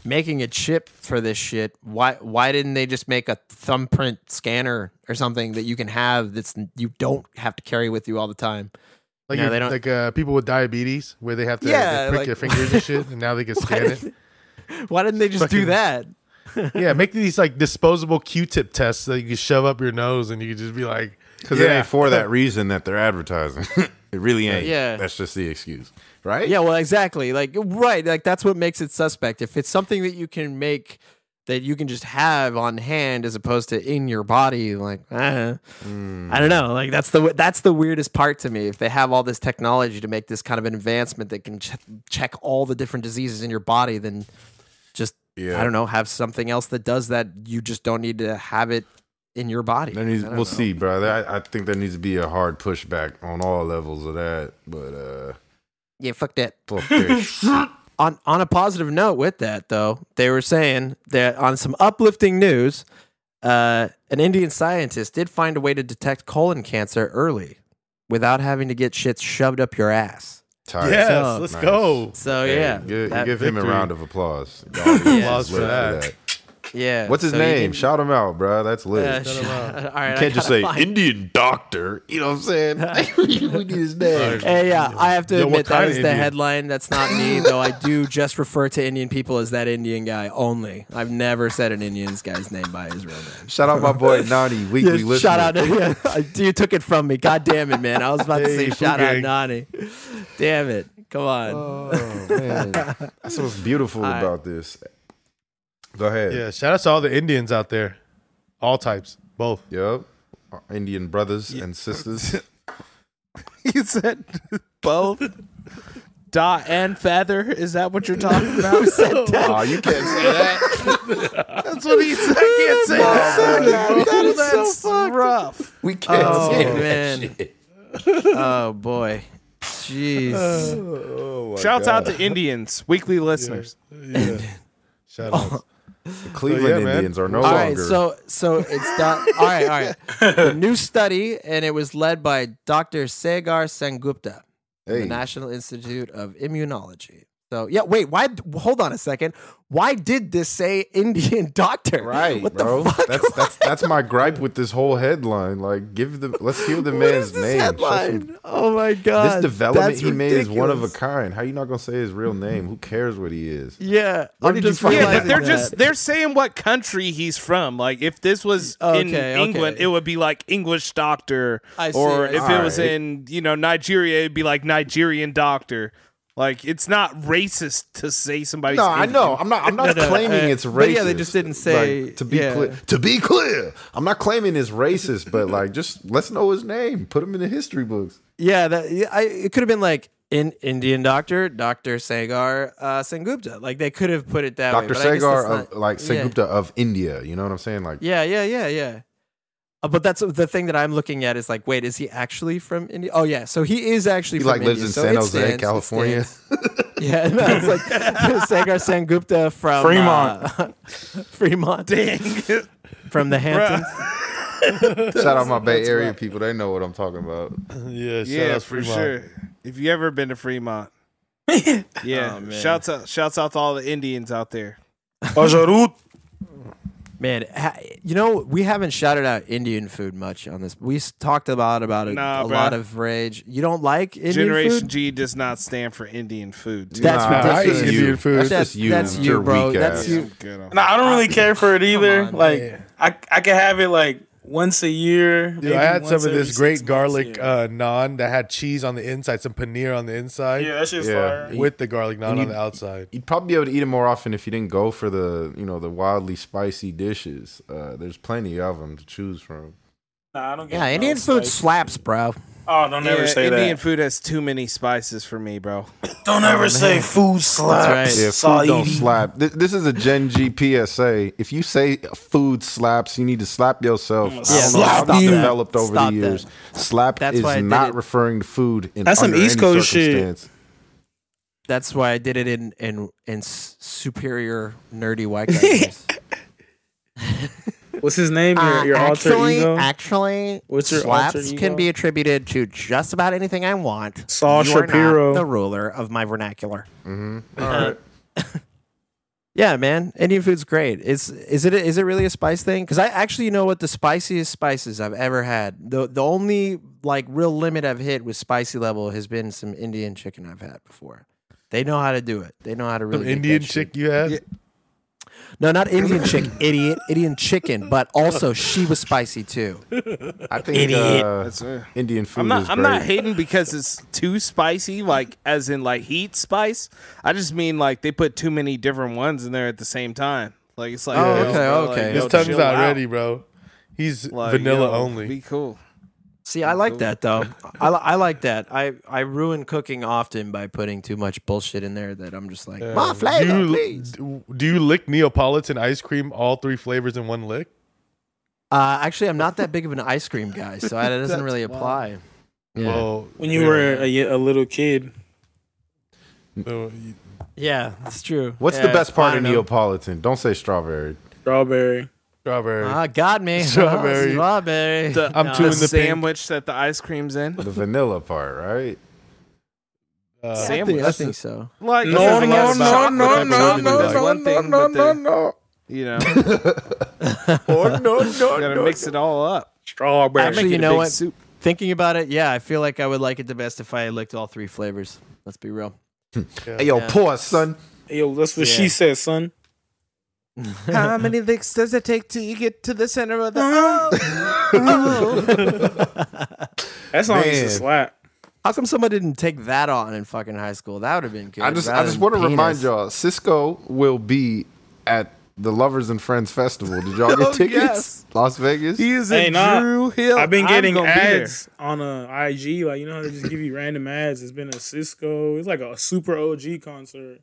[SPEAKER 4] making a chip for this shit, why why didn't they just make a thumbprint scanner or something that you can have that's you don't have to carry with you all the time?
[SPEAKER 5] Like,
[SPEAKER 4] No,
[SPEAKER 5] your-
[SPEAKER 4] they don't-
[SPEAKER 5] like uh, people with diabetes, where they have to they
[SPEAKER 4] Yeah,
[SPEAKER 5] prick
[SPEAKER 4] like-
[SPEAKER 5] their fingers and shit, and now they can scan it.
[SPEAKER 4] Why didn't they just do
[SPEAKER 5] Fucking-
[SPEAKER 4] that?
[SPEAKER 5] Yeah, make these like disposable Q-tip tests that you can shove up your nose and you can just be like,
[SPEAKER 6] Because it
[SPEAKER 5] Yeah.
[SPEAKER 6] ain't for that reason that they're advertising. it really ain't.
[SPEAKER 4] Yeah.
[SPEAKER 6] That's just the excuse, right?
[SPEAKER 4] Yeah, well, exactly. Like, right. Like, that's what makes it suspect. If it's something that you can make that you can just have on hand as opposed to in your body, like, uh, I
[SPEAKER 6] Hmm.
[SPEAKER 4] don't know. Like, that's the that's the weirdest part to me. If they have all this technology to make this kind of an advancement that can ch- check all the different diseases in your body, then just
[SPEAKER 6] Yeah.
[SPEAKER 4] I don't know, have something else that does that. You just don't need to have it in your body.
[SPEAKER 6] There needs,
[SPEAKER 4] I
[SPEAKER 6] we'll
[SPEAKER 4] don't know.
[SPEAKER 6] see, bro. I, I think there needs to be a hard pushback on all levels of that. But uh,
[SPEAKER 4] Yeah, fuck that.
[SPEAKER 6] fuck this.
[SPEAKER 4] on on a positive note with that though they were saying that on some uplifting news uh, an Indian scientist did find a way to detect colon cancer early without having to get shit shoved up your ass.
[SPEAKER 6] Tired.
[SPEAKER 5] Yes,
[SPEAKER 4] So-
[SPEAKER 5] let's
[SPEAKER 6] Nice.
[SPEAKER 5] go.
[SPEAKER 4] So
[SPEAKER 6] Hey,
[SPEAKER 4] yeah,
[SPEAKER 6] gi-
[SPEAKER 4] that-
[SPEAKER 6] give him a
[SPEAKER 5] victory.
[SPEAKER 6] round of applause. The audience is
[SPEAKER 5] Applause for
[SPEAKER 6] lit
[SPEAKER 5] that.
[SPEAKER 4] yeah.
[SPEAKER 6] What's his
[SPEAKER 4] so he
[SPEAKER 6] name?
[SPEAKER 4] didn't-
[SPEAKER 6] Shout him out, bro. That's lit.
[SPEAKER 4] uh, sh- all right, I
[SPEAKER 6] Can't just
[SPEAKER 4] gotta
[SPEAKER 6] say
[SPEAKER 4] find-
[SPEAKER 6] Indian doctor. You know what I'm saying? we need his name.
[SPEAKER 4] Hey, yeah, I have to
[SPEAKER 5] Yo, what
[SPEAKER 4] admit that
[SPEAKER 5] kind
[SPEAKER 4] is
[SPEAKER 5] of
[SPEAKER 4] the
[SPEAKER 5] Indian?
[SPEAKER 4] headline. That's not me, though. I do just refer to Indian people as that Indian guy only. I've never said an Indian's guy's name by his real name.
[SPEAKER 6] Shout out my boy Nani, weekly listener.
[SPEAKER 4] shout out! you took it from me. God damn it, man! I was about to say
[SPEAKER 5] Hey,
[SPEAKER 4] shout out
[SPEAKER 5] Fugang.
[SPEAKER 4] Nani. Damn it! Come on.
[SPEAKER 6] Oh man, that's what's beautiful
[SPEAKER 4] All right.
[SPEAKER 6] about this. Go ahead.
[SPEAKER 5] Yeah, shout out to all the Indians out there, all types, both.
[SPEAKER 6] Yup. Our Indian brothers and sisters.
[SPEAKER 2] He said both. Dot and feather. Is that what you're talking about?
[SPEAKER 6] Aw, Oh, you can't say that.
[SPEAKER 2] That's what he said. I can't say that. That is so rough.
[SPEAKER 6] We can't say that.
[SPEAKER 4] man. Oh boy. Jeez.
[SPEAKER 6] Oh, my
[SPEAKER 2] Shouts out
[SPEAKER 6] God.
[SPEAKER 2] to Indians, weekly listeners.
[SPEAKER 5] Yeah. shout out.
[SPEAKER 6] the Cleveland
[SPEAKER 5] So, yeah, man.
[SPEAKER 6] Indians are no
[SPEAKER 4] All right,
[SPEAKER 6] longer.
[SPEAKER 4] so so it's done. All right, all right. The new study, and it was led by Dr. Sagar Sangupta.
[SPEAKER 6] hey,
[SPEAKER 4] the National Institute of Immunology. So yeah, wait, why? Hold on a second. Why did this say Indian doctor?
[SPEAKER 6] right,
[SPEAKER 4] What
[SPEAKER 6] bro.
[SPEAKER 4] the fuck?
[SPEAKER 6] That's that's that's my gripe with this whole headline. Like, give the let's hear the
[SPEAKER 4] What
[SPEAKER 6] man's
[SPEAKER 4] is this
[SPEAKER 6] name. Show some-
[SPEAKER 4] Headline? Oh my god!
[SPEAKER 6] This development
[SPEAKER 4] That's
[SPEAKER 6] he made is one of a
[SPEAKER 4] ridiculous.
[SPEAKER 6] kind. How you not gonna say his real name? Who cares what he is?
[SPEAKER 4] Yeah, I'm
[SPEAKER 6] did you
[SPEAKER 4] just
[SPEAKER 6] find
[SPEAKER 2] Yeah,
[SPEAKER 6] Realizing
[SPEAKER 2] but they're
[SPEAKER 4] realizing
[SPEAKER 2] just
[SPEAKER 4] that.
[SPEAKER 2] they're saying what country he's from. Like if this was in
[SPEAKER 4] Okay,
[SPEAKER 2] England,
[SPEAKER 4] okay.
[SPEAKER 2] it would be like English doctor.
[SPEAKER 4] I see,
[SPEAKER 2] or
[SPEAKER 4] I
[SPEAKER 2] if
[SPEAKER 6] see.
[SPEAKER 2] it was
[SPEAKER 6] Alright.
[SPEAKER 2] in, you know, Nigeria, it'd be like Nigerian doctor. Like it's not racist to say somebody's
[SPEAKER 6] No, I
[SPEAKER 2] Indian.
[SPEAKER 6] know. I'm not. I'm not
[SPEAKER 4] no,
[SPEAKER 6] claiming
[SPEAKER 4] uh,
[SPEAKER 6] it's racist.
[SPEAKER 4] but yeah, they just didn't say-
[SPEAKER 6] Like, to be
[SPEAKER 4] yeah.
[SPEAKER 6] clear. To be clear, I'm not claiming it's racist, but like, just let's know his name. Put him in the history books.
[SPEAKER 4] yeah, that yeah, I, it could have been like. In Indian doctor, Doctor Sagar uh, Sengupta. Like they could have put it that way.
[SPEAKER 6] Doctor
[SPEAKER 4] but I guess
[SPEAKER 6] Sagar
[SPEAKER 4] that's
[SPEAKER 6] of
[SPEAKER 4] not-
[SPEAKER 6] like
[SPEAKER 4] yeah.
[SPEAKER 6] Sengupta of India. You know what I'm saying? Like,
[SPEAKER 4] Yeah, yeah, yeah, yeah. Uh, but that's the thing that I'm looking at is like, wait, is he actually from India? Oh yeah, so he is actually
[SPEAKER 6] he
[SPEAKER 4] from
[SPEAKER 6] like lives
[SPEAKER 4] India,
[SPEAKER 6] in
[SPEAKER 4] so
[SPEAKER 6] San
[SPEAKER 4] it
[SPEAKER 6] Jose,
[SPEAKER 4] stands, it
[SPEAKER 6] California.
[SPEAKER 4] stands. Yeah, no, it's like Sagar Sangupta from
[SPEAKER 6] Fremont.
[SPEAKER 4] uh, Fremont,
[SPEAKER 2] Dang.
[SPEAKER 4] from the Hamptons.
[SPEAKER 6] Shout out my Bay Area people. They know what I'm talking about.
[SPEAKER 5] Yeah, shout
[SPEAKER 2] yeah,
[SPEAKER 5] out
[SPEAKER 2] for
[SPEAKER 5] Fremont.
[SPEAKER 2] sure. If you ever been to Fremont, yeah,
[SPEAKER 4] Oh, man.
[SPEAKER 2] shouts out, shouts out to all the Indians out there.
[SPEAKER 3] Pajarut.
[SPEAKER 4] Man, ha- you know we haven't shouted out Indian food much on this. We s- talked about about a,
[SPEAKER 2] Nah,
[SPEAKER 4] a
[SPEAKER 2] bruh.
[SPEAKER 4] lot of rage. You don't like Indian
[SPEAKER 2] Generation
[SPEAKER 4] food?
[SPEAKER 2] G does not stand for Indian food. Dude.
[SPEAKER 4] That's
[SPEAKER 5] I
[SPEAKER 6] Nah,
[SPEAKER 5] eat
[SPEAKER 4] ridiculous.
[SPEAKER 6] that's
[SPEAKER 5] Indian
[SPEAKER 6] you.
[SPEAKER 5] food.
[SPEAKER 6] That's just you.
[SPEAKER 4] That's you,
[SPEAKER 6] Mr.
[SPEAKER 4] bro.
[SPEAKER 6] Weak
[SPEAKER 4] That's
[SPEAKER 6] ass.
[SPEAKER 4] you.
[SPEAKER 2] I'm good on
[SPEAKER 3] No, I don't really care for it either.
[SPEAKER 4] on,
[SPEAKER 3] like I, I can have it like once a year.
[SPEAKER 5] Dude,
[SPEAKER 3] maybe
[SPEAKER 5] I had some of
[SPEAKER 3] once every
[SPEAKER 5] this
[SPEAKER 3] six
[SPEAKER 5] great
[SPEAKER 3] months,
[SPEAKER 5] garlic
[SPEAKER 3] yeah.
[SPEAKER 5] uh, naan that had cheese on the inside, some paneer on the inside,
[SPEAKER 3] yeah, that shit's
[SPEAKER 6] Yeah.
[SPEAKER 3] fire.
[SPEAKER 5] with the garlic naan
[SPEAKER 6] you-
[SPEAKER 5] on the outside.
[SPEAKER 6] You'd probably be able to eat them more often if you didn't go for the, you know, the wildly spicy dishes. Uh, there's plenty of them to choose from.
[SPEAKER 3] Nah, I don't get
[SPEAKER 4] Yeah,
[SPEAKER 3] no
[SPEAKER 4] Indian food
[SPEAKER 3] spice.
[SPEAKER 4] slaps, bro.
[SPEAKER 3] Oh, don't
[SPEAKER 2] Yeah,
[SPEAKER 3] ever say
[SPEAKER 2] Indian
[SPEAKER 3] that.
[SPEAKER 2] food has too many spices for me, bro.
[SPEAKER 3] Don't ever say food slaps.
[SPEAKER 4] That's right.
[SPEAKER 6] Yeah, food don't slap. This, this is a Gen G PSA. If you say food slaps, you need to slap yourself. I don't know
[SPEAKER 4] slap
[SPEAKER 6] how that's
[SPEAKER 4] you.
[SPEAKER 6] developed over
[SPEAKER 4] Stop
[SPEAKER 6] the
[SPEAKER 4] Mm, that.
[SPEAKER 6] years. Slap
[SPEAKER 4] That's why I
[SPEAKER 6] is
[SPEAKER 4] did
[SPEAKER 6] not
[SPEAKER 4] it.
[SPEAKER 6] referring to food in
[SPEAKER 3] That's some
[SPEAKER 6] under
[SPEAKER 3] East
[SPEAKER 6] any
[SPEAKER 3] Coast shit.
[SPEAKER 6] circumstance.
[SPEAKER 4] That's why I did it in in in s- superior nerdy white guys.
[SPEAKER 3] What's his name? Your, your alter ego?
[SPEAKER 4] Uh, actually,
[SPEAKER 3] What's your
[SPEAKER 4] slaps
[SPEAKER 3] alter
[SPEAKER 4] can
[SPEAKER 3] ego?
[SPEAKER 4] be attributed to just about anything I want.
[SPEAKER 3] Saul
[SPEAKER 4] You are not
[SPEAKER 3] Shapiro.
[SPEAKER 4] the ruler of my vernacular.
[SPEAKER 6] All
[SPEAKER 3] Uh,
[SPEAKER 6] right.
[SPEAKER 4] Yeah, man, Indian food's great. It's is it is it really a spice thing? Because I actually know what the spiciest spices I've ever had. The the only like real limit I've hit with spicy level has been some Indian chicken I've had before. They know how to do it. They know how to really
[SPEAKER 5] Some
[SPEAKER 4] make
[SPEAKER 5] Indian
[SPEAKER 4] that shit.
[SPEAKER 5] chick you had?
[SPEAKER 4] No, not Indian chick, idiot. Indian chicken, but also she was spicy too.
[SPEAKER 6] I think uh, Indian
[SPEAKER 2] I'm
[SPEAKER 6] food is
[SPEAKER 2] not. I'm
[SPEAKER 6] great.
[SPEAKER 2] not hating because it's too spicy, like as in like heat spice. I just mean like they put too many different ones in there at the same time. Like it's like
[SPEAKER 4] Oh,
[SPEAKER 2] yo,
[SPEAKER 4] okay,
[SPEAKER 2] bro,
[SPEAKER 4] okay.
[SPEAKER 2] like,
[SPEAKER 5] His
[SPEAKER 2] yo,
[SPEAKER 5] tongue's
[SPEAKER 2] chill
[SPEAKER 5] out
[SPEAKER 2] out.
[SPEAKER 5] ready, bro. He's
[SPEAKER 2] Like,
[SPEAKER 5] vanilla
[SPEAKER 2] yo,
[SPEAKER 5] only.
[SPEAKER 2] Be cool.
[SPEAKER 4] See, I like that though. I, li- I like that. I, I ruin cooking often by putting too much bullshit in there that I'm just like, my
[SPEAKER 5] do,
[SPEAKER 4] flavor,
[SPEAKER 5] you,
[SPEAKER 4] please.
[SPEAKER 5] d- do you lick Neapolitan ice cream, all three flavors in one lick?
[SPEAKER 4] Uh, actually, I'm not that big of an ice cream guy, so that doesn't really apply. Yeah.
[SPEAKER 5] Well,
[SPEAKER 3] When you were a, y- a little kid.
[SPEAKER 5] so-
[SPEAKER 4] yeah, that's true.
[SPEAKER 6] What's
[SPEAKER 4] Yeah,
[SPEAKER 6] the best
[SPEAKER 4] I
[SPEAKER 6] part of
[SPEAKER 4] don't know.
[SPEAKER 6] Neapolitan? Don't say strawberry.
[SPEAKER 3] Strawberry.
[SPEAKER 5] Strawberry.
[SPEAKER 4] Ah, got me.
[SPEAKER 5] Strawberry.
[SPEAKER 4] Strawberry.
[SPEAKER 2] The,
[SPEAKER 5] I'm
[SPEAKER 2] the
[SPEAKER 5] two in the pink.
[SPEAKER 2] sandwich that the ice cream's in.
[SPEAKER 6] The vanilla part, right?
[SPEAKER 5] Uh,
[SPEAKER 4] I
[SPEAKER 2] Sandwich.
[SPEAKER 4] think, I think so.
[SPEAKER 2] Like
[SPEAKER 5] No,
[SPEAKER 2] that's the thing
[SPEAKER 5] no,
[SPEAKER 2] is
[SPEAKER 5] no,
[SPEAKER 2] chocolate
[SPEAKER 5] no,
[SPEAKER 2] and
[SPEAKER 5] no,
[SPEAKER 2] cinnamon
[SPEAKER 5] no,
[SPEAKER 2] is
[SPEAKER 5] no,
[SPEAKER 2] one thing, but the- You know, you
[SPEAKER 6] Oh no, no,
[SPEAKER 2] gotta mix it all up.
[SPEAKER 5] Strawberry.
[SPEAKER 4] Actually,
[SPEAKER 2] Make
[SPEAKER 4] you
[SPEAKER 2] it a
[SPEAKER 4] know
[SPEAKER 2] big
[SPEAKER 4] what?
[SPEAKER 2] Soup.
[SPEAKER 4] Thinking about it, yeah, I feel like I would like it the best if I licked all three flavors. Let's be real.
[SPEAKER 6] Hey, yo, pause, son.
[SPEAKER 3] Yo, that's what
[SPEAKER 4] Yeah.
[SPEAKER 3] she said, son.
[SPEAKER 2] How many licks does it take till you get to the center of the? Oh,
[SPEAKER 3] That song used to
[SPEAKER 6] Man.
[SPEAKER 3] slap.
[SPEAKER 4] How come someone didn't take that on in fucking high school? That would have been good.
[SPEAKER 6] I just, I
[SPEAKER 4] rather
[SPEAKER 6] just
[SPEAKER 4] than
[SPEAKER 6] want to remind
[SPEAKER 4] penis.
[SPEAKER 6] y'all, Cisco will be at the Lovers and Friends Festival. Did y'all get
[SPEAKER 2] Oh,
[SPEAKER 6] tickets?
[SPEAKER 2] yes.
[SPEAKER 6] Las Vegas.
[SPEAKER 2] he is
[SPEAKER 3] Hey,
[SPEAKER 2] a
[SPEAKER 3] nah.
[SPEAKER 2] Drew Hill.
[SPEAKER 3] I've been
[SPEAKER 2] I'm
[SPEAKER 3] getting
[SPEAKER 2] gonna be there.
[SPEAKER 3] ads on a IG, like you know how they just give you random ads. It's been a Cisco. It's like a super OG concert.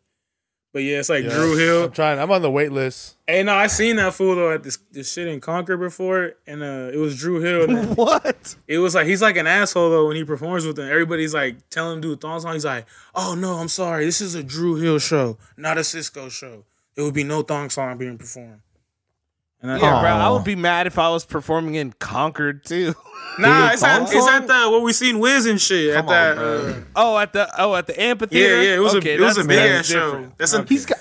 [SPEAKER 3] But yeah, it's like
[SPEAKER 5] Yeah.
[SPEAKER 3] Drew
[SPEAKER 5] I'm
[SPEAKER 3] Hill.
[SPEAKER 5] trying. I'm on the wait list.
[SPEAKER 3] Hey, no, I seen that fool though at this this shit in Concord before, and uh, it was Drew Hill. and
[SPEAKER 2] What?
[SPEAKER 3] It was like he's like an asshole though when he performs with them. Everybody's like telling him to do a thong song. He's like, "Oh no, I'm sorry. This is a Drew Hill show, not a Cisco show. It would be no thong song being performed." And I-
[SPEAKER 2] Yeah, bro. I would be mad if I was performing in Concord too.
[SPEAKER 3] nah, it's at,
[SPEAKER 2] thong
[SPEAKER 3] it's
[SPEAKER 2] song?
[SPEAKER 3] at the what we seen Wiz and shit at that. uh,
[SPEAKER 2] Oh, at the oh at the
[SPEAKER 3] yeah,
[SPEAKER 2] amphitheater.
[SPEAKER 3] yeah, it was
[SPEAKER 2] Okay,
[SPEAKER 3] a it was a
[SPEAKER 2] that's-
[SPEAKER 3] big
[SPEAKER 2] that's
[SPEAKER 3] ass show.
[SPEAKER 2] different.
[SPEAKER 3] That's a,
[SPEAKER 6] He's got.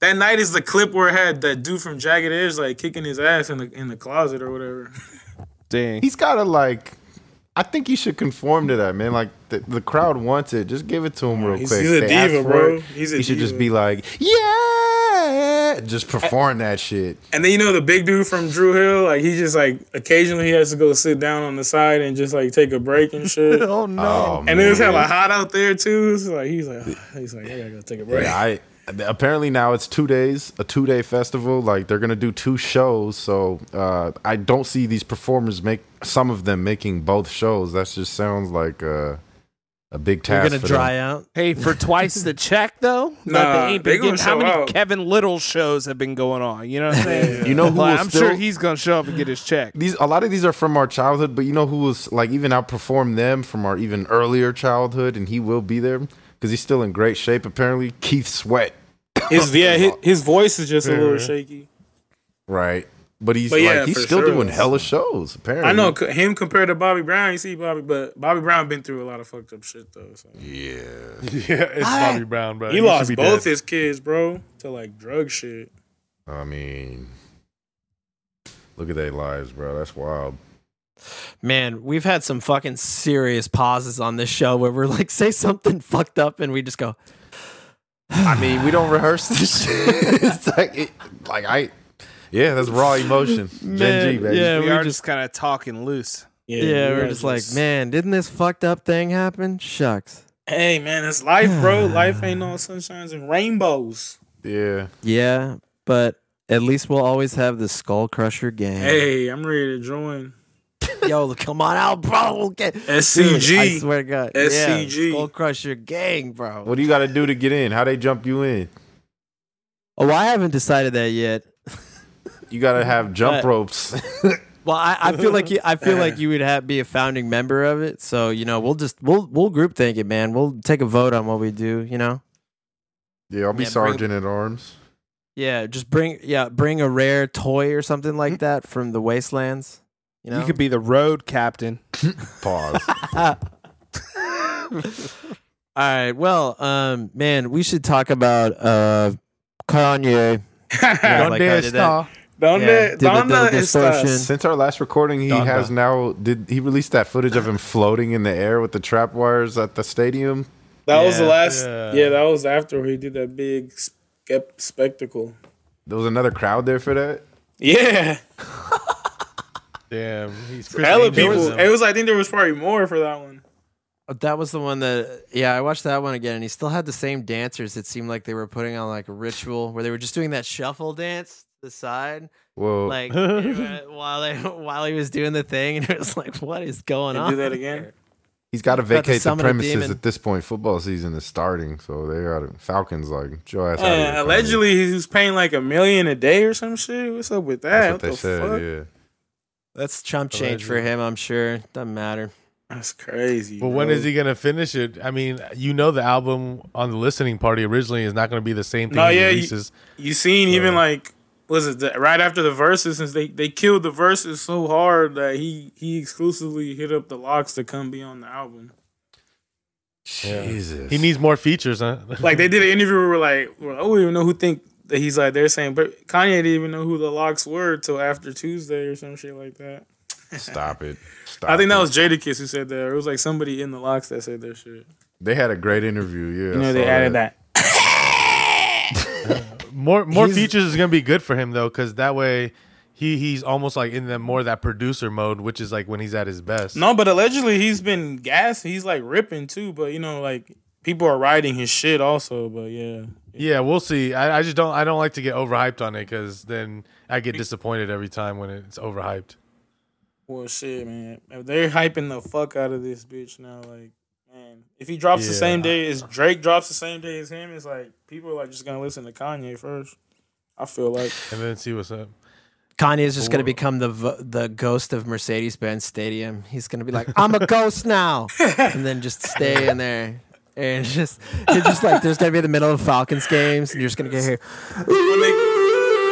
[SPEAKER 3] that night is the clip where it had that dude from Jagged Edge like kicking his ass in the in the closet or whatever.
[SPEAKER 2] Dang.
[SPEAKER 6] He's got to like. I think you should conform to that, man. Like the, the crowd wants it. Just give it to him real
[SPEAKER 3] he's-
[SPEAKER 6] quick.
[SPEAKER 3] he's a
[SPEAKER 6] They ask
[SPEAKER 3] diva,
[SPEAKER 6] for
[SPEAKER 3] bro.
[SPEAKER 6] it.
[SPEAKER 3] He's a
[SPEAKER 6] he should
[SPEAKER 3] diva.
[SPEAKER 6] just be like, yeah, just perform that shit.
[SPEAKER 3] And then you know the big dude from Drew Hill, like he just like occasionally he has to go sit down on the side and just like take a break and shit.
[SPEAKER 2] Oh no.
[SPEAKER 6] Oh,
[SPEAKER 3] And it was
[SPEAKER 6] man.
[SPEAKER 3] hella hot out there too. So like he's like "Ah," he's like I gotta go take a break.
[SPEAKER 6] Yeah, I apparently now it's two days, a two day festival. Like they're gonna do two shows, so uh, I don't see these performers make some of them making both shows. That just sounds like a, a big
[SPEAKER 4] You're
[SPEAKER 6] task.
[SPEAKER 4] gonna
[SPEAKER 6] for
[SPEAKER 4] dry
[SPEAKER 6] them.
[SPEAKER 4] out.
[SPEAKER 2] Hey, for twice the check though. that
[SPEAKER 3] Nah,
[SPEAKER 2] they ain't
[SPEAKER 3] they
[SPEAKER 2] been
[SPEAKER 3] gonna
[SPEAKER 2] getting- how
[SPEAKER 3] show
[SPEAKER 2] many
[SPEAKER 3] out.
[SPEAKER 2] Kevin Little shows have been going on? You know what I'm saying?
[SPEAKER 6] You know who
[SPEAKER 2] Like,
[SPEAKER 6] will
[SPEAKER 2] I'm
[SPEAKER 6] still-
[SPEAKER 2] sure he's gonna show up and get his check.
[SPEAKER 6] These a lot of these are from our childhood, but you know who was like even outperformed them from our even earlier childhood, and he will be there because he's still in great shape. Apparently, Keith Sweat,
[SPEAKER 3] His yeah, his, his voice is just a little shaky.
[SPEAKER 6] right? But he's
[SPEAKER 3] But
[SPEAKER 6] like
[SPEAKER 3] yeah,
[SPEAKER 6] he's
[SPEAKER 3] for
[SPEAKER 6] still
[SPEAKER 3] sure.
[SPEAKER 6] doing hella shows. Apparently,
[SPEAKER 3] I know c- him compared to Bobby Brown. You see Bobby, but Bobby Brown been through a lot of fucked up shit though. So.
[SPEAKER 5] Yeah, it's Bobby Brown, bro.
[SPEAKER 3] Uh, He
[SPEAKER 5] should
[SPEAKER 3] lost
[SPEAKER 5] be
[SPEAKER 3] both
[SPEAKER 5] dead.
[SPEAKER 3] his kids, bro, to like drug shit.
[SPEAKER 6] I mean, look at their lives, bro. That's wild.
[SPEAKER 4] Man, we've had some fucking serious pauses on this show where we're like, say something fucked up, and we just go,
[SPEAKER 6] I mean, we don't rehearse this shit. it's like, it, like I, yeah, that's raw emotion. Gen G,
[SPEAKER 4] Man,
[SPEAKER 6] baby.
[SPEAKER 4] yeah,
[SPEAKER 2] we
[SPEAKER 4] we
[SPEAKER 2] are
[SPEAKER 4] just-
[SPEAKER 2] just kind of talking loose.
[SPEAKER 3] Yeah,
[SPEAKER 4] yeah,
[SPEAKER 3] you
[SPEAKER 4] we're
[SPEAKER 3] guys
[SPEAKER 4] just like, man, didn't this fucked up thing happen? Shucks.
[SPEAKER 3] Hey man, it's life, bro. life ain't all sunshines and rainbows.
[SPEAKER 6] Yeah.
[SPEAKER 4] Yeah, but at least we'll always have the Skull Crusher game.
[SPEAKER 3] Hey, I'm ready to join
[SPEAKER 4] Yo, come on out, bro. We'll get Dude, I
[SPEAKER 3] SCG.
[SPEAKER 4] swear to God.
[SPEAKER 3] SCG.
[SPEAKER 4] Yeah, Skull Crusher gang, bro.
[SPEAKER 6] What do you got to do to get in? How they jump you in?
[SPEAKER 4] Oh, I haven't decided that yet.
[SPEAKER 6] You got to have jump
[SPEAKER 4] Right.
[SPEAKER 6] ropes.
[SPEAKER 4] Well, I, I feel like you, I feel like you would have be a founding member of it. So you know, we'll just we'll we'll group think it, man. We'll take a vote on what we do. You know,
[SPEAKER 6] yeah, I'll be
[SPEAKER 4] Yeah, bring-
[SPEAKER 6] sergeant at arms.
[SPEAKER 4] yeah, just bring yeah, bring a rare toy or something like that from the wastelands. Hmm. You know,
[SPEAKER 2] You could be the road captain.
[SPEAKER 6] Pause.
[SPEAKER 4] all right. Well, um, man, we should talk about uh, Kanye. Yeah,
[SPEAKER 5] Don't
[SPEAKER 4] like
[SPEAKER 5] dare
[SPEAKER 4] I did that.
[SPEAKER 5] stop.
[SPEAKER 3] Donde,
[SPEAKER 4] Yeah, did the-
[SPEAKER 3] donde
[SPEAKER 4] the
[SPEAKER 3] estás?
[SPEAKER 4] distortion.
[SPEAKER 6] Since our last recording, he has now did he released that footage of him floating in the air with the trap wires at the stadium.
[SPEAKER 3] That was the
[SPEAKER 4] Yeah.
[SPEAKER 3] last. Yeah.
[SPEAKER 5] Yeah.
[SPEAKER 3] that was after he did that big skep- spectacle.
[SPEAKER 6] There was another crowd there for that.
[SPEAKER 3] Yeah,
[SPEAKER 5] Damn, he's Chris
[SPEAKER 3] hella
[SPEAKER 5] Angel
[SPEAKER 3] people.
[SPEAKER 5] now.
[SPEAKER 3] It was. I think there was probably more for that one.
[SPEAKER 4] Oh, That was the one that, yeah, I watched that one again, and he still had the same dancers. It seemed like they were putting on like a ritual where they were just doing that shuffle dance to the side,
[SPEAKER 3] Oh.
[SPEAKER 6] Well,
[SPEAKER 4] like while they, while he was doing the thing, and it was like, what is going
[SPEAKER 3] They
[SPEAKER 4] on?
[SPEAKER 3] do that again.
[SPEAKER 6] He's got to
[SPEAKER 4] About to
[SPEAKER 6] vacate the
[SPEAKER 4] summon a
[SPEAKER 6] premises
[SPEAKER 4] demon.
[SPEAKER 6] at this point. Football season is starting, so they got to Falcons like Joe ass. outta here,
[SPEAKER 3] Uh,
[SPEAKER 6] Kanye."
[SPEAKER 3] allegedly, he was paying like a million a day or some shit. What's up with that?
[SPEAKER 6] that's what
[SPEAKER 3] What
[SPEAKER 6] they
[SPEAKER 3] the
[SPEAKER 6] said.
[SPEAKER 3] fuck?
[SPEAKER 6] Yeah,
[SPEAKER 4] That's chump change for him, I'm sure. Doesn't matter.
[SPEAKER 3] That's crazy.
[SPEAKER 5] But when is he gonna finish it? I mean, you know the album on the listening party originally is not gonna be the same thing
[SPEAKER 3] No,
[SPEAKER 5] he
[SPEAKER 3] yeah, you-
[SPEAKER 5] releases.
[SPEAKER 3] You seen even like was it the, right after the verses since they, they killed the verses so hard that he he exclusively hit up the locks to come be on the album.
[SPEAKER 6] Jesus.
[SPEAKER 5] He needs more features, huh?
[SPEAKER 3] Like they did an interview where like well, I don't even know who think that he's like they're saying but Kanye didn't even know who the locks were till after Tuesday or some shit like that.
[SPEAKER 6] Stop it. Stop
[SPEAKER 3] I think that
[SPEAKER 6] it.
[SPEAKER 3] was Jadakiss who said that. Or it was like somebody in the locks that said that shit.
[SPEAKER 6] They had a great interview. Yeah.
[SPEAKER 3] You
[SPEAKER 6] I
[SPEAKER 3] know they
[SPEAKER 6] saw
[SPEAKER 3] added that.
[SPEAKER 5] More more
[SPEAKER 6] He's-
[SPEAKER 5] features is gonna be good for him though, because that way he he's almost like in the more that producer mode, which is like when he's at his best.
[SPEAKER 3] No, but allegedly he's been gas. He's like ripping too, but you know, like people are riding his shit also. But yeah,
[SPEAKER 5] Yeah, we'll see. I, I just don't I don't like to get overhyped on it because then I get disappointed every time when it's overhyped.
[SPEAKER 3] well, shit, man. If they're hyping the fuck out of this bitch now, like, man, if he drops the same
[SPEAKER 5] Yeah.
[SPEAKER 3] day as Drake drops the same day as him, it's like people are like just gonna listen to Kanye first. I feel like
[SPEAKER 5] And then see what's up.
[SPEAKER 4] Kanye is just going to
[SPEAKER 5] Or-
[SPEAKER 4] become the vo- the ghost of Mercedes Benz Stadium. He's going to be like, "I'm a ghost now," and then just stay in there. And just, you're just like, there's gonna be the middle of Falcons games, and you're just gonna get here
[SPEAKER 3] when they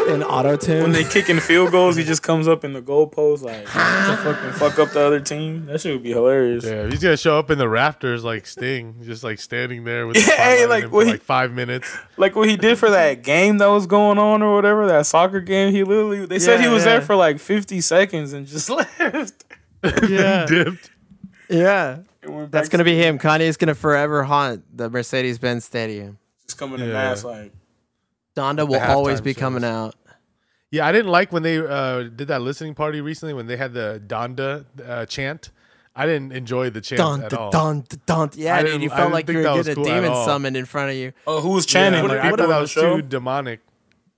[SPEAKER 4] in auto
[SPEAKER 3] when
[SPEAKER 4] tune.
[SPEAKER 3] they kicking field goals, he just comes up in the goalpost like to fucking fuck up the other team. That shit would be hilarious.
[SPEAKER 5] Yeah, he's gonna show up in the rafters like Sting, just like standing there with the
[SPEAKER 3] Yeah, hey,
[SPEAKER 5] spotlight on
[SPEAKER 3] like,
[SPEAKER 5] him
[SPEAKER 3] what
[SPEAKER 5] for
[SPEAKER 3] he-
[SPEAKER 5] like five minutes.
[SPEAKER 3] like what he did for that game that was going on or whatever that soccer game he literally they said he
[SPEAKER 5] Yeah,
[SPEAKER 3] was there
[SPEAKER 5] yeah.
[SPEAKER 3] for like 50 seconds and just left
[SPEAKER 4] Yeah.
[SPEAKER 5] Dipped.
[SPEAKER 4] yeah,
[SPEAKER 3] And went
[SPEAKER 4] that's
[SPEAKER 3] back to
[SPEAKER 4] gonna be him. Kanye's gonna forever haunt the Mercedes Benz Stadium.
[SPEAKER 3] just coming to
[SPEAKER 5] Yeah.
[SPEAKER 3] mass like
[SPEAKER 4] Donda will
[SPEAKER 5] halftime
[SPEAKER 4] always be
[SPEAKER 5] shows.
[SPEAKER 4] coming out.
[SPEAKER 5] Yeah, I didn't like when they uh, did that listening party recently when they had the Donda uh, chant. I didn't enjoy the chant
[SPEAKER 4] Dun,
[SPEAKER 5] at
[SPEAKER 4] dun,
[SPEAKER 5] all.
[SPEAKER 4] dun, dun. Yeah,
[SPEAKER 5] I
[SPEAKER 4] dude,
[SPEAKER 5] didn't-
[SPEAKER 4] you
[SPEAKER 5] I
[SPEAKER 4] felt
[SPEAKER 5] didn't
[SPEAKER 4] like you
[SPEAKER 5] think
[SPEAKER 4] were
[SPEAKER 5] that was
[SPEAKER 4] getting a
[SPEAKER 5] cool at
[SPEAKER 4] demon
[SPEAKER 5] all.
[SPEAKER 4] summoned in front of you.
[SPEAKER 3] oh who was
[SPEAKER 5] Yeah,
[SPEAKER 3] chanting
[SPEAKER 5] like,
[SPEAKER 3] Like,
[SPEAKER 5] I
[SPEAKER 3] people
[SPEAKER 5] thought that
[SPEAKER 3] on the
[SPEAKER 5] was
[SPEAKER 3] show?
[SPEAKER 5] too demonic.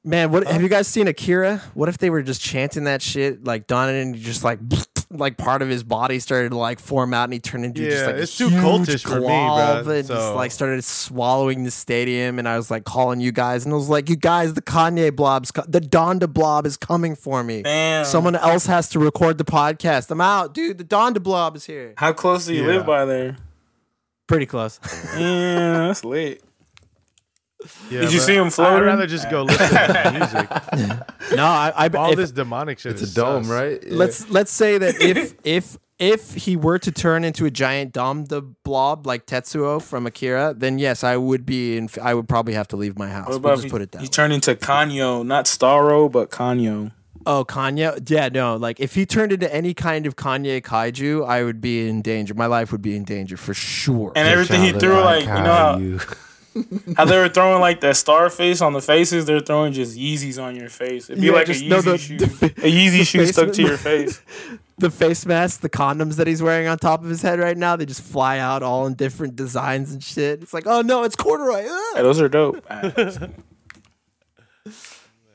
[SPEAKER 4] Man, what have you guys seen Akira? What if they were just chanting that shit like Don and just like like part of his body started to like form out and he turned into just
[SPEAKER 5] Yeah,
[SPEAKER 4] like a
[SPEAKER 5] it's too
[SPEAKER 4] huge
[SPEAKER 5] cultish for me,
[SPEAKER 4] glob
[SPEAKER 5] bruh,
[SPEAKER 4] and just
[SPEAKER 5] so-
[SPEAKER 4] like started swallowing the stadium and I was like calling you guys and I was like you guys the Kanye blob's co- the Donda blob is coming for me.
[SPEAKER 3] damn
[SPEAKER 4] Someone else has to record the podcast. I'm out, dude. The Donda blob is here.
[SPEAKER 3] how close do you live
[SPEAKER 5] Yeah.
[SPEAKER 3] by there
[SPEAKER 4] Pretty close.
[SPEAKER 3] yeah that's lit
[SPEAKER 5] Yeah,
[SPEAKER 3] Did you
[SPEAKER 5] but
[SPEAKER 3] see him
[SPEAKER 5] I'd
[SPEAKER 3] floating?
[SPEAKER 5] rather just go listen to the music.
[SPEAKER 4] no, I, I
[SPEAKER 5] All
[SPEAKER 4] if-
[SPEAKER 5] this demonic shit.
[SPEAKER 6] It's
[SPEAKER 5] is
[SPEAKER 6] a dome,
[SPEAKER 5] sus.
[SPEAKER 6] right? Yeah.
[SPEAKER 4] let's let's say that if if if he were to turn into a giant dom the blob like Tetsuo from Akira, then yes, I would be in. I would probably have to leave my house.
[SPEAKER 3] what
[SPEAKER 4] We'll
[SPEAKER 3] about if
[SPEAKER 4] just
[SPEAKER 3] he,
[SPEAKER 4] put it that
[SPEAKER 3] he
[SPEAKER 4] way.
[SPEAKER 3] turned into Kanyo not Starro but Kanyo
[SPEAKER 4] Oh, Kanye. Yeah, no. Like if he turned into any kind of Kanye kaiju, I would be in danger. My life would be in danger for sure.
[SPEAKER 3] and everything he threw like you know how, how they were throwing like that star face on the faces they're throwing just Yeezys on your face it'd be
[SPEAKER 4] Yeah,
[SPEAKER 3] like a
[SPEAKER 4] just- no,
[SPEAKER 3] Yeezy
[SPEAKER 4] the-
[SPEAKER 3] shoe
[SPEAKER 4] the fa-
[SPEAKER 3] a Yeezy
[SPEAKER 4] the
[SPEAKER 3] shoe stuck
[SPEAKER 4] face-
[SPEAKER 3] to your face
[SPEAKER 4] the face mask, the condoms that he's wearing on top of his head right now, they just fly out all in different designs and shit. It's like, oh no, it's corduroy.
[SPEAKER 3] Yeah,
[SPEAKER 4] ah!
[SPEAKER 3] those are dope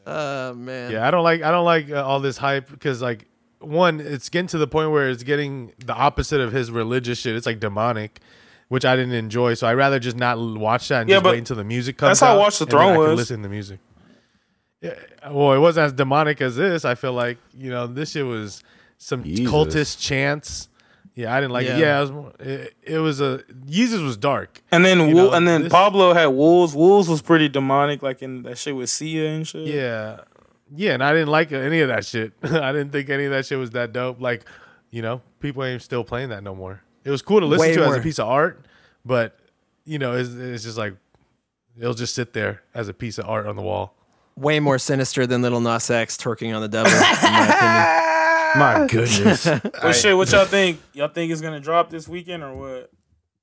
[SPEAKER 4] Oh man.
[SPEAKER 5] Yeah, I don't like I don't like uh, all this hype because like one, it's getting to the point where it's getting the opposite of his religious shit. It's like demonic, which I didn't enjoy. So I'd rather just not l- watch that and
[SPEAKER 3] Yeah,
[SPEAKER 5] just
[SPEAKER 3] but
[SPEAKER 5] wait until the music comes.
[SPEAKER 3] that's how
[SPEAKER 5] out,
[SPEAKER 3] Watch the
[SPEAKER 5] and then
[SPEAKER 3] Throne
[SPEAKER 5] I can
[SPEAKER 3] was.
[SPEAKER 5] Listen to music. Yeah, well, it wasn't as demonic as this. I feel like you know this shit was some
[SPEAKER 6] Jesus.
[SPEAKER 5] cultist chants. Yeah, I didn't like
[SPEAKER 4] Yeah.
[SPEAKER 5] it. Yeah, it was, more- it, it was a Jesus was dark.
[SPEAKER 3] And then
[SPEAKER 5] You
[SPEAKER 3] Wo-
[SPEAKER 5] know,
[SPEAKER 3] and then
[SPEAKER 5] this-
[SPEAKER 3] Pablo had wolves. Wolves was pretty demonic, like in that shit with Sia and shit.
[SPEAKER 5] Yeah. Yeah, and I didn't like any of that shit. I didn't think any of that shit was that dope. Like, you know, people ain't still playing that no more. It was cool to listen
[SPEAKER 4] Way
[SPEAKER 5] to as
[SPEAKER 4] more.
[SPEAKER 5] a piece of art, but you know, it's, it's just like it'll just sit there as a piece of art on the wall.
[SPEAKER 4] way more sinister than Little Nas X twerking on the devil. in my
[SPEAKER 6] My goodness.
[SPEAKER 3] But shit, what y'all think? Y'all think it's gonna drop this weekend or what?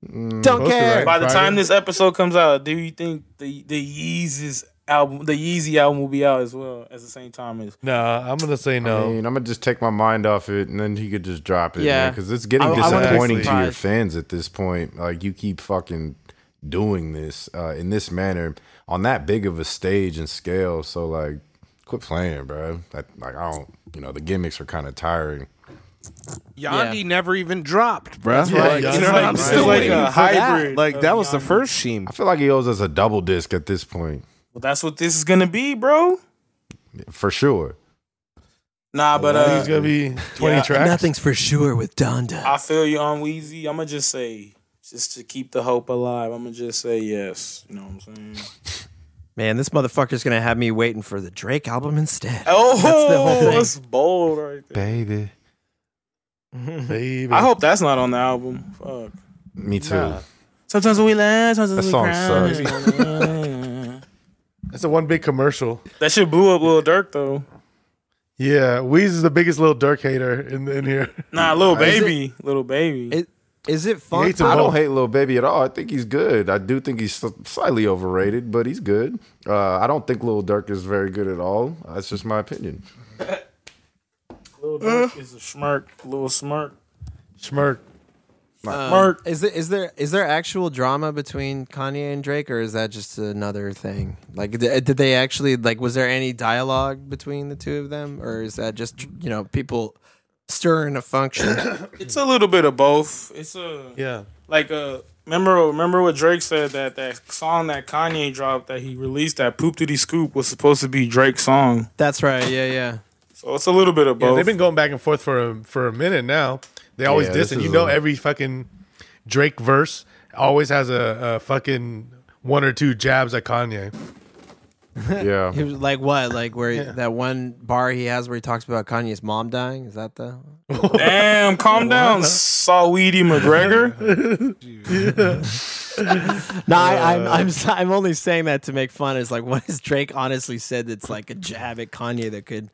[SPEAKER 4] opinion. Don't
[SPEAKER 5] Supposed to,
[SPEAKER 4] care.
[SPEAKER 5] right?
[SPEAKER 3] By the
[SPEAKER 5] Friday?
[SPEAKER 3] time this episode comes out, do you think the the Yeezus album, the Yeezy album, will be out as well at the same time as?
[SPEAKER 5] Nah, I'm gonna say
[SPEAKER 6] I
[SPEAKER 5] no.
[SPEAKER 6] mean, I'm gonna just take my mind off it, and then he could just drop it.
[SPEAKER 4] Yeah.
[SPEAKER 6] Yeah, because it's getting
[SPEAKER 4] I- I
[SPEAKER 5] wouldn't be
[SPEAKER 6] disappointing to your
[SPEAKER 4] surprised.
[SPEAKER 6] fans at this point. Like you keep fucking doing this uh, in this manner on that big of a stage and scale. So like, quit playing, bro. That, like I don't, you know, the gimmicks are kind of tiring.
[SPEAKER 2] Yandi neyandy even dropped, bro.
[SPEAKER 5] Yeah, right.
[SPEAKER 2] you know
[SPEAKER 5] Yandi's
[SPEAKER 2] what
[SPEAKER 5] like-
[SPEAKER 2] I'm still
[SPEAKER 5] it's
[SPEAKER 3] like
[SPEAKER 2] waiting
[SPEAKER 3] a
[SPEAKER 2] for that.
[SPEAKER 3] hybrid
[SPEAKER 2] Like
[SPEAKER 3] of
[SPEAKER 2] that was the
[SPEAKER 3] Yandy.
[SPEAKER 2] first sheen.
[SPEAKER 6] I feel like he owes us a double disc at this point
[SPEAKER 3] Well, that's what this is gonna be, bro.
[SPEAKER 6] for sure.
[SPEAKER 3] Nah, but
[SPEAKER 5] I think it's
[SPEAKER 3] uh,
[SPEAKER 5] gonna be 20
[SPEAKER 3] yeah,
[SPEAKER 5] tracks. Ah.
[SPEAKER 4] Nothing's for sure with Donda.
[SPEAKER 3] I feel you on Weezy. I'm gonna just say, just to keep the hope alive, I'm gonna just say yes. You know what I'm saying?
[SPEAKER 4] Man, this motherfucker's gonna have me waiting for the Drake album instead.
[SPEAKER 3] Oh,
[SPEAKER 4] That's
[SPEAKER 3] that's bold right there.
[SPEAKER 6] baby.
[SPEAKER 5] Baby.
[SPEAKER 3] I hope that's not on the album. Fuck.
[SPEAKER 6] Me too.
[SPEAKER 5] Nah.
[SPEAKER 3] Sometimes we laugh,
[SPEAKER 6] That
[SPEAKER 3] sometimes we
[SPEAKER 6] song
[SPEAKER 3] cry.
[SPEAKER 5] That's the one big commercial.
[SPEAKER 3] that shit blew up Lil Durk though.
[SPEAKER 5] Yeah, Weez is the biggest little Dirk hater in in here.
[SPEAKER 3] Nah, little
[SPEAKER 4] Is
[SPEAKER 3] baby, little baby.
[SPEAKER 4] It- is it
[SPEAKER 5] He
[SPEAKER 4] fun?
[SPEAKER 5] hates them
[SPEAKER 6] I don't
[SPEAKER 5] both.
[SPEAKER 6] hate Lil Baby at all. I think he's good. I do think he's slightly overrated, but he's good. Uh, I don't think Lil Durk is very good at all. That's just my opinion.
[SPEAKER 3] Lil Durk is a smirk, little smirk,
[SPEAKER 5] Schmirk.
[SPEAKER 3] smirk.
[SPEAKER 4] Is there, is there is there actual drama between Kanye and Drake, or is that just another thing? Like, did, did they actually like? Was there any dialogue between the two of them, or is that just you know people stirring a function?
[SPEAKER 3] It's a little bit of both. It's a
[SPEAKER 5] Yeah.
[SPEAKER 3] like uh remember remember what Drake said that that song that Kanye dropped that he released that poop diddy scoop was supposed to be Drake's song.
[SPEAKER 4] That's right. Yeah, yeah.
[SPEAKER 3] So it's a little bit of
[SPEAKER 5] Yeah,
[SPEAKER 3] both.
[SPEAKER 5] they've been going back and forth for a, for a minute now. They always
[SPEAKER 6] Yeah,
[SPEAKER 5] diss,
[SPEAKER 6] this
[SPEAKER 5] and
[SPEAKER 6] is
[SPEAKER 5] you know
[SPEAKER 6] a-
[SPEAKER 5] every fucking Drake verse always has a, a fucking one or two jabs at Kanye.
[SPEAKER 6] Yeah.
[SPEAKER 4] He was like what? Like where that one bar he has where he talks about Kanye's mom dying? Is that the?
[SPEAKER 3] Damn, calm down, Saweetie McGregor.
[SPEAKER 4] No, I,
[SPEAKER 5] Uh,
[SPEAKER 4] I'm I'm s- I'm only saying that to make fun. Is like what has Drake honestly said that's like a jab at Kanye that could,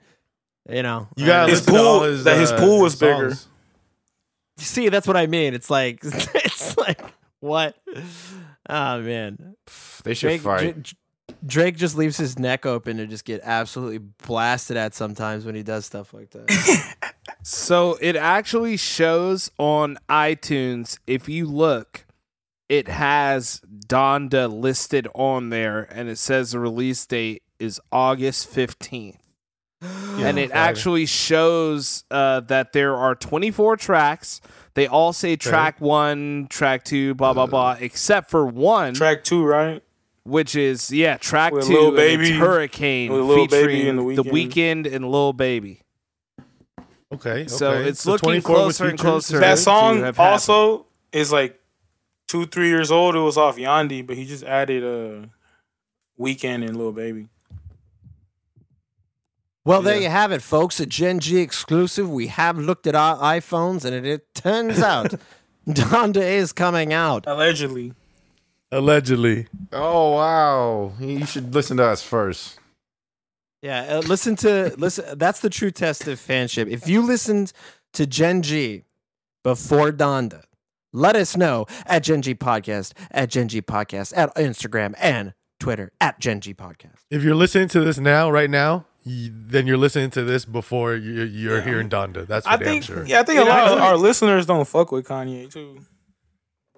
[SPEAKER 4] you know?
[SPEAKER 5] You gotta
[SPEAKER 3] His
[SPEAKER 5] listen to all uh,
[SPEAKER 3] pool- that his pool was bigger.
[SPEAKER 5] songs.
[SPEAKER 4] See, that's what I mean. It's like it's like what? Oh man,
[SPEAKER 6] They should
[SPEAKER 4] Drake,
[SPEAKER 6] fight.
[SPEAKER 4] Dra- Drake just leaves his neck open to just get absolutely blasted at sometimes when he does stuff like that.
[SPEAKER 2] So it actually shows on iTunes. If you look, it has Donda listed on there, and it says the release date is August fifteenth. and it actually shows uh, that there are 24 tracks. They all say track one, track two, blah blah blah, except for one,
[SPEAKER 3] Uh, Track two, right?
[SPEAKER 2] which is yeah, track
[SPEAKER 3] With
[SPEAKER 2] two,
[SPEAKER 3] Lil
[SPEAKER 2] and it's
[SPEAKER 3] Baby-
[SPEAKER 2] Hurricane
[SPEAKER 3] with Lil Baby
[SPEAKER 2] featuring
[SPEAKER 3] and
[SPEAKER 2] the
[SPEAKER 3] The
[SPEAKER 2] weekend and Lil Baby.
[SPEAKER 5] Okay, okay.
[SPEAKER 2] So it's looking
[SPEAKER 5] 24 was
[SPEAKER 2] closer and
[SPEAKER 5] featured.
[SPEAKER 2] closer.
[SPEAKER 3] That
[SPEAKER 2] to
[SPEAKER 3] song
[SPEAKER 2] have happened.
[SPEAKER 3] also is like two, three years old. It was off Yandi, but he just added uh, Weekend and Lil Baby.
[SPEAKER 4] well, there you have it, folks. A Gen G exclusive. We have looked at our iPhones, and it, it turns out Donda is coming out.
[SPEAKER 3] Allegedly.
[SPEAKER 5] Allegedly,
[SPEAKER 6] Oh wow! You should listen to us first.
[SPEAKER 4] Yeah, uh, listen to listen. That's the true test of fanship. If you listened to Gen G before Donda, let us know at Gen G Podcast, at Gen G Podcast, at Instagram and Twitter at Gen G Podcast.
[SPEAKER 5] if you're listening to this now, right now, y then you're listening to this before you're, you're hearing Donda. That's for
[SPEAKER 3] I
[SPEAKER 5] damn
[SPEAKER 3] think,
[SPEAKER 5] sure.
[SPEAKER 3] yeah, I think a lot of our listeners don't fuck with Kanye too.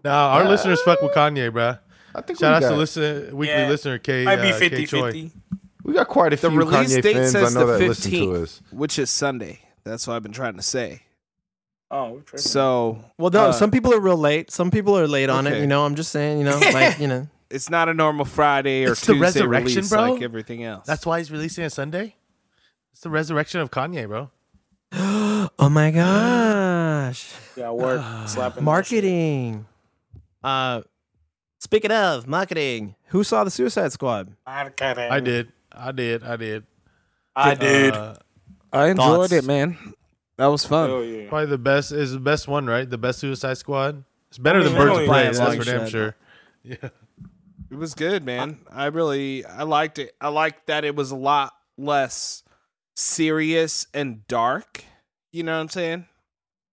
[SPEAKER 5] Nah, our listeners fuck with Kanye, bruh.
[SPEAKER 6] I think
[SPEAKER 5] Shout
[SPEAKER 6] we
[SPEAKER 5] out
[SPEAKER 6] got,
[SPEAKER 5] to listen weekly
[SPEAKER 3] Yeah.
[SPEAKER 5] listener K.
[SPEAKER 3] Might be
[SPEAKER 5] uh, K
[SPEAKER 3] 50
[SPEAKER 5] Choi.
[SPEAKER 3] 50.
[SPEAKER 6] we got quite a
[SPEAKER 2] The
[SPEAKER 6] few
[SPEAKER 2] release
[SPEAKER 6] Kanye
[SPEAKER 2] date
[SPEAKER 6] fans I
[SPEAKER 2] says
[SPEAKER 6] know
[SPEAKER 2] the
[SPEAKER 6] that listen to us.
[SPEAKER 2] fifteenth, which is Sunday. That's what I've been trying to say.
[SPEAKER 3] Oh, we're tripping.
[SPEAKER 2] So
[SPEAKER 4] Well, no,
[SPEAKER 2] uh,
[SPEAKER 4] some people are real late. Some people are late on it.
[SPEAKER 2] okay.
[SPEAKER 4] You know, I'm just saying. You know, like you know.
[SPEAKER 2] it's not a normal Friday or
[SPEAKER 5] It's the
[SPEAKER 2] Tuesday
[SPEAKER 5] resurrection,
[SPEAKER 2] release
[SPEAKER 5] bro.
[SPEAKER 2] like everything else.
[SPEAKER 5] That's why he's releasing it Sunday. It's the resurrection of Kanye, bro.
[SPEAKER 4] Oh my gosh.
[SPEAKER 3] yeah, work slapping
[SPEAKER 4] Marketing. Uh, speaking of marketing, who saw the Suicide Squad?
[SPEAKER 5] I
[SPEAKER 3] I
[SPEAKER 5] did. I did. I did.
[SPEAKER 3] I did.
[SPEAKER 5] Uh,
[SPEAKER 2] I enjoyed
[SPEAKER 4] Thoughts?
[SPEAKER 2] it, man. That was fun.
[SPEAKER 3] Hell yeah.
[SPEAKER 5] probably the best is the best one, right? The best Suicide Squad. It's better
[SPEAKER 3] I
[SPEAKER 5] than
[SPEAKER 3] mean,
[SPEAKER 5] Birds
[SPEAKER 3] hell
[SPEAKER 5] of
[SPEAKER 3] yeah.
[SPEAKER 5] Prey.
[SPEAKER 3] Yeah,
[SPEAKER 5] That's
[SPEAKER 4] like
[SPEAKER 5] for damn
[SPEAKER 4] that.
[SPEAKER 5] sure.
[SPEAKER 2] It was good, man. I really I liked it. I liked that it was a lot less serious and dark. You know what I'm saying?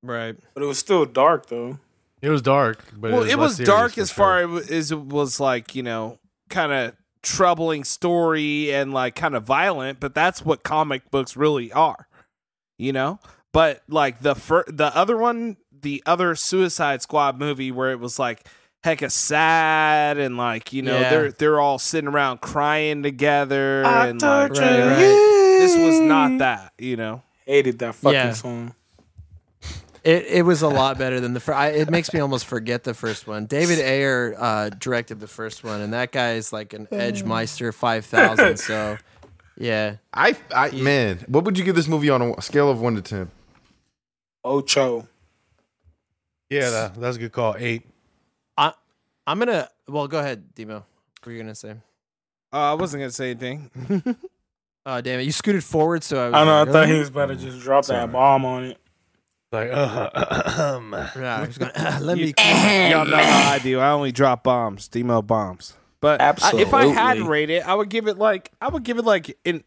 [SPEAKER 4] Right.
[SPEAKER 3] But it was still dark though.
[SPEAKER 5] It was dark, but
[SPEAKER 2] well, it
[SPEAKER 5] less
[SPEAKER 2] was
[SPEAKER 5] serious
[SPEAKER 2] dark
[SPEAKER 5] for
[SPEAKER 2] as
[SPEAKER 5] sure.
[SPEAKER 2] far as as it was like, you know, kind of troubling story and like kind of violent, but that's what comic books really are. You know? But like the fir- the other one, the other Suicide Squad movie where it was like heck of sad and like, you know,
[SPEAKER 4] Yeah.
[SPEAKER 2] they're they're all sitting around crying together and like
[SPEAKER 4] torture Right, right.
[SPEAKER 2] this was not that, you know.
[SPEAKER 3] Hated that fucking
[SPEAKER 4] Yeah.
[SPEAKER 3] song.
[SPEAKER 4] It it was a lot better than the first. It makes me almost forget the first one. David Ayer uh, directed the first one, and that guy is like an Edge Meister five thousand. So, yeah,
[SPEAKER 6] I, I man, what would you give this movie on a scale of one to ten?
[SPEAKER 3] Ocho.
[SPEAKER 5] Yeah, that, that's a good call. Eight.
[SPEAKER 4] I I'm gonna. Well, go ahead, Demo. What are you gonna say?
[SPEAKER 2] Oh, I wasn't gonna say anything.
[SPEAKER 4] Oh damn it! You scooted forward, so I. Was
[SPEAKER 3] I know. I
[SPEAKER 4] like,
[SPEAKER 3] thought he was about to just drop that bomb on it.
[SPEAKER 5] Like, uh,
[SPEAKER 4] Yeah, I was going. let
[SPEAKER 2] You-
[SPEAKER 4] me.
[SPEAKER 2] Y'all know how I do. I only drop bombs, demo bombs. But I, if I had
[SPEAKER 3] Absolutely.
[SPEAKER 2] rated, I would give it like I would give it like an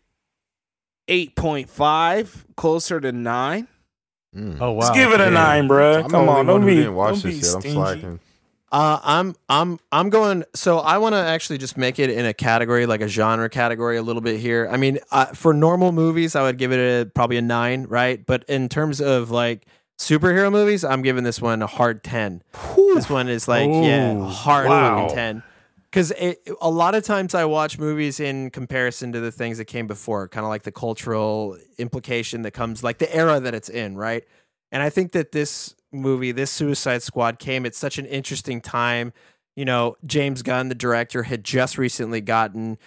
[SPEAKER 2] eight point five, closer to nine.
[SPEAKER 5] oh wow,
[SPEAKER 3] Let's give it a
[SPEAKER 5] Yeah.
[SPEAKER 3] nine, bro.
[SPEAKER 6] Hmm.
[SPEAKER 3] Come
[SPEAKER 6] I'm the only
[SPEAKER 3] on,
[SPEAKER 6] one
[SPEAKER 3] don't
[SPEAKER 6] who
[SPEAKER 3] be,
[SPEAKER 6] didn't watch
[SPEAKER 3] don't be
[SPEAKER 6] this yet.
[SPEAKER 3] stingy.
[SPEAKER 6] I'm slacking.
[SPEAKER 4] Uh, I'm I'm I'm going. So I want to actually just make it in a category, like a genre category, a little bit here. I mean, uh, for normal movies, I would give it a, probably a nine, right? But in terms of like superhero movies, I'm giving this one a hard ten. This one is like yeah, hard fucking ten. Because a lot of times I watch movies in comparison to the things that came before, kind of like the cultural implication that comes, like the era that it's in, right? And I think that this movie, this Suicide Squad, came at such an interesting time. You know, James Gunn, the director, had just recently gotten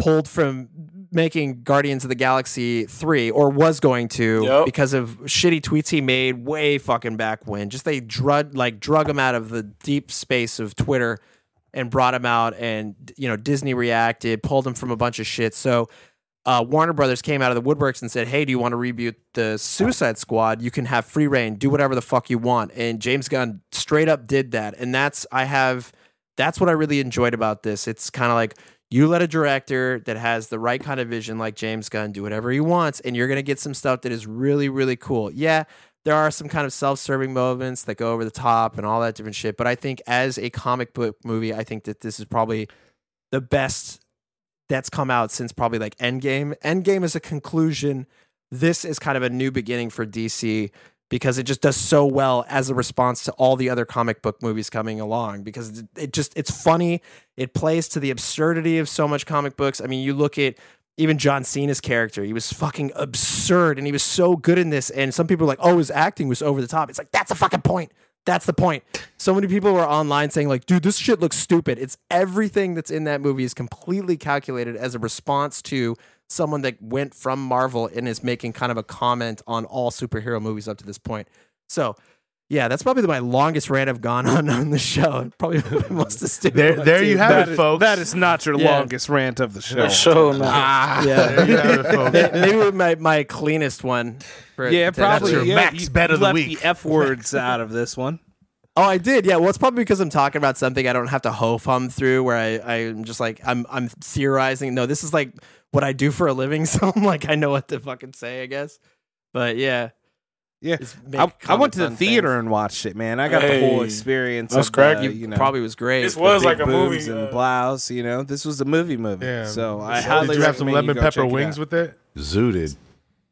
[SPEAKER 4] pulled from making Guardians of the Galaxy 3 or was going to
[SPEAKER 3] Yep.
[SPEAKER 4] because of shitty tweets he made way fucking back when. Just they drug like drug him out of the deep space of Twitter and brought him out and you know Disney reacted, pulled him from a bunch of shit. So uh, Warner Brothers came out of the woodworks and said, "Hey, do you want to reboot the Suicide Squad? You can have free reign, do whatever the fuck you want." And James Gunn straight up did that, and that's I have that's what I really enjoyed about this. It's kind of like you let a director that has the right kind of vision, like James Gunn, do whatever he wants, and you're gonna get some stuff that is really really cool. Yeah. There are some kind of self-serving moments that go over the top and all that different shit, but I think as a comic book movie, I think that this is probably the best that's come out since probably like Endgame. Endgame is a conclusion. This is kind of a new beginning for DC because it just does so well as a response to all the other comic book movies coming along because it- it just it's funny. It plays to the absurdity of so much comic books. I mean, you look at even John Cena's character, he was fucking absurd and he was so good in this. And some people are like, oh, his acting was over the top. It's like, that's the fucking point. That's the point. So many people were online saying, like, dude, this shit looks stupid. It's everything that's in that movie is completely calculated as a response to someone that went from Marvel and is making kind of a comment on all superhero movies up to this point. So, yeah, that's probably my longest rant I've gone on on the show. It probably must have stupid.
[SPEAKER 5] There, there you have
[SPEAKER 2] That
[SPEAKER 5] it,
[SPEAKER 2] is-
[SPEAKER 5] folks.
[SPEAKER 2] that is Ah. not your
[SPEAKER 4] Yeah.
[SPEAKER 2] longest rant of the show.
[SPEAKER 3] The show now.
[SPEAKER 4] yeah.
[SPEAKER 5] There you have it, folks.
[SPEAKER 4] Maybe my, my cleanest one. For
[SPEAKER 2] Yeah,
[SPEAKER 4] to- that's
[SPEAKER 2] probably.
[SPEAKER 5] your
[SPEAKER 2] yeah,
[SPEAKER 5] max
[SPEAKER 2] you
[SPEAKER 5] bet of the
[SPEAKER 2] left
[SPEAKER 5] week.
[SPEAKER 2] The F words out of this one.
[SPEAKER 4] Oh, I did. Yeah. Well, it's probably because I'm talking about something I don't have to ho hum through where I, I'm just like, I'm, I'm theorizing. No, this is like what I do for a living. So I'm like, I know what to fucking say, I guess. But yeah.
[SPEAKER 2] Yeah.
[SPEAKER 4] Just
[SPEAKER 2] I,
[SPEAKER 4] make
[SPEAKER 2] I went
[SPEAKER 4] comments
[SPEAKER 2] to the
[SPEAKER 4] on
[SPEAKER 2] theater
[SPEAKER 4] things. Uh,
[SPEAKER 2] and watched it, man. I got the whole
[SPEAKER 3] Hey,
[SPEAKER 2] experience.
[SPEAKER 3] that's
[SPEAKER 2] of
[SPEAKER 3] crack.
[SPEAKER 2] the,
[SPEAKER 3] You
[SPEAKER 2] you know,
[SPEAKER 4] Probably was great.
[SPEAKER 3] This was
[SPEAKER 2] big
[SPEAKER 3] like a
[SPEAKER 2] boobs
[SPEAKER 3] movie.
[SPEAKER 2] and
[SPEAKER 3] uh,
[SPEAKER 2] blouse. You know, this was a movie movie.
[SPEAKER 5] Yeah.
[SPEAKER 2] So I
[SPEAKER 5] Did
[SPEAKER 2] highly
[SPEAKER 5] you have some
[SPEAKER 2] recommend
[SPEAKER 5] lemon
[SPEAKER 2] you go
[SPEAKER 5] pepper
[SPEAKER 2] check it
[SPEAKER 5] wings
[SPEAKER 2] out.
[SPEAKER 5] with it?
[SPEAKER 6] Zooted.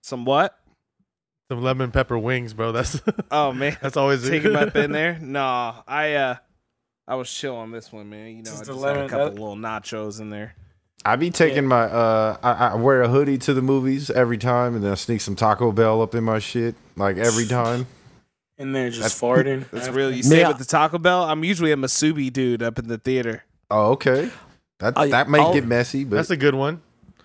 [SPEAKER 2] some what?
[SPEAKER 5] Some lemon pepper wings, bro. That's
[SPEAKER 2] Oh man,
[SPEAKER 5] that's always
[SPEAKER 2] take him up in there. Nah, I uh, I was chill on this one, man. You know,
[SPEAKER 3] Just
[SPEAKER 2] I just
[SPEAKER 3] the
[SPEAKER 2] had a
[SPEAKER 3] lemon-
[SPEAKER 2] couple
[SPEAKER 3] that-
[SPEAKER 2] little nachos in there.
[SPEAKER 6] I be taking my uh, I, I wear a hoodie to the movies every time, and then I sneak some Taco Bell up in my shit like every time.
[SPEAKER 3] in there just farting.
[SPEAKER 2] That's real. You say
[SPEAKER 4] Yeah.
[SPEAKER 2] with the Taco Bell, I'm usually a masubi dude up in the theater.
[SPEAKER 6] Oh, okay. That
[SPEAKER 3] Oh,
[SPEAKER 4] I-
[SPEAKER 6] that may
[SPEAKER 4] I'll-
[SPEAKER 6] get messy, but
[SPEAKER 5] that's a good one.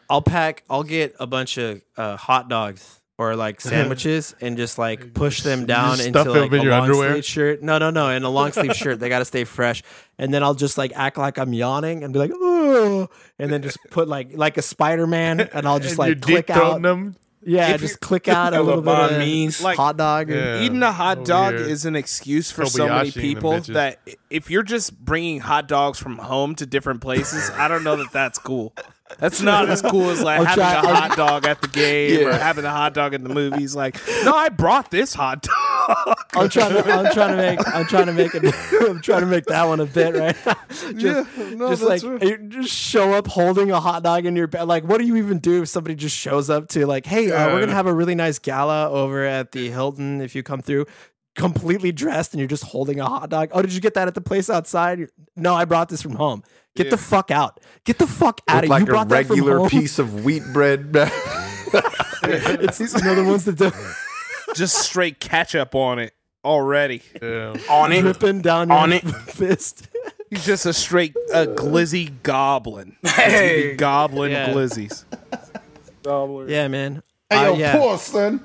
[SPEAKER 4] I'll pack, I'll get a bunch of uh, hot dogs or like sandwiches and just like push them down
[SPEAKER 5] just
[SPEAKER 4] into
[SPEAKER 5] stuff
[SPEAKER 4] like
[SPEAKER 5] them in
[SPEAKER 4] a
[SPEAKER 5] your
[SPEAKER 4] long
[SPEAKER 5] underwear?
[SPEAKER 4] sleeve shirt. No, no, no, in a long sleeve shirt. They got to stay fresh. And then I'll just like act like I'm yawning and be like, oh, and then just put like like a Spider Man, and I'll just
[SPEAKER 5] And
[SPEAKER 4] like
[SPEAKER 5] you're deep
[SPEAKER 4] click out.
[SPEAKER 5] throating them.
[SPEAKER 4] Yeah,
[SPEAKER 2] If
[SPEAKER 4] just
[SPEAKER 2] you-
[SPEAKER 4] click out a
[SPEAKER 3] Hella
[SPEAKER 4] little bit
[SPEAKER 3] banh
[SPEAKER 4] of
[SPEAKER 3] mi's.
[SPEAKER 2] Like-
[SPEAKER 4] hot dog. or-
[SPEAKER 5] Yeah.
[SPEAKER 2] Eating a hot
[SPEAKER 5] over
[SPEAKER 2] dog
[SPEAKER 5] here.
[SPEAKER 2] is an excuse for so many
[SPEAKER 5] Kobayashi them
[SPEAKER 2] people
[SPEAKER 5] bitches.
[SPEAKER 2] that i- if you're just bringing hot dogs from home to different places, I don't know that that's cool. That's not as cool as like
[SPEAKER 4] I'm
[SPEAKER 2] having
[SPEAKER 4] trying-
[SPEAKER 2] a
[SPEAKER 4] I'm-
[SPEAKER 2] hot dog at the game or having a hot dog in the movies. Like, no, I brought this hot dog.
[SPEAKER 4] I'm trying to, I'm trying to make, I'm trying to make it, I'm trying to make that one a bit right. just, just like you just show up holding a hot dog in your bed. Like, what do you even do if somebody just shows up to like, hey, uh, we're gonna have a really nice gala over at the Hilton if you come through, completely dressed and you're just holding a hot dog. Oh, did you get that at the place outside? You're- No, I brought this from home. Get the fuck out. Get the fuck out
[SPEAKER 6] with
[SPEAKER 4] of
[SPEAKER 6] like
[SPEAKER 4] you
[SPEAKER 6] a
[SPEAKER 4] brought that from
[SPEAKER 6] regular
[SPEAKER 4] home?
[SPEAKER 6] piece of wheat bread.
[SPEAKER 4] It's you know the ones that do
[SPEAKER 2] just straight ketchup on it already.
[SPEAKER 5] Yeah.
[SPEAKER 3] on it.
[SPEAKER 4] dripping down your
[SPEAKER 3] On it.
[SPEAKER 4] fist.
[SPEAKER 2] He's just a straight a glizzy goblin.
[SPEAKER 3] Hey,
[SPEAKER 2] Goblin
[SPEAKER 4] Yeah.
[SPEAKER 2] glizzies.
[SPEAKER 3] gobbler.
[SPEAKER 4] Yeah, man.
[SPEAKER 6] Hey,
[SPEAKER 4] Uh,
[SPEAKER 6] yo,
[SPEAKER 4] yeah.
[SPEAKER 6] poor son.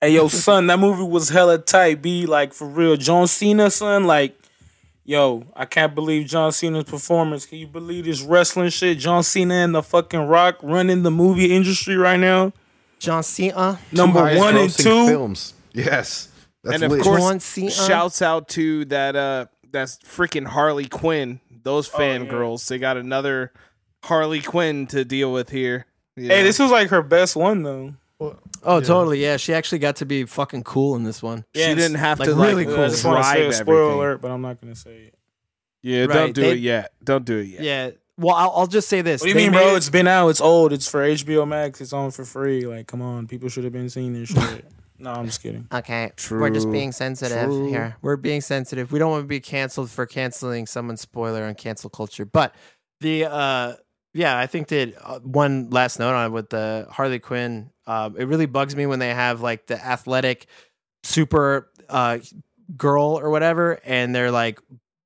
[SPEAKER 3] Hey, yo, son, that movie was hella tight. B like for real, John Cena, son, like. Yo, I can't believe John Cena's performance. Can you believe this wrestling shit? John Cena and the fucking Rock running the movie industry right now.
[SPEAKER 9] John Cena.
[SPEAKER 3] Number
[SPEAKER 6] highest
[SPEAKER 3] one and
[SPEAKER 6] grossing
[SPEAKER 3] two.
[SPEAKER 6] films. Yes, that's
[SPEAKER 2] and of
[SPEAKER 6] lit.
[SPEAKER 2] course,
[SPEAKER 9] John Cena.
[SPEAKER 2] shouts out to that uh that's freaking Harley Quinn. Those fangirls, they got another Harley Quinn to deal with here. Yeah.
[SPEAKER 3] Hey, this was like her best one though.
[SPEAKER 4] Oh, totally. Yeah, she actually got to be fucking cool in this one.
[SPEAKER 2] she didn't have
[SPEAKER 4] like,
[SPEAKER 2] to
[SPEAKER 4] really
[SPEAKER 2] like
[SPEAKER 4] cool.
[SPEAKER 3] uh, I just want to say a
[SPEAKER 2] drive
[SPEAKER 3] spoiler
[SPEAKER 2] everything.
[SPEAKER 3] alert, but I'm not gonna say it.
[SPEAKER 2] Yeah,
[SPEAKER 4] Right,
[SPEAKER 2] don't do
[SPEAKER 4] they-
[SPEAKER 2] it yet. Don't do it yet.
[SPEAKER 4] Yeah. Well, I'll, I'll just say this.
[SPEAKER 3] What do you
[SPEAKER 4] They
[SPEAKER 3] mean,
[SPEAKER 4] made
[SPEAKER 3] bro?
[SPEAKER 4] it-
[SPEAKER 3] It's been out. It's old. It's for HBO Max. It's on for free. Like, come on, people should have been seeing this shit. no, I'm just kidding.
[SPEAKER 4] Okay. We're just
[SPEAKER 2] True.
[SPEAKER 4] being sensitive here. We're being sensitive. We don't want to be canceled for canceling someone's spoiler on cancel culture. But the uh yeah, I think that uh, one last note on with the Harley Quinn, uh, it really bugs me when they have like the athletic super uh girl or whatever and they're like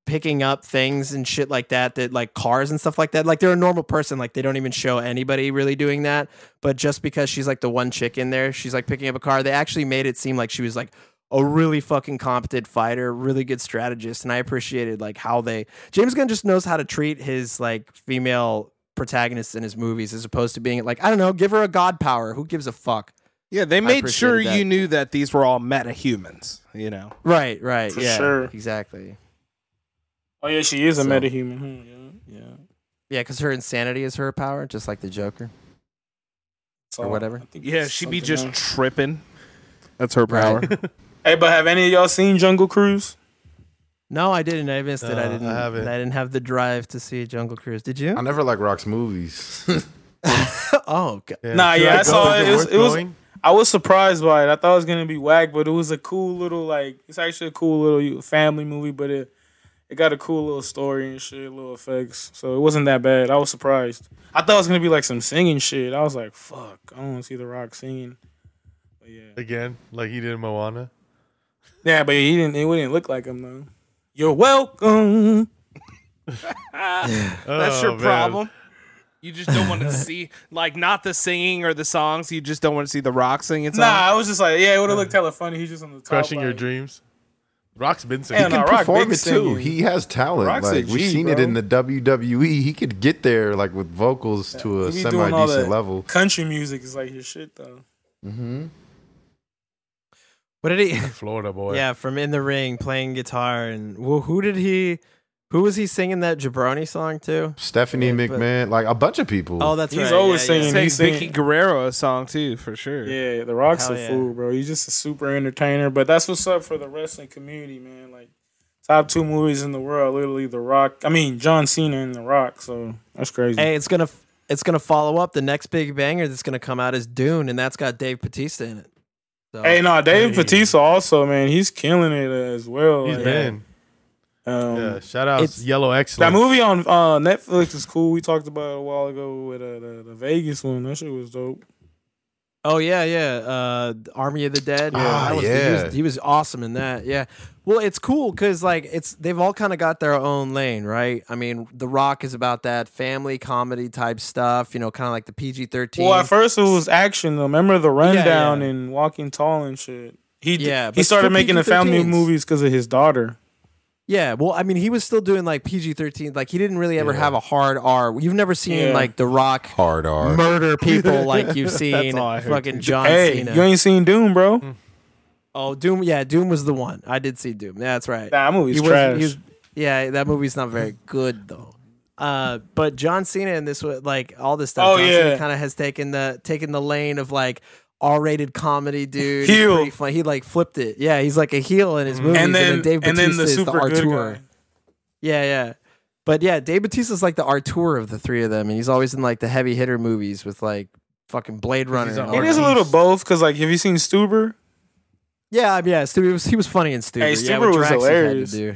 [SPEAKER 4] picking up things and shit like that that like cars and stuff like that like they're a normal person like they don't even show anybody really doing that but just because she's like the one chick in there she's like picking up a car they actually made it seem like she was like a really fucking competent fighter really good strategist and i appreciated like how they james gunn just knows how to treat his like female protagonists in his movies as opposed to being like i don't know give her a god power who gives a fuck
[SPEAKER 2] Yeah, they made
[SPEAKER 4] appreciated
[SPEAKER 2] sure
[SPEAKER 4] that.
[SPEAKER 2] you knew that these were all metahumans, you know.
[SPEAKER 4] right right
[SPEAKER 3] For
[SPEAKER 4] yeah
[SPEAKER 3] sure.
[SPEAKER 4] exactly
[SPEAKER 3] Oh yeah, she is a
[SPEAKER 4] So-
[SPEAKER 3] metahuman. Hmm, yeah, yeah.
[SPEAKER 4] yeah because her insanity is her power just like the joker
[SPEAKER 3] So,
[SPEAKER 4] Or whatever.
[SPEAKER 3] I think
[SPEAKER 2] Yeah,
[SPEAKER 3] it's
[SPEAKER 2] she'd be
[SPEAKER 3] something
[SPEAKER 2] just
[SPEAKER 3] else.
[SPEAKER 2] tripping. That's her power.
[SPEAKER 4] Right.
[SPEAKER 3] Hey, but have any of y'all seen Jungle Cruise?
[SPEAKER 4] No, I didn't. I missed it.
[SPEAKER 5] No,
[SPEAKER 4] I
[SPEAKER 5] I
[SPEAKER 4] didn't. Uh, I,
[SPEAKER 5] haven't.
[SPEAKER 4] didn't have the drive to see Jungle Cruise. Did you?
[SPEAKER 6] I never like Rock's movies.
[SPEAKER 4] oh, God.
[SPEAKER 3] Nah,
[SPEAKER 5] Should
[SPEAKER 3] yeah, I
[SPEAKER 5] go?
[SPEAKER 3] saw it.
[SPEAKER 5] Is
[SPEAKER 3] It was-
[SPEAKER 5] worth
[SPEAKER 3] it was-
[SPEAKER 5] going?
[SPEAKER 3] I was surprised by it. I thought it was gonna be whack, but it was a cool little like. It's actually a cool little family movie, but it it got a cool little story and shit, little effects. So it wasn't that bad. I was surprised. I thought it was gonna be like some singing shit. I was like, fuck, I don't want to see The Rock singing. But yeah,
[SPEAKER 5] again, like he did in Moana.
[SPEAKER 3] yeah, but he didn't. It wouldn't look like him though. You're welcome.
[SPEAKER 2] That's your
[SPEAKER 5] Oh, man.
[SPEAKER 2] problem. You just don't want to see like not the singing or the songs. You just don't want to see the rock singing. Song.
[SPEAKER 3] Nah, I was just like, yeah, it would have looked hella funny. He's just on the top,
[SPEAKER 5] Crushing your
[SPEAKER 3] like-
[SPEAKER 5] dreams. Rock's been
[SPEAKER 3] Hell
[SPEAKER 5] saying
[SPEAKER 3] no.
[SPEAKER 6] can
[SPEAKER 3] Nah, Rock
[SPEAKER 6] perform
[SPEAKER 3] big
[SPEAKER 6] it too.
[SPEAKER 3] singing.
[SPEAKER 6] He has talent.
[SPEAKER 3] Rock's a
[SPEAKER 6] like we've
[SPEAKER 3] G,
[SPEAKER 6] seen it
[SPEAKER 3] bro.
[SPEAKER 6] in the WWE. He could get there like with vocals to a
[SPEAKER 3] He be
[SPEAKER 6] semi
[SPEAKER 3] doing all
[SPEAKER 6] decent
[SPEAKER 3] that
[SPEAKER 6] level.
[SPEAKER 3] Country music is like his shit though.
[SPEAKER 6] Mm-hmm.
[SPEAKER 4] What did he?
[SPEAKER 5] Florida boy.
[SPEAKER 4] Yeah, from In the Ring, playing guitar, and who, who did he? Who was he singing that jabroni song to?
[SPEAKER 6] Stephanie
[SPEAKER 4] Yeah, but-
[SPEAKER 6] McMahon, like a bunch of people.
[SPEAKER 4] Oh, that's
[SPEAKER 3] He's
[SPEAKER 4] right.
[SPEAKER 3] always
[SPEAKER 4] yeah, yeah.
[SPEAKER 3] singing.
[SPEAKER 2] Sing
[SPEAKER 3] he's singing-
[SPEAKER 2] Vicky Guerrero a song too for sure.
[SPEAKER 3] Yeah, The Rock's
[SPEAKER 4] Hell
[SPEAKER 3] a
[SPEAKER 4] yeah.
[SPEAKER 3] fool, bro. He's just a super entertainer. But that's what's up for the wrestling community, man. Like top two movies in the world, literally The Rock. I mean John Cena and The Rock. So that's crazy.
[SPEAKER 4] Hey, it's gonna it's gonna follow up. The next big banger that's gonna come out is Dune, and that's got Dave Bautista in it. So,
[SPEAKER 3] Hey, no, Dave
[SPEAKER 5] Hey.
[SPEAKER 3] Batista also, man, he's killing it as well.
[SPEAKER 5] He's
[SPEAKER 3] Like,
[SPEAKER 5] been.
[SPEAKER 3] um,
[SPEAKER 5] yeah. Shout out
[SPEAKER 4] It's-
[SPEAKER 5] Yellow Excellence.
[SPEAKER 3] That movie on uh, Netflix is cool. We talked about it a while ago with uh, the, the Vegas one. That shit was dope.
[SPEAKER 4] Oh yeah, yeah. Uh, Army of the Dead.
[SPEAKER 6] Ah,
[SPEAKER 4] That was- He
[SPEAKER 6] yeah.
[SPEAKER 4] was, he was awesome in that. Yeah. Well, it's cool because like it's they've all kind of got their own lane, right? I mean, The Rock is about that family comedy type stuff. You know, kind of like the PG thirteen.
[SPEAKER 3] Well, at first it was action though. Remember the rundown
[SPEAKER 4] yeah.
[SPEAKER 3] and Walking Tall and shit. He
[SPEAKER 4] Yeah,
[SPEAKER 3] yeah, he
[SPEAKER 4] but
[SPEAKER 3] started
[SPEAKER 4] for
[SPEAKER 3] making the family
[SPEAKER 4] PG-13s.
[SPEAKER 3] movies because of his daughter.
[SPEAKER 4] yeah. Well, I mean, he was still doing like PG thirteen. Like he didn't really ever have a hard R. You've never seen
[SPEAKER 3] Yeah.
[SPEAKER 4] like The Rock
[SPEAKER 6] hard R.
[SPEAKER 4] murder people like you've seen
[SPEAKER 2] all I heard,
[SPEAKER 4] fucking John
[SPEAKER 3] Hey,
[SPEAKER 4] Cena. Mm.
[SPEAKER 3] you ain't seen Doom, bro.
[SPEAKER 4] Oh, Doom. Yeah, Doom was the one. I did see Doom. That's right.
[SPEAKER 3] Nah, that movie's
[SPEAKER 4] He was-
[SPEAKER 3] trash.
[SPEAKER 4] he was- yeah, that movie's not very good though. Uh, but John Cena in this wa- like all this stuff.
[SPEAKER 3] Oh,
[SPEAKER 4] John
[SPEAKER 3] yeah.
[SPEAKER 4] Cena kind of has taken the taken the lane of like R-rated comedy dude. He's
[SPEAKER 3] Heel. Mm.
[SPEAKER 4] pretty funny. He like flipped it. Yeah, he's like a heel in his movies,
[SPEAKER 3] and then
[SPEAKER 4] Dave
[SPEAKER 3] and then
[SPEAKER 4] Bautista
[SPEAKER 3] the
[SPEAKER 4] is
[SPEAKER 3] super
[SPEAKER 4] the
[SPEAKER 3] good
[SPEAKER 4] Artur.
[SPEAKER 3] guy.
[SPEAKER 4] Yeah, yeah. But yeah, Dave Bautista's like the Artur of the three of them, and he's always in like the heavy hitter movies with like fucking Blade Runner.
[SPEAKER 5] he's an
[SPEAKER 4] and all
[SPEAKER 3] It
[SPEAKER 5] Artur.
[SPEAKER 3] is
[SPEAKER 4] that.
[SPEAKER 3] a little both because like have you seen Stuber?
[SPEAKER 4] Yeah, I- yeah. Stuber was he was funny in Stuber.
[SPEAKER 3] Hey,
[SPEAKER 4] yeah,
[SPEAKER 3] Stuber
[SPEAKER 4] what
[SPEAKER 3] was
[SPEAKER 4] Drax had to
[SPEAKER 3] hilarious.
[SPEAKER 4] do.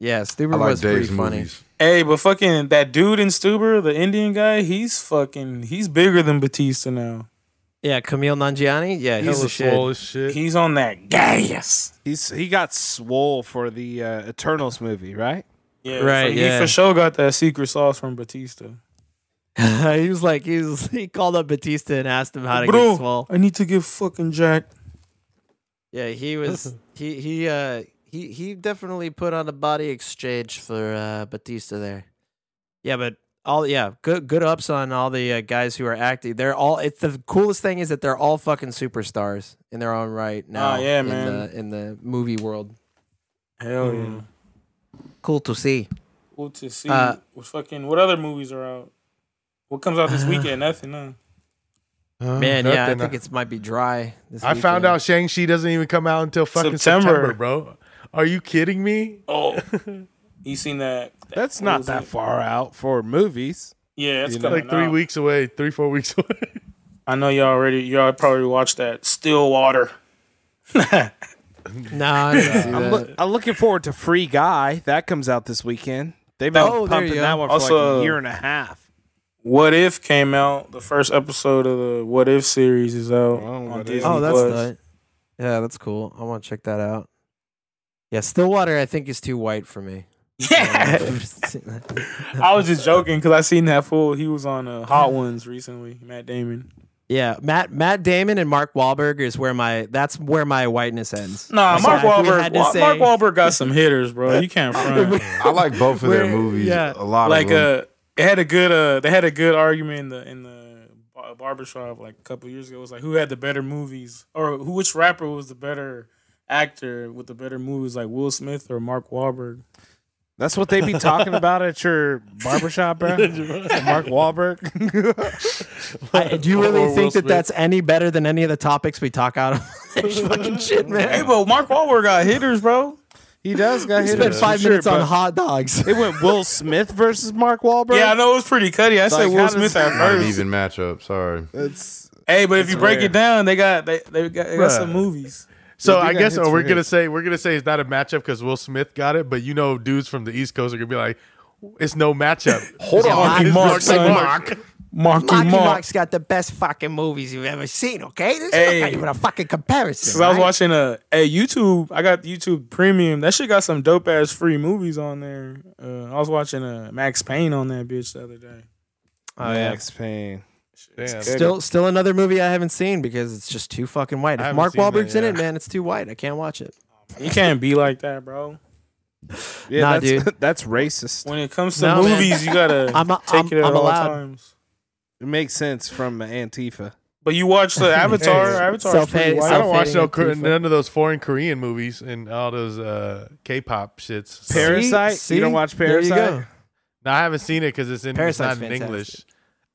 [SPEAKER 4] Yeah, Stuber
[SPEAKER 6] I like
[SPEAKER 4] was
[SPEAKER 6] Dave's
[SPEAKER 4] pretty funny.
[SPEAKER 6] movies.
[SPEAKER 3] Hey, but fucking that dude in Stuber, the Indian guy, he's fucking he's bigger than Batista now.
[SPEAKER 4] Yeah, Camille Nanjiani. Yeah, he's
[SPEAKER 5] Hella
[SPEAKER 4] the shit.
[SPEAKER 5] swole as shit.
[SPEAKER 3] He's on that gas.
[SPEAKER 2] He's he got swole for the uh, Eternals movie, right?
[SPEAKER 3] Yeah,
[SPEAKER 4] Right,
[SPEAKER 3] so
[SPEAKER 4] yeah.
[SPEAKER 3] He for sure got that secret sauce from Batista.
[SPEAKER 4] he was like, he was, he called up Batista and asked him how to
[SPEAKER 3] Bro,
[SPEAKER 4] get swole.
[SPEAKER 3] I need to get fucking Jack.
[SPEAKER 4] Yeah, he was he he uh he he definitely put on a body exchange for uh, Batista there. Yeah, but all yeah, good good ups on all the uh, guys who are acting. They're all. It's the coolest thing is that they're all fucking superstars in their own
[SPEAKER 5] Oh,
[SPEAKER 4] right now.
[SPEAKER 3] yeah,
[SPEAKER 4] in
[SPEAKER 3] man.
[SPEAKER 4] The, in the movie world,
[SPEAKER 3] Hell yeah.
[SPEAKER 4] cool to see.
[SPEAKER 3] Cool to see.
[SPEAKER 4] Uh,
[SPEAKER 3] what fucking what other movies are out? What comes out this weekend? Nothing, huh? Uh,
[SPEAKER 4] Man, yeah, I
[SPEAKER 5] nothing. uh,
[SPEAKER 4] think it's might be dry. This
[SPEAKER 5] I found
[SPEAKER 4] weekend.
[SPEAKER 5] out Shang Chi doesn't even come out until fucking
[SPEAKER 3] September.
[SPEAKER 5] September. bro. Are you kidding me?
[SPEAKER 3] Oh, you seen that? that-
[SPEAKER 2] That's
[SPEAKER 3] what
[SPEAKER 2] not
[SPEAKER 3] was
[SPEAKER 2] that
[SPEAKER 3] it?
[SPEAKER 2] far out for movies.
[SPEAKER 3] Yeah, it's
[SPEAKER 2] You know,
[SPEAKER 3] coming
[SPEAKER 5] Like three
[SPEAKER 3] out.
[SPEAKER 5] weeks away, three four weeks away.
[SPEAKER 3] I know y'all already. Y'all probably watched that Still Water.
[SPEAKER 4] No, I didn't see
[SPEAKER 2] I'm,
[SPEAKER 4] that.
[SPEAKER 2] look, I'm looking forward to Free Guy. That comes out this weekend. They've been
[SPEAKER 4] Oh, there you
[SPEAKER 2] pumping
[SPEAKER 4] go.
[SPEAKER 2] that one for like
[SPEAKER 3] Also-
[SPEAKER 2] a year and a half.
[SPEAKER 3] What If came out. The first episode of the What If series is out
[SPEAKER 2] Oh,
[SPEAKER 3] on
[SPEAKER 2] What
[SPEAKER 3] Disney
[SPEAKER 2] If.
[SPEAKER 4] Oh, that's
[SPEAKER 3] Plus.
[SPEAKER 4] nice. Yeah, that's cool. I want to check that out. Yeah, Stillwater, I think, is too white for me.
[SPEAKER 3] Yeah, I was just joking because I seen that fool. He was on uh, Hot Ones recently. Matt Damon.
[SPEAKER 4] yeah, Matt Matt Damon and Mark Wahlberg is where my that's where my whiteness ends.
[SPEAKER 3] Nah,
[SPEAKER 4] So
[SPEAKER 3] Mark
[SPEAKER 4] if we
[SPEAKER 3] Wahlberg.
[SPEAKER 4] had to
[SPEAKER 3] Wa-
[SPEAKER 4] say-
[SPEAKER 3] Mark Wahlberg got some hitters, bro. You can't front.
[SPEAKER 6] I like both of their
[SPEAKER 4] Where-
[SPEAKER 6] movies.
[SPEAKER 4] yeah.
[SPEAKER 6] A lot
[SPEAKER 3] like
[SPEAKER 6] of them.
[SPEAKER 3] uh they had a good uh they had a good argument in the in the bar- barbershop like a couple years ago it was like who had the better movies or who which rapper was the better actor with the better movies like Will Smith or Mark Wahlberg
[SPEAKER 2] That's what they be talking about at your barbershop, bro. Mark Wahlberg.
[SPEAKER 4] I- do you
[SPEAKER 5] Or
[SPEAKER 4] really
[SPEAKER 5] Will
[SPEAKER 4] think that
[SPEAKER 5] Smith.
[SPEAKER 4] that's any better than any of the topics we talk out of? This fucking shit,
[SPEAKER 3] hey
[SPEAKER 4] man.
[SPEAKER 3] but Mark Wahlberg got hitters bro
[SPEAKER 2] he does got
[SPEAKER 4] We
[SPEAKER 2] hit.
[SPEAKER 4] spent
[SPEAKER 2] for
[SPEAKER 4] five
[SPEAKER 2] sure,
[SPEAKER 4] minutes on
[SPEAKER 2] but
[SPEAKER 4] hot dogs.
[SPEAKER 2] It went Will Smith versus Mark Wahlberg.
[SPEAKER 3] yeah I know it was pretty cutty I said
[SPEAKER 2] Like, how
[SPEAKER 3] Will
[SPEAKER 2] does
[SPEAKER 3] Smith
[SPEAKER 2] that
[SPEAKER 3] at
[SPEAKER 6] Not an
[SPEAKER 3] uh, first
[SPEAKER 6] even matchup. Sorry.
[SPEAKER 2] it's
[SPEAKER 3] hey but if you break
[SPEAKER 2] rare.
[SPEAKER 3] it down they got they they got, they got
[SPEAKER 5] Bruh.
[SPEAKER 3] some movies
[SPEAKER 5] So
[SPEAKER 2] They do
[SPEAKER 5] I
[SPEAKER 2] got
[SPEAKER 5] guess
[SPEAKER 2] hits
[SPEAKER 5] oh,
[SPEAKER 2] for
[SPEAKER 5] we're gonna
[SPEAKER 2] hits.
[SPEAKER 5] say we're gonna say it's not a matchup because Will Smith got it, but you know, dudes from the East Coast are gonna be like, it's no matchup. Hold
[SPEAKER 4] on,
[SPEAKER 3] Mark, son. Marky
[SPEAKER 4] Marky
[SPEAKER 3] Mark.
[SPEAKER 4] Mark's got the best fucking movies you've ever seen. Okay, this
[SPEAKER 3] Hey.
[SPEAKER 4] is not even a fucking comparison.
[SPEAKER 3] Cause I was
[SPEAKER 4] right?
[SPEAKER 3] watching a a YouTube. I got YouTube Premium. That shit got some dope ass free movies on there. Uh, I was watching uh, Max Payne on that bitch the other day.
[SPEAKER 4] Oh, yeah.
[SPEAKER 2] Max Payne.
[SPEAKER 5] Damn.
[SPEAKER 4] Still, still another movie I haven't seen because it's just too fucking white.
[SPEAKER 5] I
[SPEAKER 4] If
[SPEAKER 5] haven't
[SPEAKER 4] Mark
[SPEAKER 5] seen that,
[SPEAKER 4] Wahlberg's
[SPEAKER 5] yeah.
[SPEAKER 4] in it, man, it's too white. I can't watch it.
[SPEAKER 3] You can't be like that, bro.
[SPEAKER 2] Yeah,
[SPEAKER 4] Nah,
[SPEAKER 2] that's, That's racist.
[SPEAKER 3] When it comes to
[SPEAKER 4] No, man.
[SPEAKER 3] movies, you gotta
[SPEAKER 4] I'm a-
[SPEAKER 3] take
[SPEAKER 4] I'm-
[SPEAKER 3] it at
[SPEAKER 4] I'm
[SPEAKER 3] all
[SPEAKER 4] allowed.
[SPEAKER 3] times.
[SPEAKER 2] It makes sense from Antifa.
[SPEAKER 3] But you watch the Avatar.
[SPEAKER 5] Hey.
[SPEAKER 3] Avatar's
[SPEAKER 4] Self-hate-
[SPEAKER 3] pretty white.
[SPEAKER 5] I don't watch
[SPEAKER 4] Fading
[SPEAKER 5] no Kor-
[SPEAKER 4] Antifa.
[SPEAKER 5] none of those foreign Korean movies and all those uh, K-pop shits. So-
[SPEAKER 2] Parasite? You don't watch Parasite?
[SPEAKER 4] There you go.
[SPEAKER 5] No, I haven't seen it because it's in it's not
[SPEAKER 4] Parasite's
[SPEAKER 5] in
[SPEAKER 4] fantastic.
[SPEAKER 5] English.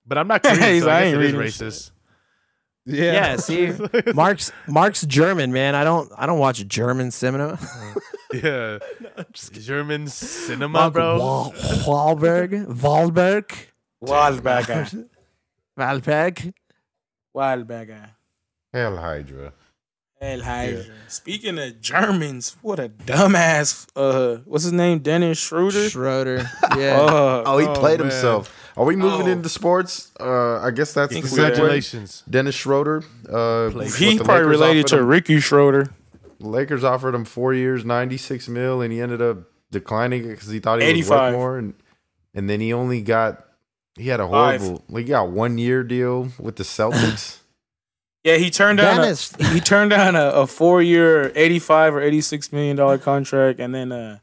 [SPEAKER 5] But I'm not Korean, so I,
[SPEAKER 3] He's like, I
[SPEAKER 5] guess
[SPEAKER 3] ain't
[SPEAKER 5] it is
[SPEAKER 3] reading
[SPEAKER 5] racist.
[SPEAKER 2] Yeah.
[SPEAKER 4] Yeah, see, Mark's Mark's German, man. I don't I don't watch German cinema.
[SPEAKER 5] Yeah, German cinema,
[SPEAKER 4] Mark
[SPEAKER 5] bro.
[SPEAKER 4] Wahl- Wahlberg, Wahlberg,
[SPEAKER 3] Wild bad guy.
[SPEAKER 4] Wahlberg.
[SPEAKER 3] Wild bad guy.
[SPEAKER 6] Hell Hydra.
[SPEAKER 3] Hell, hi. Speaking of Germans, what a dumbass. Uh, what's his name? Dennis Schroeder.
[SPEAKER 4] Schroeder. Yeah.
[SPEAKER 3] Uh,
[SPEAKER 6] Oh, he
[SPEAKER 5] Oh,
[SPEAKER 6] played
[SPEAKER 5] man.
[SPEAKER 6] himself. Are we moving
[SPEAKER 3] Oh.
[SPEAKER 6] into sports? Uh, I guess that's the
[SPEAKER 3] Think we
[SPEAKER 6] segue.
[SPEAKER 5] Congratulations.
[SPEAKER 6] Dennis Schroeder. Uh,
[SPEAKER 3] he
[SPEAKER 6] what the
[SPEAKER 3] probably
[SPEAKER 6] Lakers
[SPEAKER 3] related
[SPEAKER 6] offered
[SPEAKER 3] to
[SPEAKER 6] him.
[SPEAKER 3] Ricky Schroeder.
[SPEAKER 6] Lakers offered him four years, ninety six mil, and he ended up declining because he thought he was
[SPEAKER 3] 85.
[SPEAKER 6] worth more, and and then he only got he had a
[SPEAKER 3] Five.
[SPEAKER 6] horrible. He got one year deal with the Celtics.
[SPEAKER 3] Yeah, he turned down
[SPEAKER 4] Dennis.
[SPEAKER 3] a, he turned down a, a four year eighty five or eighty six million dollar contract and then uh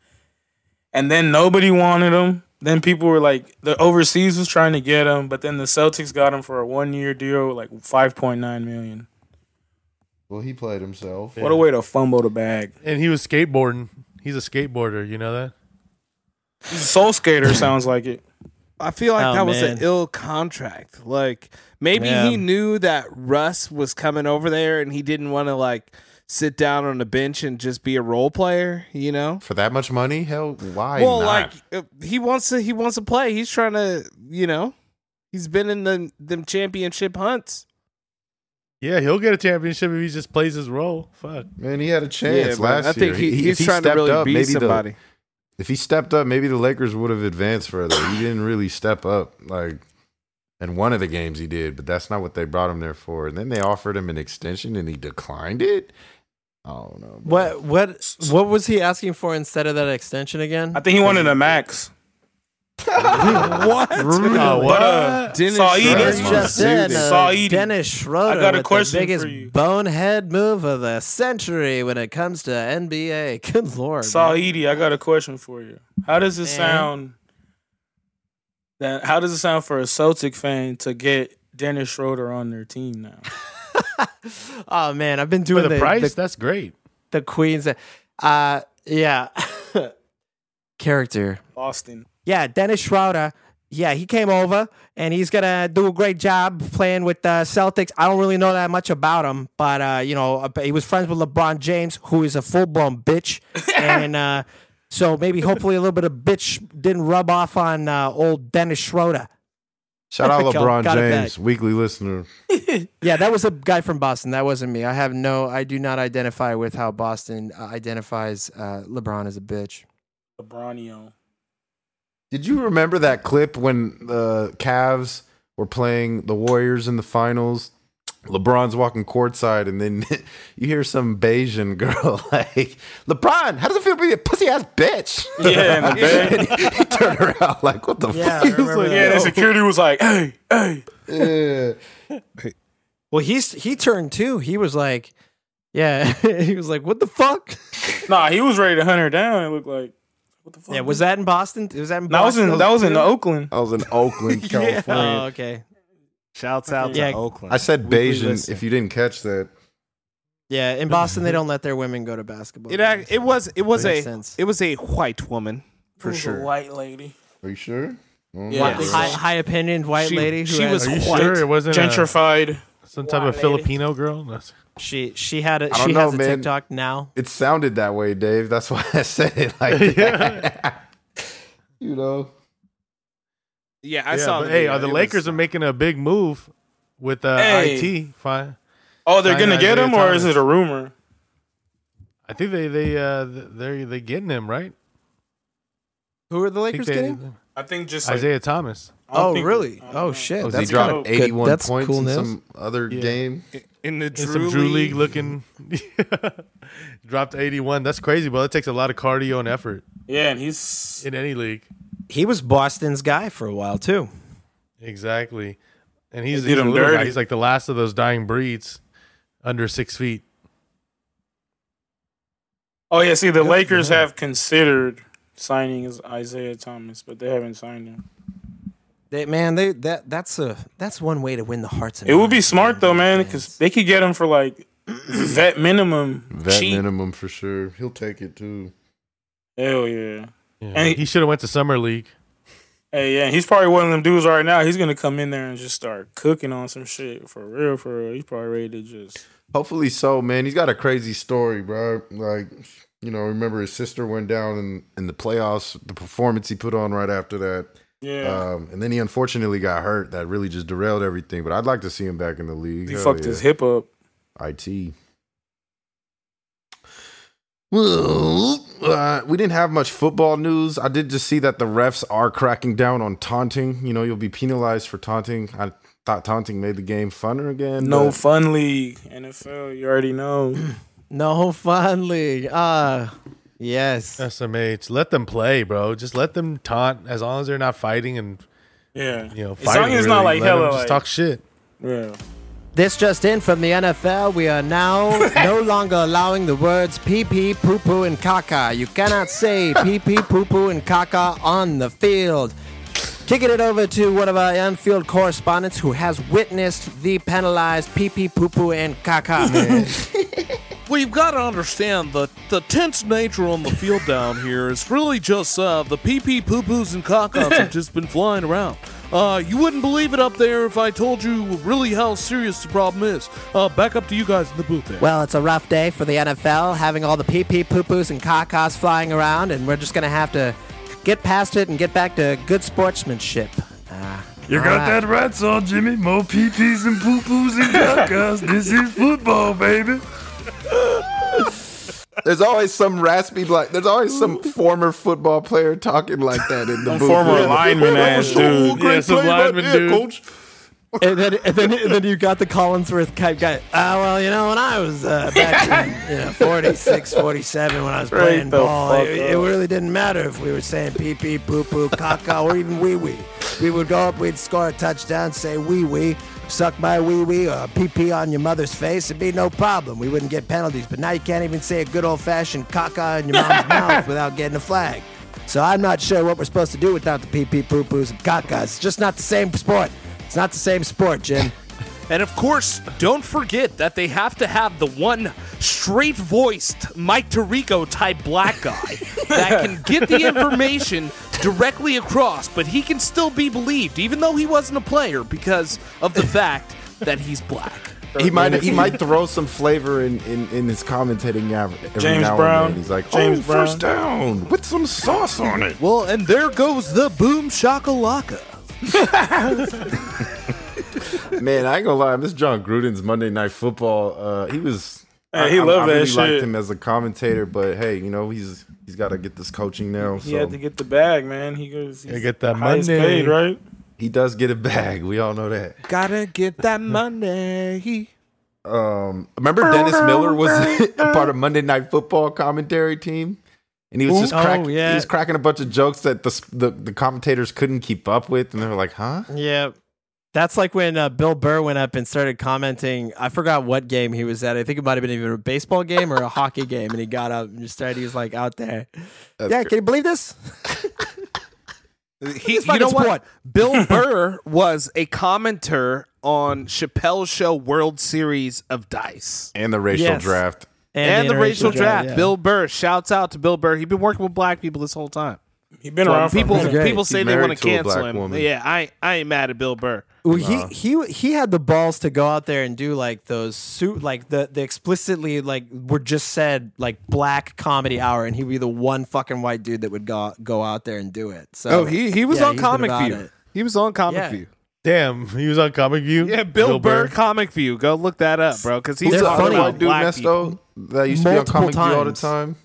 [SPEAKER 3] and then nobody wanted him. Then people were like the overseas was trying to get him, but then the Celtics got him for a one year deal with like five point nine million.
[SPEAKER 6] well, he played himself.
[SPEAKER 3] What a way to fumble the bag.
[SPEAKER 5] And he was skateboarding. He's a skateboarder. You know that?
[SPEAKER 3] He's a soul skater sounds like it.
[SPEAKER 2] I feel like
[SPEAKER 4] Oh,
[SPEAKER 2] that was an
[SPEAKER 4] man.
[SPEAKER 2] ill contract. Like maybe
[SPEAKER 4] Yeah.
[SPEAKER 2] he knew that Russ was coming over there and he didn't want to like sit down on the bench and just be a role player, you know?
[SPEAKER 6] For that much money, hell, why
[SPEAKER 2] well,
[SPEAKER 6] not?
[SPEAKER 2] like uh, he wants to he wants to play. He's trying to, you know, he's been in the them championship hunts.
[SPEAKER 5] Yeah, he'll get a championship if he just plays his role. Fuck.
[SPEAKER 6] man, he had a chance
[SPEAKER 2] but
[SPEAKER 6] last
[SPEAKER 2] I think he,
[SPEAKER 6] year. He-
[SPEAKER 2] he's
[SPEAKER 6] if he
[SPEAKER 2] trying to
[SPEAKER 6] stepped
[SPEAKER 2] really
[SPEAKER 6] up,
[SPEAKER 2] be
[SPEAKER 6] maybe the-
[SPEAKER 2] somebody.
[SPEAKER 6] if he stepped up, maybe the Lakers would have advanced further. He didn't really step up like in one of the games he did, but that's not what they brought him there for. And then they offered him an extension and he declined it. I don't know. bro.
[SPEAKER 4] What what what was he asking for instead of that extension again?
[SPEAKER 3] I think he wanted a max.
[SPEAKER 2] what?
[SPEAKER 3] But, uh,
[SPEAKER 2] Dennis
[SPEAKER 3] Saw
[SPEAKER 2] Schreier.
[SPEAKER 3] Eater.
[SPEAKER 4] That's just in.
[SPEAKER 2] Dude.
[SPEAKER 3] Saw
[SPEAKER 4] Uh,
[SPEAKER 3] eating.
[SPEAKER 4] Dennis Schroeder
[SPEAKER 3] I got a
[SPEAKER 4] with
[SPEAKER 3] question
[SPEAKER 4] the biggest
[SPEAKER 3] for you.
[SPEAKER 4] bonehead move of the century when it comes to NBA. Good lord. man.
[SPEAKER 3] Saidi, I got a question for you. How does it
[SPEAKER 4] Man.
[SPEAKER 3] sound that how does it sound for a Celtic fan to get Dennis Schroeder on their team now?
[SPEAKER 4] oh man, I've been
[SPEAKER 5] For
[SPEAKER 4] doing
[SPEAKER 5] the,
[SPEAKER 4] the,
[SPEAKER 5] price,
[SPEAKER 4] the,
[SPEAKER 5] that's great.
[SPEAKER 4] the Queens. Uh, yeah, character.
[SPEAKER 3] Boston.
[SPEAKER 4] Yeah, Dennis Schroeder. Yeah, he came over and he's gonna do a great job playing with the Celtics. I don't really know that much about him, but uh, you know, uh, he was friends with LeBron James, who is a full blown bitch, and uh, so maybe hopefully a little bit of bitch didn't rub off on uh, old Dennis Schroeder.
[SPEAKER 6] Shout out
[SPEAKER 4] Got-
[SPEAKER 6] LeBron
[SPEAKER 4] got it
[SPEAKER 6] James,
[SPEAKER 4] back.
[SPEAKER 6] weekly listener.
[SPEAKER 4] Yeah, that was a guy from Boston. That wasn't me. I have no. I do not identify with how Boston uh, identifies uh, LeBron as a bitch.
[SPEAKER 3] LeBronio.
[SPEAKER 6] Did you remember that clip when the Cavs were playing the Warriors in the finals? LeBron's walking courtside, and then you hear some Bayesian girl like, "LeBron, how does it feel to be a pussy ass bitch?"
[SPEAKER 3] Yeah, and the
[SPEAKER 6] and he, he turned around like, "What the
[SPEAKER 4] Yeah, I
[SPEAKER 6] fuck?" He was
[SPEAKER 4] remember
[SPEAKER 6] like, "Oh,
[SPEAKER 4] that.
[SPEAKER 3] Yeah, the security was like, hey, hey.
[SPEAKER 6] "Yeah."
[SPEAKER 4] Well, he's he turned too. He was like, yeah, he was like, what the fuck?
[SPEAKER 3] Nah, he was ready to hunt her down. It looked like what the fuck?
[SPEAKER 4] Yeah, was that in Boston? Was that in
[SPEAKER 3] that was
[SPEAKER 4] Boston?
[SPEAKER 3] in that was in Oakland.
[SPEAKER 6] I was in Oakland, California.
[SPEAKER 4] Oh, okay.
[SPEAKER 2] Shouts out
[SPEAKER 4] Yeah.
[SPEAKER 2] to Oakland.
[SPEAKER 6] I said
[SPEAKER 2] Weekly
[SPEAKER 6] Bayesian.
[SPEAKER 2] listener.
[SPEAKER 6] If you didn't catch that,
[SPEAKER 4] Yeah, in Boston they don't let their women go to basketball.
[SPEAKER 2] it
[SPEAKER 4] games.
[SPEAKER 2] ac- it was it was
[SPEAKER 4] Makes
[SPEAKER 2] a
[SPEAKER 4] sense.
[SPEAKER 2] it was a white woman for sure.
[SPEAKER 3] white lady.
[SPEAKER 6] are you sure? Mm.
[SPEAKER 3] Yeah.
[SPEAKER 4] high, high opinion white
[SPEAKER 2] She-
[SPEAKER 4] lady. Who
[SPEAKER 2] she was-
[SPEAKER 4] has-
[SPEAKER 5] Are you
[SPEAKER 2] What?
[SPEAKER 5] sure it wasn't a-
[SPEAKER 3] Gentrified.
[SPEAKER 5] some type of
[SPEAKER 3] Why, lady?
[SPEAKER 5] Filipino girl? No.
[SPEAKER 4] she she had a
[SPEAKER 6] don't
[SPEAKER 4] she
[SPEAKER 6] know,
[SPEAKER 4] has a
[SPEAKER 6] man.
[SPEAKER 4] TikTok now.
[SPEAKER 6] It sounded that way, Dave. That's why I said it like that. you know.
[SPEAKER 2] Yeah, I
[SPEAKER 5] Yeah,
[SPEAKER 2] saw.
[SPEAKER 5] but
[SPEAKER 2] the
[SPEAKER 5] hey,
[SPEAKER 2] video.
[SPEAKER 5] are the
[SPEAKER 2] It
[SPEAKER 5] Lakers
[SPEAKER 2] was- uh,
[SPEAKER 5] are making a big move with uh,
[SPEAKER 3] Hey.
[SPEAKER 5] IT? Fine.
[SPEAKER 3] Oh, they're
[SPEAKER 5] Sign
[SPEAKER 3] gonna get
[SPEAKER 5] Isaiah
[SPEAKER 3] him, or is
[SPEAKER 5] Thomas.
[SPEAKER 3] it a rumor?
[SPEAKER 5] I think they they uh they they getting him right.
[SPEAKER 4] Who are the
[SPEAKER 5] I think
[SPEAKER 4] Lakers
[SPEAKER 5] they-
[SPEAKER 4] getting?
[SPEAKER 3] I think just like,
[SPEAKER 5] Isaiah Thomas.
[SPEAKER 3] I don't
[SPEAKER 4] Oh,
[SPEAKER 3] think-
[SPEAKER 4] really?
[SPEAKER 3] I don't
[SPEAKER 4] Oh
[SPEAKER 3] know.
[SPEAKER 4] shit!
[SPEAKER 6] Was he
[SPEAKER 4] that's
[SPEAKER 6] dropped
[SPEAKER 4] kinda good.
[SPEAKER 6] 81
[SPEAKER 4] That's
[SPEAKER 6] points
[SPEAKER 4] cool
[SPEAKER 6] in
[SPEAKER 4] news.
[SPEAKER 6] some other
[SPEAKER 5] Yeah.
[SPEAKER 6] game?
[SPEAKER 2] in the Drew,
[SPEAKER 5] In some Drew League looking dropped eighty one. That's crazy, bro. That takes a lot of cardio and effort
[SPEAKER 3] Yeah, and he's
[SPEAKER 5] in any league.
[SPEAKER 4] He was Boston's guy for a while too.
[SPEAKER 5] Exactly. And he's,
[SPEAKER 3] They
[SPEAKER 5] he's
[SPEAKER 3] did
[SPEAKER 5] a
[SPEAKER 3] him
[SPEAKER 5] little guy.
[SPEAKER 3] dirty.
[SPEAKER 5] He's like the last of those dying breeds under six feet.
[SPEAKER 3] Oh yeah, see the
[SPEAKER 5] Good for
[SPEAKER 3] Lakers
[SPEAKER 5] him.
[SPEAKER 3] have considered signing is Isaiah Thomas, but they haven't signed him.
[SPEAKER 4] They, man, they that that's a that's one way to win the hearts. And
[SPEAKER 3] It would be
[SPEAKER 4] minds of
[SPEAKER 3] smart though,
[SPEAKER 4] NBA
[SPEAKER 3] man,
[SPEAKER 4] fans.
[SPEAKER 3] because they could get him for like vet minimum.
[SPEAKER 6] That
[SPEAKER 3] cheap.
[SPEAKER 6] minimum for sure. He'll take it too.
[SPEAKER 3] Hell yeah.
[SPEAKER 5] Yeah.
[SPEAKER 3] And-
[SPEAKER 5] he should have went to summer league.
[SPEAKER 3] Hey yeah, he's probably one of them dudes right now. He's gonna come in there and just start cooking on some shit for real, for real. He's probably ready to just.
[SPEAKER 6] Hopefully so, man. He's got a crazy story, bro. Like, you know, remember his sister went down in, in the playoffs, the performance he put on right after that.
[SPEAKER 3] Yeah,
[SPEAKER 6] Um, and then he unfortunately got hurt. That really just derailed everything. But I'd like to see him back in the league.
[SPEAKER 3] he
[SPEAKER 6] Hell
[SPEAKER 3] fucked
[SPEAKER 6] yeah.
[SPEAKER 3] his hip up.
[SPEAKER 6] IT. Well, uh, we didn't have much football news. I did just see that the refs are cracking down on taunting. You know, you'll be penalized for taunting. I thought taunting made the game funner again.
[SPEAKER 3] No
[SPEAKER 6] but
[SPEAKER 3] fun league, NFL. You already know.
[SPEAKER 4] no fun league. Ah, yes.
[SPEAKER 5] SMH. Let them play, bro. Just let them taunt as long as they're not fighting and
[SPEAKER 3] Yeah,
[SPEAKER 5] you know
[SPEAKER 3] as long
[SPEAKER 5] fighting.
[SPEAKER 3] as it's not like
[SPEAKER 5] really. Let 'em
[SPEAKER 3] hella
[SPEAKER 5] just
[SPEAKER 3] like.
[SPEAKER 5] talk shit.
[SPEAKER 3] yeah.
[SPEAKER 4] This just in from the NFL. We are now no longer allowing the words pee pee, poo poo, and caca. You cannot say pee pee, poo poo, and caca on the field. Kicking it over to one of our on field correspondents who has witnessed the penalized pee pee, poo poo, and caca.
[SPEAKER 2] We've got to understand that the tense nature on the field down here is really just uh, the pee pee poo poos and cockocks have just been flying around. Uh, you wouldn't believe it up there if I told you really how serious the problem is. Uh, back up to you guys in the booth there.
[SPEAKER 4] well, it's a rough day for the NFL, having all the pee pee, poo poos, and cacas flying around, and we're just going to have to get past it and get back to good sportsmanship. Ah,
[SPEAKER 10] You
[SPEAKER 4] all
[SPEAKER 10] got
[SPEAKER 4] right.
[SPEAKER 10] that right, Saw Jimmy. More pee-pees and poo-poos and cacas. this is football, baby.
[SPEAKER 6] There's always some raspy, like, there's always some former football player talking like that in the
[SPEAKER 3] Some
[SPEAKER 6] booth.
[SPEAKER 3] former
[SPEAKER 6] Yeah.
[SPEAKER 3] lineman
[SPEAKER 6] That
[SPEAKER 3] ass
[SPEAKER 6] was so
[SPEAKER 3] dude.
[SPEAKER 6] great
[SPEAKER 5] Yeah, some
[SPEAKER 6] play right
[SPEAKER 5] lineman
[SPEAKER 6] there,
[SPEAKER 5] dude.
[SPEAKER 6] coach.
[SPEAKER 4] and then and then, and then you got the Collinsworth type guy. Ah, well, you know, when I was uh, back in you know, 46, 47, when I was
[SPEAKER 11] Right
[SPEAKER 4] playing
[SPEAKER 11] the
[SPEAKER 4] ball,
[SPEAKER 11] fuck
[SPEAKER 4] it, it
[SPEAKER 11] up.
[SPEAKER 4] really didn't matter if we were saying pee pee, poo poo, caca, or even wee wee. We would go up, we'd score a touchdown, say wee wee, suck my wee wee, or pee pee on your mother's face. It'd be no problem. We wouldn't get penalties. But now you can't even say a good old fashioned caca in your mom's mouth without getting a flag. So I'm not sure what we're supposed to do without the pee pee, poo poos, and caca. It's just not the same sport. It's not the same sport, Jim.
[SPEAKER 2] And of course, don't forget that they have to have the one straight voiced Mike Tirico type black guy that can get the information directly across, but he can still be believed, even though he wasn't a player, because of the fact that he's black.
[SPEAKER 6] He might he might throw some flavor in, in, in his commentating every, every
[SPEAKER 2] James
[SPEAKER 6] now
[SPEAKER 2] Brown.
[SPEAKER 6] and then. He's like,
[SPEAKER 2] James
[SPEAKER 6] oh, first
[SPEAKER 2] Brown."
[SPEAKER 6] down with some sauce on it.
[SPEAKER 2] Well, and there goes the boom shakalaka.
[SPEAKER 6] Man, I ain't gonna lie, Miss John Gruden's Monday Night Football. Uh, he was.
[SPEAKER 3] Hey, he
[SPEAKER 6] I, I-
[SPEAKER 3] loved
[SPEAKER 6] I
[SPEAKER 3] that
[SPEAKER 6] really
[SPEAKER 3] shit.
[SPEAKER 6] liked him as a commentator, but hey, you know he's he's got to get this coaching now.
[SPEAKER 3] He
[SPEAKER 6] so.
[SPEAKER 3] had to get the bag, man. He goes.
[SPEAKER 6] Gotta
[SPEAKER 3] he's
[SPEAKER 6] get that
[SPEAKER 3] the highest
[SPEAKER 6] money.
[SPEAKER 3] paid, right?
[SPEAKER 6] He does get a bag. We all know that.
[SPEAKER 2] Gotta get that money.
[SPEAKER 6] Um, remember Dennis Miller was a part of Monday Night Football commentary team, and he was just
[SPEAKER 4] Oh,
[SPEAKER 6] crack,
[SPEAKER 4] yeah.
[SPEAKER 6] he was cracking a bunch of jokes that the, the the commentators couldn't keep up with, and they were like, "Huh."
[SPEAKER 4] Yeah. That's like when uh, Bill Burr went up and started commenting. I forgot what game he was at. I think it might have been either a baseball game or a hockey game. And he got up and just started, he was like out there. yeah, can you believe this?
[SPEAKER 2] He,
[SPEAKER 4] It's
[SPEAKER 2] you know
[SPEAKER 4] fucking
[SPEAKER 2] what? Bill Burr was a commenter on Chappelle's Show World Series of Dice
[SPEAKER 6] And the racial
[SPEAKER 2] Yes.
[SPEAKER 6] draft.
[SPEAKER 2] and, the, racial draft.
[SPEAKER 6] yeah.
[SPEAKER 2] Bill Burr. Shouts out to Bill Burr. He's been working with black people this whole time.
[SPEAKER 3] Oh, He's been around for a
[SPEAKER 2] People,
[SPEAKER 3] minute. He's
[SPEAKER 2] people say
[SPEAKER 3] great.
[SPEAKER 2] they
[SPEAKER 3] He's
[SPEAKER 2] want to
[SPEAKER 3] married to a
[SPEAKER 2] cancel
[SPEAKER 3] black
[SPEAKER 2] him.
[SPEAKER 3] woman.
[SPEAKER 2] Yeah, I I ain't mad at Bill Burr.
[SPEAKER 4] Well, he he he had the balls to go out there and do like those suit like the the explicitly like were just said like black comedy hour, and he'd be the one fucking white dude that would go go out there and do it. So
[SPEAKER 2] Oh, he- he was
[SPEAKER 4] yeah,
[SPEAKER 2] on
[SPEAKER 4] he's been
[SPEAKER 2] Comic
[SPEAKER 4] about
[SPEAKER 2] View.
[SPEAKER 4] it.
[SPEAKER 2] He was on Comic
[SPEAKER 4] Yeah.
[SPEAKER 2] View.
[SPEAKER 5] Damn, he was on Comic View.
[SPEAKER 2] Yeah, Bill, Burr, Comic View. Go look that up, bro. Because he's
[SPEAKER 6] Who's the
[SPEAKER 2] talking
[SPEAKER 6] other
[SPEAKER 2] about
[SPEAKER 6] white dude,
[SPEAKER 2] black
[SPEAKER 6] Nesto,
[SPEAKER 2] people.
[SPEAKER 6] that used to be on Comic View all the time?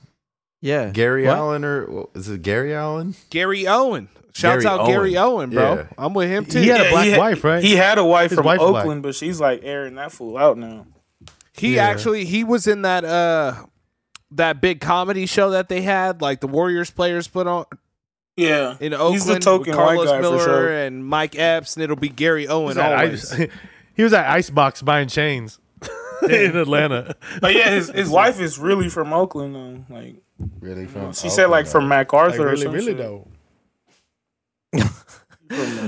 [SPEAKER 4] Yeah,
[SPEAKER 6] Gary
[SPEAKER 2] What?
[SPEAKER 6] Allen or what- is it Gary Allen?
[SPEAKER 2] Gary Owen. Shouts
[SPEAKER 6] Gary
[SPEAKER 2] out Gary Owen,
[SPEAKER 6] Owen.
[SPEAKER 2] bro.
[SPEAKER 6] Yeah.
[SPEAKER 2] I'm with him too.
[SPEAKER 6] He had a Yeah, black he had- wife, right?
[SPEAKER 3] He had a wife
[SPEAKER 6] His
[SPEAKER 3] from
[SPEAKER 6] wife black.
[SPEAKER 3] Oakland, but she's like airing that fool out now.
[SPEAKER 2] He
[SPEAKER 3] Yeah.
[SPEAKER 2] actually he was in that uh that big comedy show that they had, like the Warriors players put on.
[SPEAKER 3] Yeah,
[SPEAKER 2] in Oakland,
[SPEAKER 3] He's the token
[SPEAKER 2] with
[SPEAKER 3] white
[SPEAKER 2] Carlos
[SPEAKER 3] guy for
[SPEAKER 2] Miller
[SPEAKER 3] sure.
[SPEAKER 2] and Mike Epps, and it'll be Gary
[SPEAKER 5] He
[SPEAKER 2] Owen
[SPEAKER 5] was at
[SPEAKER 2] always.
[SPEAKER 5] Ice- he was at Icebox buying chains in Atlanta.
[SPEAKER 3] But yeah, his, his wife is really from Oakland though. Like
[SPEAKER 6] really
[SPEAKER 3] from she said like from MacArthur. or
[SPEAKER 5] really,
[SPEAKER 3] some
[SPEAKER 5] really
[SPEAKER 3] shit.
[SPEAKER 5] though.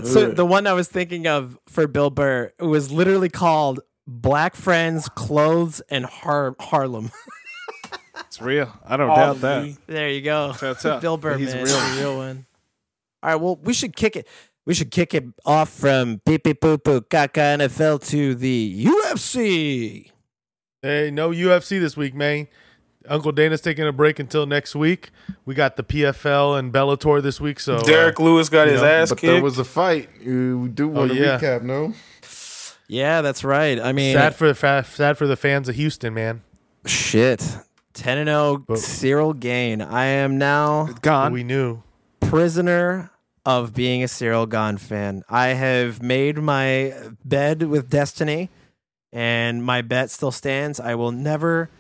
[SPEAKER 4] So the one I was thinking of for Bill Burr was literally called "Black Friends, Clothes, and Har- Harlem."
[SPEAKER 2] It's real. I don't doubt that.
[SPEAKER 4] There you go.
[SPEAKER 2] That's up.
[SPEAKER 4] Bill Burr,
[SPEAKER 2] He's
[SPEAKER 4] man,
[SPEAKER 2] real.
[SPEAKER 4] the real one. All right, well, we should kick it. We should kick it off from pee pee poo poo caca NFL to the UFC.
[SPEAKER 5] Hey, no UFC this week, man. Uncle Dana's taking a break until next week. We got the PFL and Bellator this week, so uh,
[SPEAKER 3] Derek Lewis got
[SPEAKER 5] you
[SPEAKER 3] his
[SPEAKER 5] know.
[SPEAKER 3] ass
[SPEAKER 6] But
[SPEAKER 3] kicked.
[SPEAKER 6] there was a fight. You do want
[SPEAKER 5] Oh,
[SPEAKER 6] to
[SPEAKER 5] yeah.
[SPEAKER 6] recap, no?
[SPEAKER 4] Yeah, that's right. I mean,
[SPEAKER 5] sad for the fa- sad for the fans of Houston, man.
[SPEAKER 4] shit. Ten and zero, Cyril Gain. I am now
[SPEAKER 2] gone.
[SPEAKER 5] We knew.
[SPEAKER 4] prisoner of being a Cyril Gone fan. I have made my bed with destiny, and my bet still stands. I will never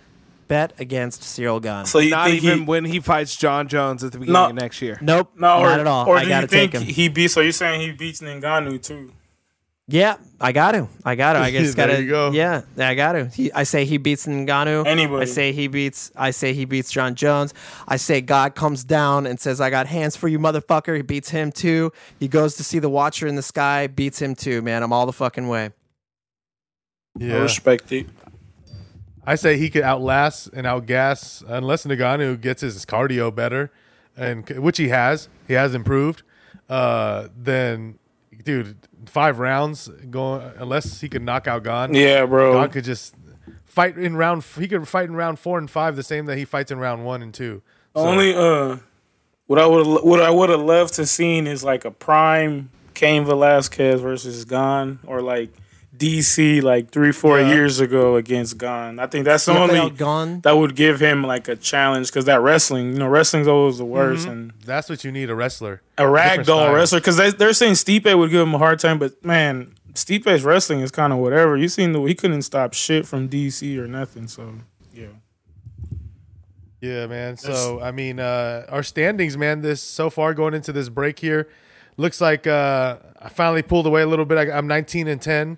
[SPEAKER 4] bet against Cyril Gone.
[SPEAKER 2] not even when he fights John Jones at the beginning
[SPEAKER 4] No.
[SPEAKER 2] of next year.
[SPEAKER 4] Nope,
[SPEAKER 3] No, or,
[SPEAKER 4] not at all.
[SPEAKER 3] Or
[SPEAKER 4] I
[SPEAKER 3] do
[SPEAKER 4] gotta
[SPEAKER 3] you think
[SPEAKER 4] take him.
[SPEAKER 3] he beats? So you're saying he beats Ngannou too?
[SPEAKER 4] Yeah, I got to. I got to. I just
[SPEAKER 3] There
[SPEAKER 4] got
[SPEAKER 3] you
[SPEAKER 4] to. Yeah, I got to. He, I say he beats Ngannou.
[SPEAKER 3] Anybody.
[SPEAKER 4] I say he beats. I say he beats John Jones. I say God comes down and says, "I got hands for you, motherfucker." He beats him too. He goes to see the Watcher in the sky. Beats him too. Man, I'm all the fucking way.
[SPEAKER 5] Yeah.
[SPEAKER 3] respect it.
[SPEAKER 5] I say he could outlast and outgas unless Nagano gets his cardio better, and which he has, he has improved. Uh, then, dude, five rounds going unless he could knock out Gon.
[SPEAKER 3] Yeah, bro.
[SPEAKER 5] Gon could just fight in round. He could fight in round four and five the same that he fights in round one and two. So-
[SPEAKER 3] Only uh, what I would what I would have loved to seen is like a prime Cain Velasquez versus Gon or like DC like three four
[SPEAKER 4] Yeah.
[SPEAKER 3] years ago against Gon. I think that's the
[SPEAKER 4] Rafael
[SPEAKER 3] only
[SPEAKER 4] Gon?
[SPEAKER 3] that would give him like a challenge because that wrestling, you know, wrestling's always the worst
[SPEAKER 4] Mm-hmm.
[SPEAKER 5] Mhm.
[SPEAKER 3] and.
[SPEAKER 5] that's what you need a wrestler,
[SPEAKER 3] a
[SPEAKER 5] Different
[SPEAKER 3] ragdoll
[SPEAKER 5] style.
[SPEAKER 3] wrestler because they, they're saying Stipe would give him a hard time, but man, Stipe's wrestling is kind of whatever. You seen the he couldn't stop shit from DC or nothing. So yeah,
[SPEAKER 5] Yeah, man. So I mean, uh, our standings, man. This so far going into this break here, looks like uh, I finally pulled away a little bit. I, I'm 19 and 10.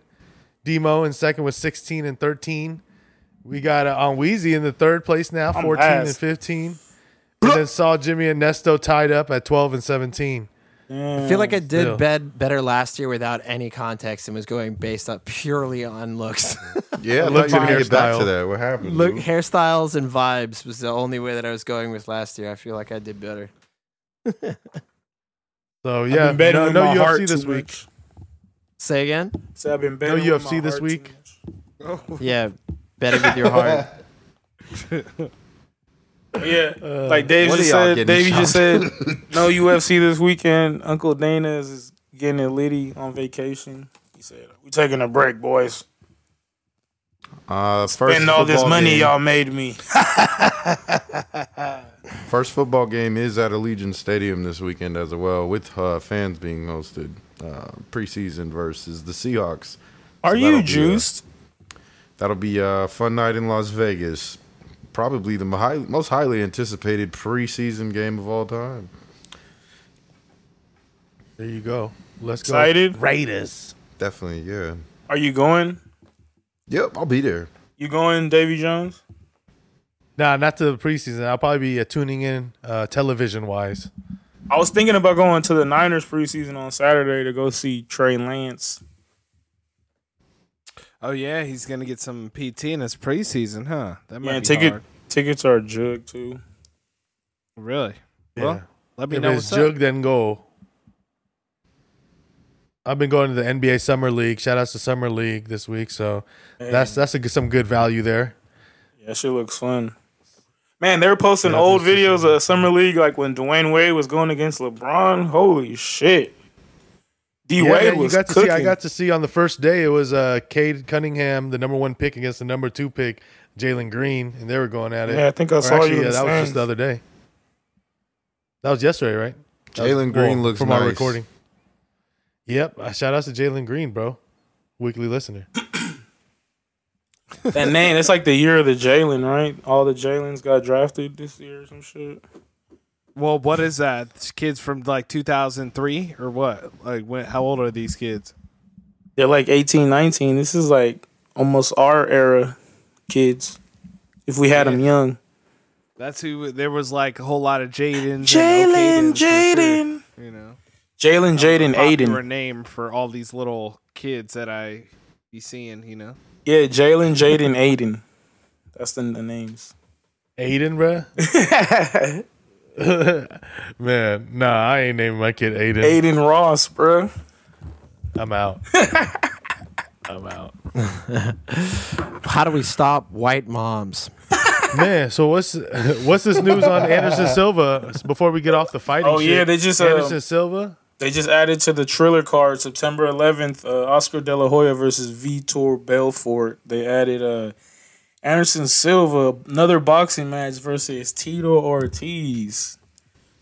[SPEAKER 5] Demo in second with 16 and 13. We got uh, on Wheezy in the third place now,
[SPEAKER 3] I'm
[SPEAKER 5] 14 and
[SPEAKER 3] last.
[SPEAKER 5] 15. And then saw Jimmy and Nesto tied up at 12 and 17.
[SPEAKER 4] I feel like I did
[SPEAKER 5] Still.
[SPEAKER 4] bed better last year without any context and was going based up purely on looks.
[SPEAKER 6] Yeah, I
[SPEAKER 4] Look
[SPEAKER 6] thought you were gonna get back
[SPEAKER 4] hairstyle.
[SPEAKER 6] to that. What happened?
[SPEAKER 4] Look,
[SPEAKER 3] Mm-hmm.
[SPEAKER 6] dude?
[SPEAKER 4] hairstyles and vibes was the only way that I was going with last year. I feel like I did better.
[SPEAKER 5] So
[SPEAKER 3] I've
[SPEAKER 5] yeah,
[SPEAKER 3] been betting
[SPEAKER 5] no,
[SPEAKER 3] with
[SPEAKER 5] no
[SPEAKER 3] my heart
[SPEAKER 5] UFC this
[SPEAKER 3] too
[SPEAKER 5] week.
[SPEAKER 4] Say again.
[SPEAKER 3] So I've been
[SPEAKER 5] No
[SPEAKER 3] betting with my
[SPEAKER 5] UFC this
[SPEAKER 3] heart
[SPEAKER 5] week.
[SPEAKER 4] Yeah, betting with your heart.
[SPEAKER 3] too- Yeah,
[SPEAKER 5] Uh,
[SPEAKER 3] like Dave
[SPEAKER 4] What
[SPEAKER 3] just
[SPEAKER 4] are y'all
[SPEAKER 3] said.
[SPEAKER 4] getting
[SPEAKER 3] Davey just said
[SPEAKER 4] shot?
[SPEAKER 3] no UFC this weekend. Uncle Dana is getting a litty on vacation. He said we taking a break, boys.
[SPEAKER 6] Uh, first
[SPEAKER 3] Spending all this
[SPEAKER 6] football
[SPEAKER 3] money
[SPEAKER 6] game-
[SPEAKER 3] y'all made me.
[SPEAKER 6] First football game is at Allegiant Stadium this weekend as well, with uh, fans being hosted. Uh, preseason versus the Seahawks.
[SPEAKER 3] Are you
[SPEAKER 6] that'll be a-
[SPEAKER 3] juiced?
[SPEAKER 6] that'll be a fun night in Las Vegas. Probably the high, most highly anticipated preseason game of all time.
[SPEAKER 5] There you go. Let's go.
[SPEAKER 3] Excited?
[SPEAKER 5] Raiders.
[SPEAKER 6] Definitely, yeah.
[SPEAKER 3] Are you going?
[SPEAKER 6] Yep, I'll be there.
[SPEAKER 3] You going, Davy Jones?
[SPEAKER 5] Nah, not to the preseason. I'll probably be uh, tuning in uh, television wise.
[SPEAKER 3] I was thinking about going to the Niners preseason on Saturday to go see Trey Lance.
[SPEAKER 2] Oh yeah, he's gonna get some PT in his preseason, huh? That might
[SPEAKER 3] Man,
[SPEAKER 2] be
[SPEAKER 3] ticket
[SPEAKER 2] hard.
[SPEAKER 3] tickets are jug too.
[SPEAKER 2] Really?
[SPEAKER 5] Yeah.
[SPEAKER 2] Well, let me
[SPEAKER 5] if
[SPEAKER 2] know
[SPEAKER 5] it's
[SPEAKER 2] what's up.
[SPEAKER 5] jug, then go. I've been going to the NBA Summer League. Shout outs to Summer League this week. So that's that's a, g- some good value there.
[SPEAKER 3] Yeah, that shit looks fun. Man, they're posting old videos of summer league, like when Dwayne Wade was going against LeBron. Holy shit! D
[SPEAKER 5] Yeah,
[SPEAKER 3] Wade
[SPEAKER 5] man, you
[SPEAKER 3] was
[SPEAKER 5] got to
[SPEAKER 3] cooking.
[SPEAKER 5] see. I got to see on the first day. It was uh, Cade Cunningham, the number one pick, against the number two pick, Jalen Green, and they were going at it.
[SPEAKER 3] Yeah, I think I
[SPEAKER 5] Or
[SPEAKER 3] saw you in the
[SPEAKER 5] yeah, that was
[SPEAKER 3] stands.
[SPEAKER 5] just the other day. That was yesterday, right? That was-
[SPEAKER 6] Jalen Green looks
[SPEAKER 5] from our
[SPEAKER 6] nice.
[SPEAKER 5] recording. Yep. Uh, shout outs to Jalen Green, bro. Weekly listener.
[SPEAKER 3] that name. It's like the year of the Jalen, right? All the Jalen's got drafted this year or some shit.
[SPEAKER 2] Well, what is that? These kids from like 2003 or what? Like, when, how old are these kids?
[SPEAKER 3] They're like 18, 19. This is like almost our era kids. If we had them young.
[SPEAKER 2] That's who. There was like a whole lot of Jaden.
[SPEAKER 3] Jalen, Jaden.
[SPEAKER 2] You know,
[SPEAKER 3] Jalen, Jaden,
[SPEAKER 2] popular
[SPEAKER 3] Aiden.
[SPEAKER 2] name for all these little kids that I be seeing. You know,
[SPEAKER 3] Yeah, Jalen, Jaden, Aiden. That's the, the names.
[SPEAKER 5] Aiden, bruh. Man, nah, I ain't naming my kid Aiden.
[SPEAKER 3] Aiden Ross, bruh.
[SPEAKER 5] I'm out. I'm out.
[SPEAKER 4] How do we stop white moms?
[SPEAKER 5] Man, so what's what's this news on Anderson Silva before we get off the fighting?
[SPEAKER 3] Oh, yeah,
[SPEAKER 5] shit?
[SPEAKER 3] they just, uh,
[SPEAKER 5] Anderson Silva.
[SPEAKER 3] They just added to the Triller card September 11th, uh, Oscar De La Hoya versus Vitor Belfort. They added uh, Anderson Silva, another boxing match versus Tito Ortiz.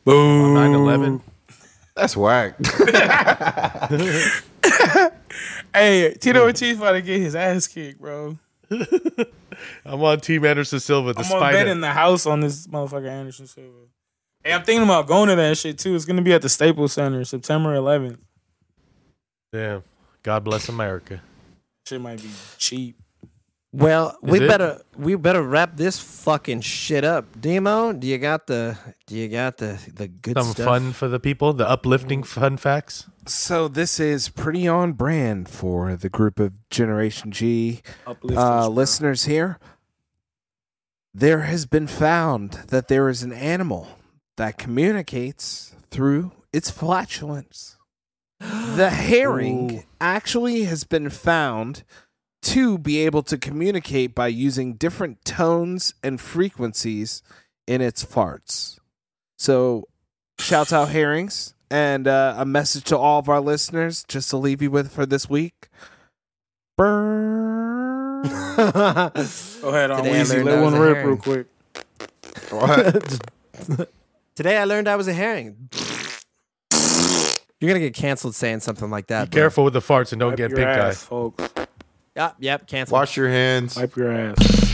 [SPEAKER 3] Boom.
[SPEAKER 5] 9-11.
[SPEAKER 6] That's whack.
[SPEAKER 3] Hey, Tito Ortiz about to get his ass kicked, bro.
[SPEAKER 5] I'm on Team Anderson Silva.
[SPEAKER 3] I'm on bed in
[SPEAKER 5] Despite
[SPEAKER 3] the house on this motherfucker Anderson Silva. Hey, I'm thinking about going to that shit too. It's gonna be at the Staples Center, September 11th.
[SPEAKER 5] damn, God bless America.
[SPEAKER 3] Shit might be cheap.
[SPEAKER 4] Well,
[SPEAKER 5] Is
[SPEAKER 4] we
[SPEAKER 5] it?
[SPEAKER 4] better we better wrap this fucking shit up. Demo, do you got the do you got the the good
[SPEAKER 5] Some
[SPEAKER 4] stuff?
[SPEAKER 5] fun for the people. The uplifting fun facts.
[SPEAKER 2] So this is pretty on brand for the group of Generation G
[SPEAKER 3] Uplifters,
[SPEAKER 2] uh,
[SPEAKER 3] bro.
[SPEAKER 2] listeners here. There has been found that there is an animal that communicates through its flatulence. The herring actually has been found to be able to communicate by using different tones and frequencies in its farts. So, shouts out herrings and uh, a message to all of our listeners just to leave you with for this week. Burn.
[SPEAKER 3] Go ahead on
[SPEAKER 4] Today I
[SPEAKER 3] Weezy.
[SPEAKER 4] learned I
[SPEAKER 3] Let
[SPEAKER 4] was
[SPEAKER 3] one
[SPEAKER 4] a
[SPEAKER 3] rip
[SPEAKER 4] herring.
[SPEAKER 3] real quick.
[SPEAKER 4] Today I learned I was a herring. You're gonna get canceled saying something like that. bro.
[SPEAKER 5] Careful with the farts and don't get
[SPEAKER 4] your
[SPEAKER 5] pink
[SPEAKER 4] ass,
[SPEAKER 5] eye.
[SPEAKER 4] Ah, Yep, yep, canceled.
[SPEAKER 6] Wash your hands.
[SPEAKER 3] Wipe your ass.